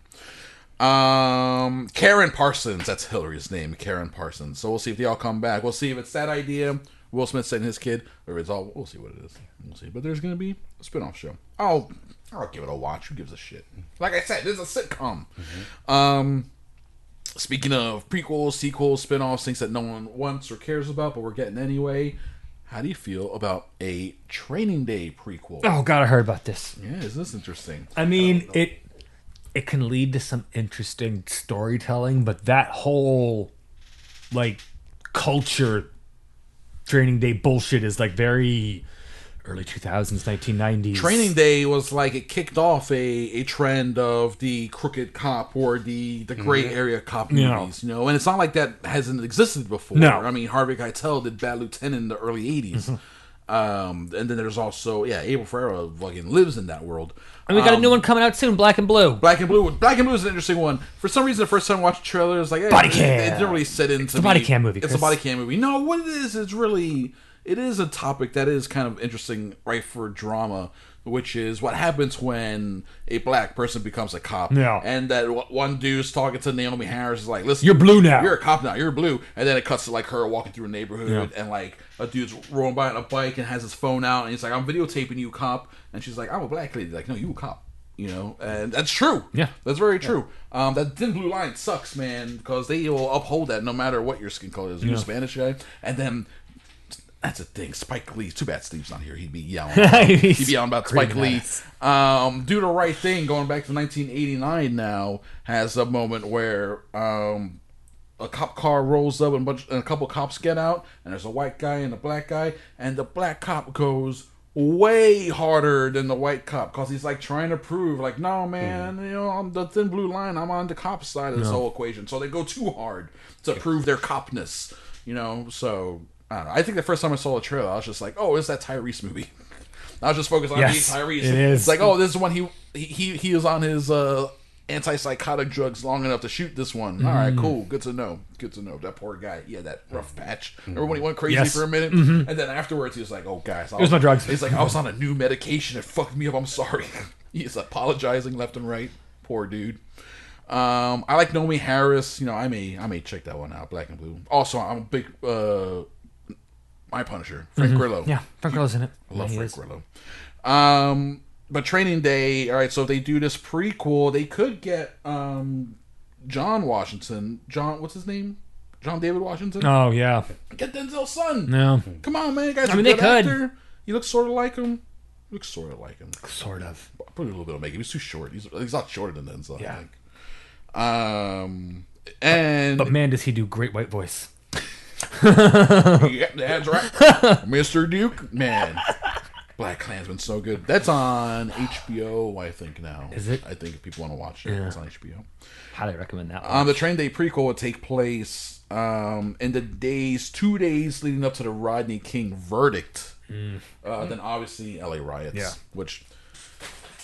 [SPEAKER 6] Um, Karen Parsons. That's Hillary's name, Karen Parsons. So we'll see if they all come back. We'll see if it's that idea. Will Smith sending his kid, or it's all. We'll see what it is. We'll see. But there's gonna be a spin-off show. I'll, I'll give it a watch. Who gives a shit? Like I said, this is a sitcom. Um, Speaking of prequels, sequels, spin-offs, things that no one wants or cares about, but we're getting anyway. How do you feel about a Training Day prequel?
[SPEAKER 7] Oh god, I heard about this.
[SPEAKER 6] Yeah, is this interesting?
[SPEAKER 7] I mean, it it can lead to some interesting storytelling, but that whole like culture training day bullshit is like very early 2000s, 1990s.
[SPEAKER 6] Training Day was like it kicked off a, a trend of the crooked cop or the the gray area cop
[SPEAKER 7] Mm-hmm. Yeah.
[SPEAKER 6] movies, you know. And it's not like that hasn't existed before.
[SPEAKER 7] No.
[SPEAKER 6] I mean Harvey Keitel did Bad Lieutenant in the early 80s
[SPEAKER 7] Mm-hmm.
[SPEAKER 6] Um, and then there's also yeah, Abel Ferrara fucking lives in that world.
[SPEAKER 7] And we got a new one coming out soon, Black and Blue.
[SPEAKER 6] Black and Blue. Black and Blue is an interesting one. For some reason, the first time I watched the trailer, it was like hey,
[SPEAKER 7] Body
[SPEAKER 6] it-
[SPEAKER 7] cam.
[SPEAKER 6] It, didn't really sit into. It's
[SPEAKER 7] a body cam movie,
[SPEAKER 6] It's a
[SPEAKER 7] Chris.
[SPEAKER 6] body cam movie. No, what it is, it's really it is a topic that is kind of interesting, right for drama, which is what happens when a black person becomes a cop.
[SPEAKER 7] Yeah.
[SPEAKER 6] and that w- one dude's talking to Naomi Harris is like, "Listen,
[SPEAKER 7] You're blue now."
[SPEAKER 6] You're a cop now. You're blue." And then it cuts to like her walking through a neighborhood, and like a dude's rolling by on a bike and has his phone out, and he's like, "I'm videotaping you, cop," and she's like, "I'm a black lady." Like, no, you a cop. You know, and that's true.
[SPEAKER 7] Yeah.
[SPEAKER 6] That's very true. Um, that thin blue line sucks, man, because they will uphold that no matter what your skin color is. You're a Spanish guy, and then That's the thing. Spike Lee. Too bad Steve's not here. He'd be yelling. He'd be yelling about Spike Lee. Um, Do the Right Thing, going back to 1989 now, has a moment where um, a cop car rolls up and, a bunch, and a couple cops get out, and there's a white guy and a black guy, and the black cop goes way harder than the white cop because he's like trying to prove like no
[SPEAKER 7] Mm-hmm.
[SPEAKER 6] man you know i'm the thin blue line i'm on the cop side of this whole equation so they go too hard to prove their copness you know so i don't know i think the first time i saw the trailer i was just like oh it's that tyrese movie i was just focused on
[SPEAKER 7] Yes,
[SPEAKER 6] the tyrese
[SPEAKER 7] it is.
[SPEAKER 6] it's like oh this is when he he he, he was on his uh antipsychotic drugs long enough to shoot this one all right
[SPEAKER 7] Mm-hmm.
[SPEAKER 6] cool good to know good to know that poor guy yeah that rough patch remember when he went crazy
[SPEAKER 7] Yes. Mm-hmm.
[SPEAKER 6] for a minute and then afterwards he was like oh guys
[SPEAKER 7] It was my drugs.
[SPEAKER 6] He's like, I was on a new medication. It fucked me up. I'm sorry. He's apologizing left and right. Poor dude. Um, I like Naomi Harris. You know, I may I may check that one out. Black and Blue. Also, I'm a big uh, My Punisher, Frank Grillo.
[SPEAKER 7] Mm-hmm. Yeah, Frank Grillo's in it.
[SPEAKER 6] I love
[SPEAKER 7] He
[SPEAKER 6] Frank
[SPEAKER 7] is.
[SPEAKER 6] Grillo. Um, but Training Day. All right, so if they do this prequel, they could get um, John Washington. John, what's his name? John David Washington.
[SPEAKER 7] Oh yeah,
[SPEAKER 6] Get Denzel's son.
[SPEAKER 7] no,
[SPEAKER 6] Come on, man. Guys,
[SPEAKER 7] I mean,
[SPEAKER 6] a
[SPEAKER 7] they
[SPEAKER 6] good
[SPEAKER 7] could.
[SPEAKER 6] Actor. You look sort of like him. You look sort of like him.
[SPEAKER 7] sort of.
[SPEAKER 6] Put a little bit of makeup. He's too short. He's, he's not shorter than Denzel.
[SPEAKER 7] Yeah.
[SPEAKER 6] I think. Um, and
[SPEAKER 7] But man, does he do great white voice.
[SPEAKER 6] yeah, that's right, Mr. Duke. Man, Black Klansman so good. That's on HBO, I think now.
[SPEAKER 7] Is it?
[SPEAKER 6] I think if people want to watch it, it's on HBO.
[SPEAKER 7] Highly recommend that. One.
[SPEAKER 6] Um, the train day prequel would take place um, in the days, two days leading up to the Rodney King verdict. Uh, Then obviously LA riots,
[SPEAKER 7] Mm. Yeah.
[SPEAKER 6] which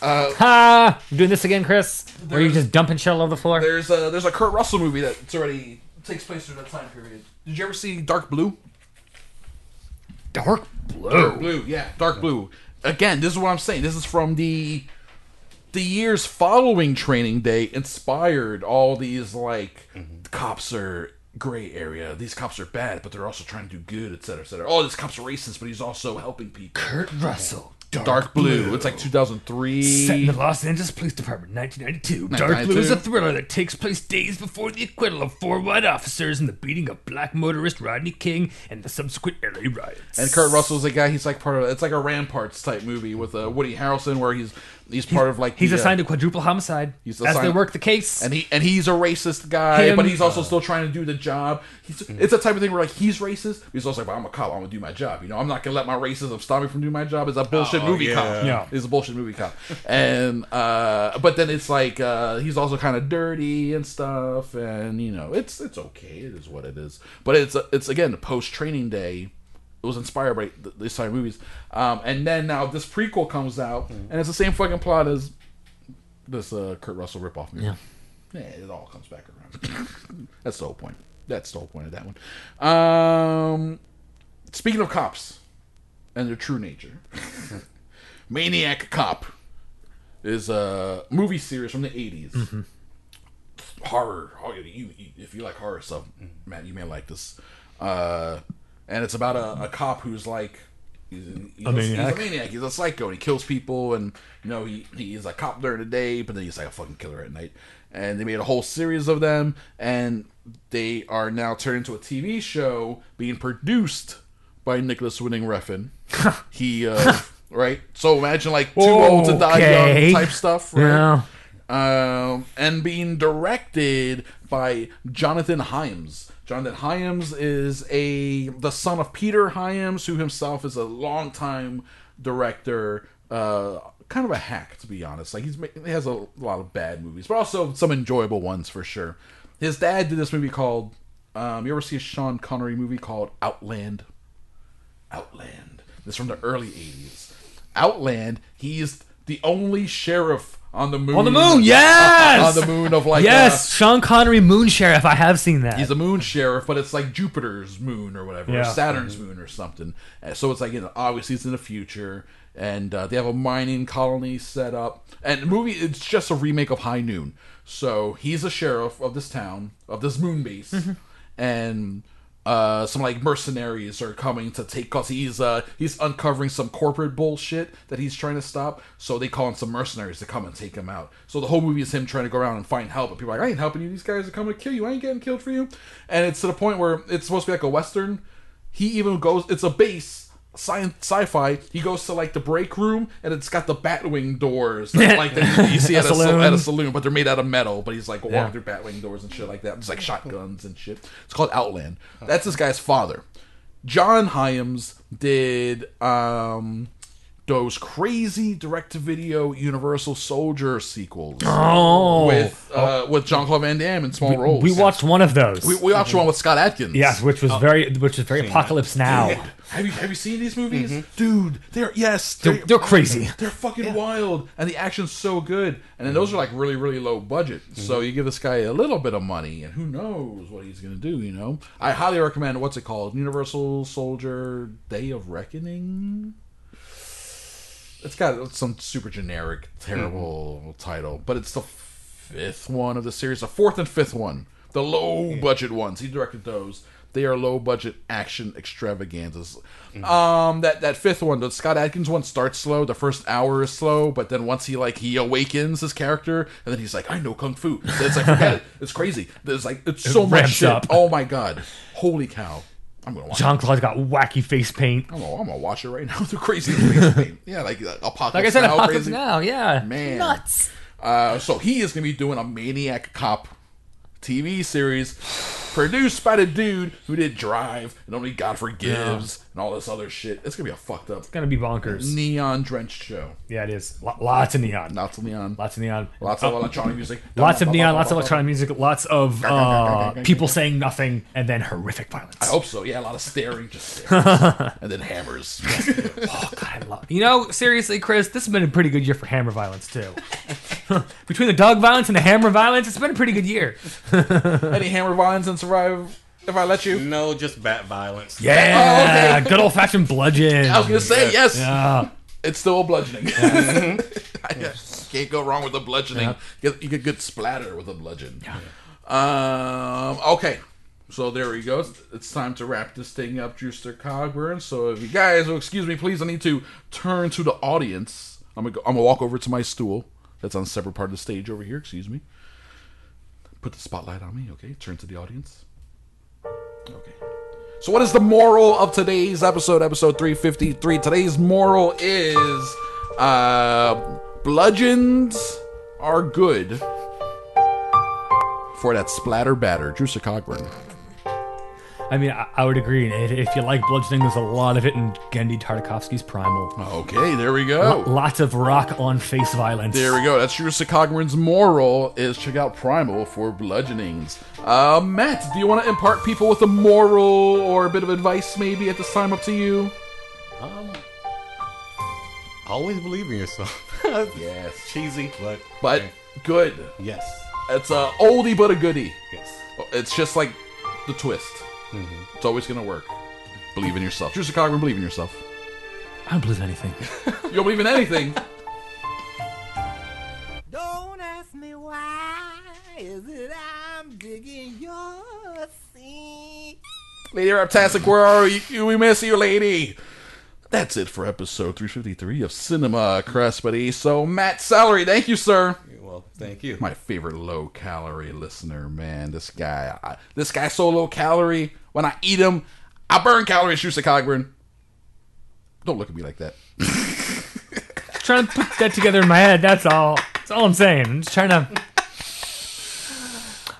[SPEAKER 7] ha! You doing this again, Chris? Where you just dumping shit all over the floor?
[SPEAKER 6] there's a there's a Kurt Russell movie that's already takes place through that time period. Did you ever see Dark Blue?
[SPEAKER 7] Dark
[SPEAKER 6] Dark Blue, yeah, Dark Blue. Again, this is what I'm saying. This is from the the years following Training Day inspired all these like cops are gray area. These cops are bad, but they're also trying to do good, etc., etc. Oh, this cop's racist, but he's also helping people.
[SPEAKER 7] Kurt Russell.
[SPEAKER 6] Dark, Blue. It's like 2003.
[SPEAKER 7] Set in the Los Angeles Police Department, 1992. Dark Blue is a thriller that takes place days before the acquittal of four white officers and the beating of black motorist Rodney King and the subsequent LA riots.
[SPEAKER 6] And Kurt Russell's a guy. He's like part of. It's like a Ramparts type movie with uh, Woody Harrelson, where he's he's part of like
[SPEAKER 7] He's
[SPEAKER 6] the, uh,
[SPEAKER 7] assigned a quadruple homicide
[SPEAKER 6] He's
[SPEAKER 7] as they
[SPEAKER 6] assigned-
[SPEAKER 7] work the case.
[SPEAKER 6] and he and he's a racist guy,
[SPEAKER 7] Him-
[SPEAKER 6] but he's also still trying to do the job. He's, It's that type of thing where like he's racist, but he's also like, well, I'm a cop, I'm gonna do my job. You know, I'm not gonna let my racism stop me from doing my job. It's a bullshit movie
[SPEAKER 3] yeah.
[SPEAKER 6] cop.
[SPEAKER 7] Yeah.
[SPEAKER 6] it's a bullshit movie cop. and uh, but then it's like uh, he's also kind of dirty and stuff, and you know, it's it's okay. It is what it is. But it's it's again post training day. It was inspired by th- these type of movies, um, and then now this prequel comes out, and it's the same fucking plot as this uh, Kurt Russell ripoff movie. Yeah. it all comes back around. That's the whole point. That's the whole point of that one. Um, speaking of cops and their true nature, Maniac Cop is a movie series from the 80s. Horror. Oh, you, you, if you like horror stuff, Matt, you may like this. Uh, and it's about a, a cop who's like. He's, he's a
[SPEAKER 7] maniac.
[SPEAKER 6] He's a maniac. He's a psycho. And he kills people, and you know he he's a cop during the day, but then he's like a fucking killer at night. And they made a whole series of them, and they are now turned into a TV show being produced by Nicholas Winning Refn. he uh, right. So imagine like too old to die
[SPEAKER 7] Okay.
[SPEAKER 6] young type stuff, right?
[SPEAKER 7] Yeah.
[SPEAKER 6] um, and being directed by Jonathan Hyams. Jonathan Hyams is a the son of Peter Hyams, who himself is a longtime director, uh, kind of a hack to be honest. Like he's ma- he has a lot of bad movies, but also some enjoyable ones for sure. His dad did this movie called. Um, you ever see a Sean Connery movie called Outland? Outland. This is from the early 80s. Outland, he's the only sheriff on the moon.
[SPEAKER 7] On the moon, yes!
[SPEAKER 6] on the moon of like
[SPEAKER 7] yes,
[SPEAKER 6] uh,
[SPEAKER 7] Sean Connery Moon Sheriff. I have seen that.
[SPEAKER 6] he's a moon sheriff, but it's like Jupiter's moon or whatever,
[SPEAKER 7] Yeah.
[SPEAKER 6] or Saturn's moon or something. And so it's like you know, obviously it's in the future, and uh, they have a mining colony set up. And the movie, it's just a remake of High Noon. So he's a sheriff of this town, of this moon base, and. Uh, some like mercenaries are coming to take cause he's uh he's uncovering some corporate bullshit that he's trying to stop. So they call in some mercenaries to come and take him out. So the whole movie is him trying to go around and find help. And people are like, I ain't helping you. These guys are coming to kill you. I ain't getting killed for you. And it's to the point where it's supposed to be like a western. He even goes. It's a base sci- sci-fi. He goes to like the break room, and it's got the Batwing doors, that, like that you see at a, saloon.
[SPEAKER 7] Saloon.
[SPEAKER 6] at a saloon, but they're made out of metal. But he's like walking
[SPEAKER 7] Yeah.
[SPEAKER 6] through Batwing doors and shit like that. It's like shotguns and shit. It's called Outland. That's this guy's father. John Hyams did um those crazy direct-to-video Universal Soldier sequels
[SPEAKER 7] Oh,
[SPEAKER 6] with uh, with John Claude Van Damme in small roles.
[SPEAKER 7] we watched one of those.
[SPEAKER 6] we, Oh. we watched one with Scott Adkins.
[SPEAKER 7] yes, which was very, which was very apocalypse now.
[SPEAKER 6] Have you have you seen these movies, dude? They're yes,
[SPEAKER 7] Mm-hmm. They're- they're crazy.
[SPEAKER 6] They're fucking wild, and the action's so good. And then those are like really really low budget.
[SPEAKER 7] Mm-hmm.
[SPEAKER 6] So you give this guy a little bit of money, and who knows what he's gonna do? You know, I highly recommend what's it called, Universal Soldier Day of Reckoning. It's got some super generic, terrible
[SPEAKER 7] Mm-hmm.
[SPEAKER 6] title, but it's the fifth one of the series, the fourth and fifth one, the low budget ones. He directed those. They are low budget action extravaganzas.
[SPEAKER 7] Mm-hmm.
[SPEAKER 6] Um, that that fifth one, the Scott Adkins one, starts slow. The first hour is slow, but then once he like he awakens his character, and then he's like, "I know kung fu." Then it's like, forget it. It's crazy. There's like it's so much
[SPEAKER 7] ramps
[SPEAKER 6] shit.
[SPEAKER 7] up.
[SPEAKER 6] Oh my god, holy cow! I'm gonna watch. it.
[SPEAKER 7] John Claude's got wacky face paint.
[SPEAKER 6] I'm gonna, I'm gonna watch it right now. The crazy, thing. yeah, like uh, apocalypse.
[SPEAKER 7] Like I said,
[SPEAKER 6] Now,
[SPEAKER 7] apocalypse
[SPEAKER 6] crazy.
[SPEAKER 7] now. Yeah,
[SPEAKER 6] Man. Nuts. Uh, so he is going to be doing a Maniac Cop TV series produced by the dude who did Drive and Only God Forgives and all this other shit. It's going to be a fucked up
[SPEAKER 7] gonna be bonkers.
[SPEAKER 6] neon drenched show.
[SPEAKER 7] Yeah, it is. Lo- Lots of neon.
[SPEAKER 6] Lots of neon.
[SPEAKER 7] Lots of neon.
[SPEAKER 6] Lots of electronic music.
[SPEAKER 7] Lots of neon, lots of electronic music, lots of uh, people saying nothing, and then horrific violence.
[SPEAKER 6] I hope so. Yeah, a lot of staring, just stares. and then hammers.
[SPEAKER 7] Oh, God, I love You know, seriously, Chris, this has been a pretty good year for hammer violence, too. Between the dog violence and the hammer violence, it's been a pretty good year.
[SPEAKER 6] Any hammer vines and survive if I let you.
[SPEAKER 3] No, just bat violence.
[SPEAKER 7] Yeah,
[SPEAKER 6] Oh, okay.
[SPEAKER 7] good old fashioned bludgeon. Uh,
[SPEAKER 6] I was gonna say yes.
[SPEAKER 7] Yeah.
[SPEAKER 6] It's still a bludgeoning. I guess can't go wrong with a bludgeoning. You get- You get good splatter with a bludgeon. Um. Okay. So there we go. It's time to wrap this thing up, Drewster Cogburn. So if you guys will excuse me, please, I need to turn to the audience. I'm gonna go, I'm gonna walk over to my stool that's on a separate part of the stage over here. Excuse me. Put the spotlight on me. Okay. Turn to the audience. Okay. So, what is the moral of today's episode, episode 353? Today's moral is uh, bludgeons are good for that splatter batter. Drew Cogburn.
[SPEAKER 7] I mean, I, I would agree. And If, if you like bludgeoning, there's a lot of it in Gendy Tartakovsky's Primal.
[SPEAKER 6] Okay, there we go.
[SPEAKER 7] Lots of rock on face violence.
[SPEAKER 6] Oh. There we go. That's Drew Cogburn's moral is check out Primal for bludgeonings. Uh, Matt, do you want to impart people with a moral or a bit of advice maybe at this time? Up to you.
[SPEAKER 3] Um, always believe in yourself.
[SPEAKER 6] Yes.
[SPEAKER 3] Cheesy, but
[SPEAKER 6] But good.
[SPEAKER 3] yes,
[SPEAKER 6] It's a oldie but a goodie.
[SPEAKER 3] yes.
[SPEAKER 6] It's just like the twist. It's always gonna work. Believe in yourself. Drew Cogburn, believe in yourself.
[SPEAKER 7] I don't believe anything.
[SPEAKER 6] You don't believe in anything.
[SPEAKER 9] Don't ask me why is it I'm digging your scene.
[SPEAKER 6] lady Raptastic, where are you? We miss you, lady. That's it for episode 353 of Cinema Crespity. So, Matt Salary, thank you, sir.
[SPEAKER 3] Well, thank you.
[SPEAKER 6] My favorite low calorie listener, man. This guy, I, this guy's so low calorie. When I eat him, I burn calories, Drew Cogburn. Don't look at me like that.
[SPEAKER 7] trying to put that together in my head. That's all. That's all I'm saying. I'm just trying to.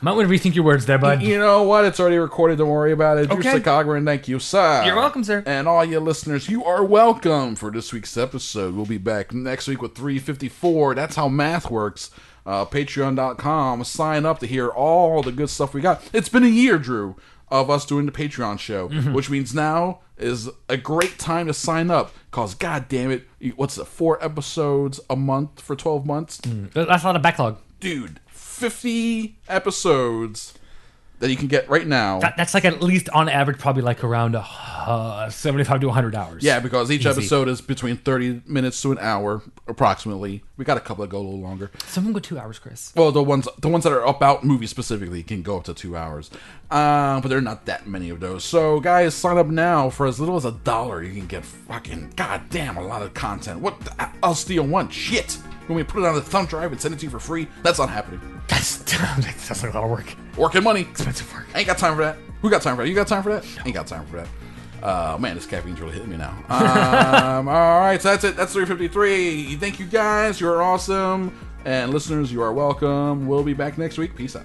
[SPEAKER 7] Might want to rethink your words there, bud.
[SPEAKER 6] You know what? It's already recorded. Don't worry about it.
[SPEAKER 7] Okay.
[SPEAKER 6] Drew Cogburn, thank you, sir.
[SPEAKER 7] You're welcome, sir.
[SPEAKER 6] And all you listeners, you are welcome for this week's episode. We'll be back next week with 354. That's how math works. Uh, Patreon.com. Sign up to hear all the good stuff we got. It's been a year, Drew, of us doing the Patreon show,
[SPEAKER 7] Mm-hmm.
[SPEAKER 6] which means now is a great time to sign up. Cause, god damn it, you- what's it? Four episodes a month for 12 months
[SPEAKER 7] That's a lot of backlog.
[SPEAKER 6] dude, 50 episodes that you can get right now.
[SPEAKER 7] That, that's like at least on average, probably like around uh, 75 to 100 hours.
[SPEAKER 6] yeah, because each
[SPEAKER 7] Easy.
[SPEAKER 6] episode is between 30 minutes to an hour, approximately. We got a couple that go a little longer.
[SPEAKER 7] Someone go two hours, Chris.
[SPEAKER 6] Well, the ones the ones that are about movies specifically can go up to two hours, uh, but there are not that many of those. So, guys, sign up now for as little as a dollar. You can get fucking goddamn a lot of content. What the- I'll steal one shit when we put it on the thumb drive and send it to you for free. That's not happening.
[SPEAKER 7] That's, that's like a lot of work.
[SPEAKER 6] Working money.
[SPEAKER 7] Expensive work.
[SPEAKER 6] Ain't got time for that. Who got time for that? You got time for that? Ain't got time for that. Uh, man, this caffeine's really hitting me now. Um, all right, so that's it. That's 353. Thank you guys. You are awesome. And listeners, you are welcome. We'll be back next week. Peace out.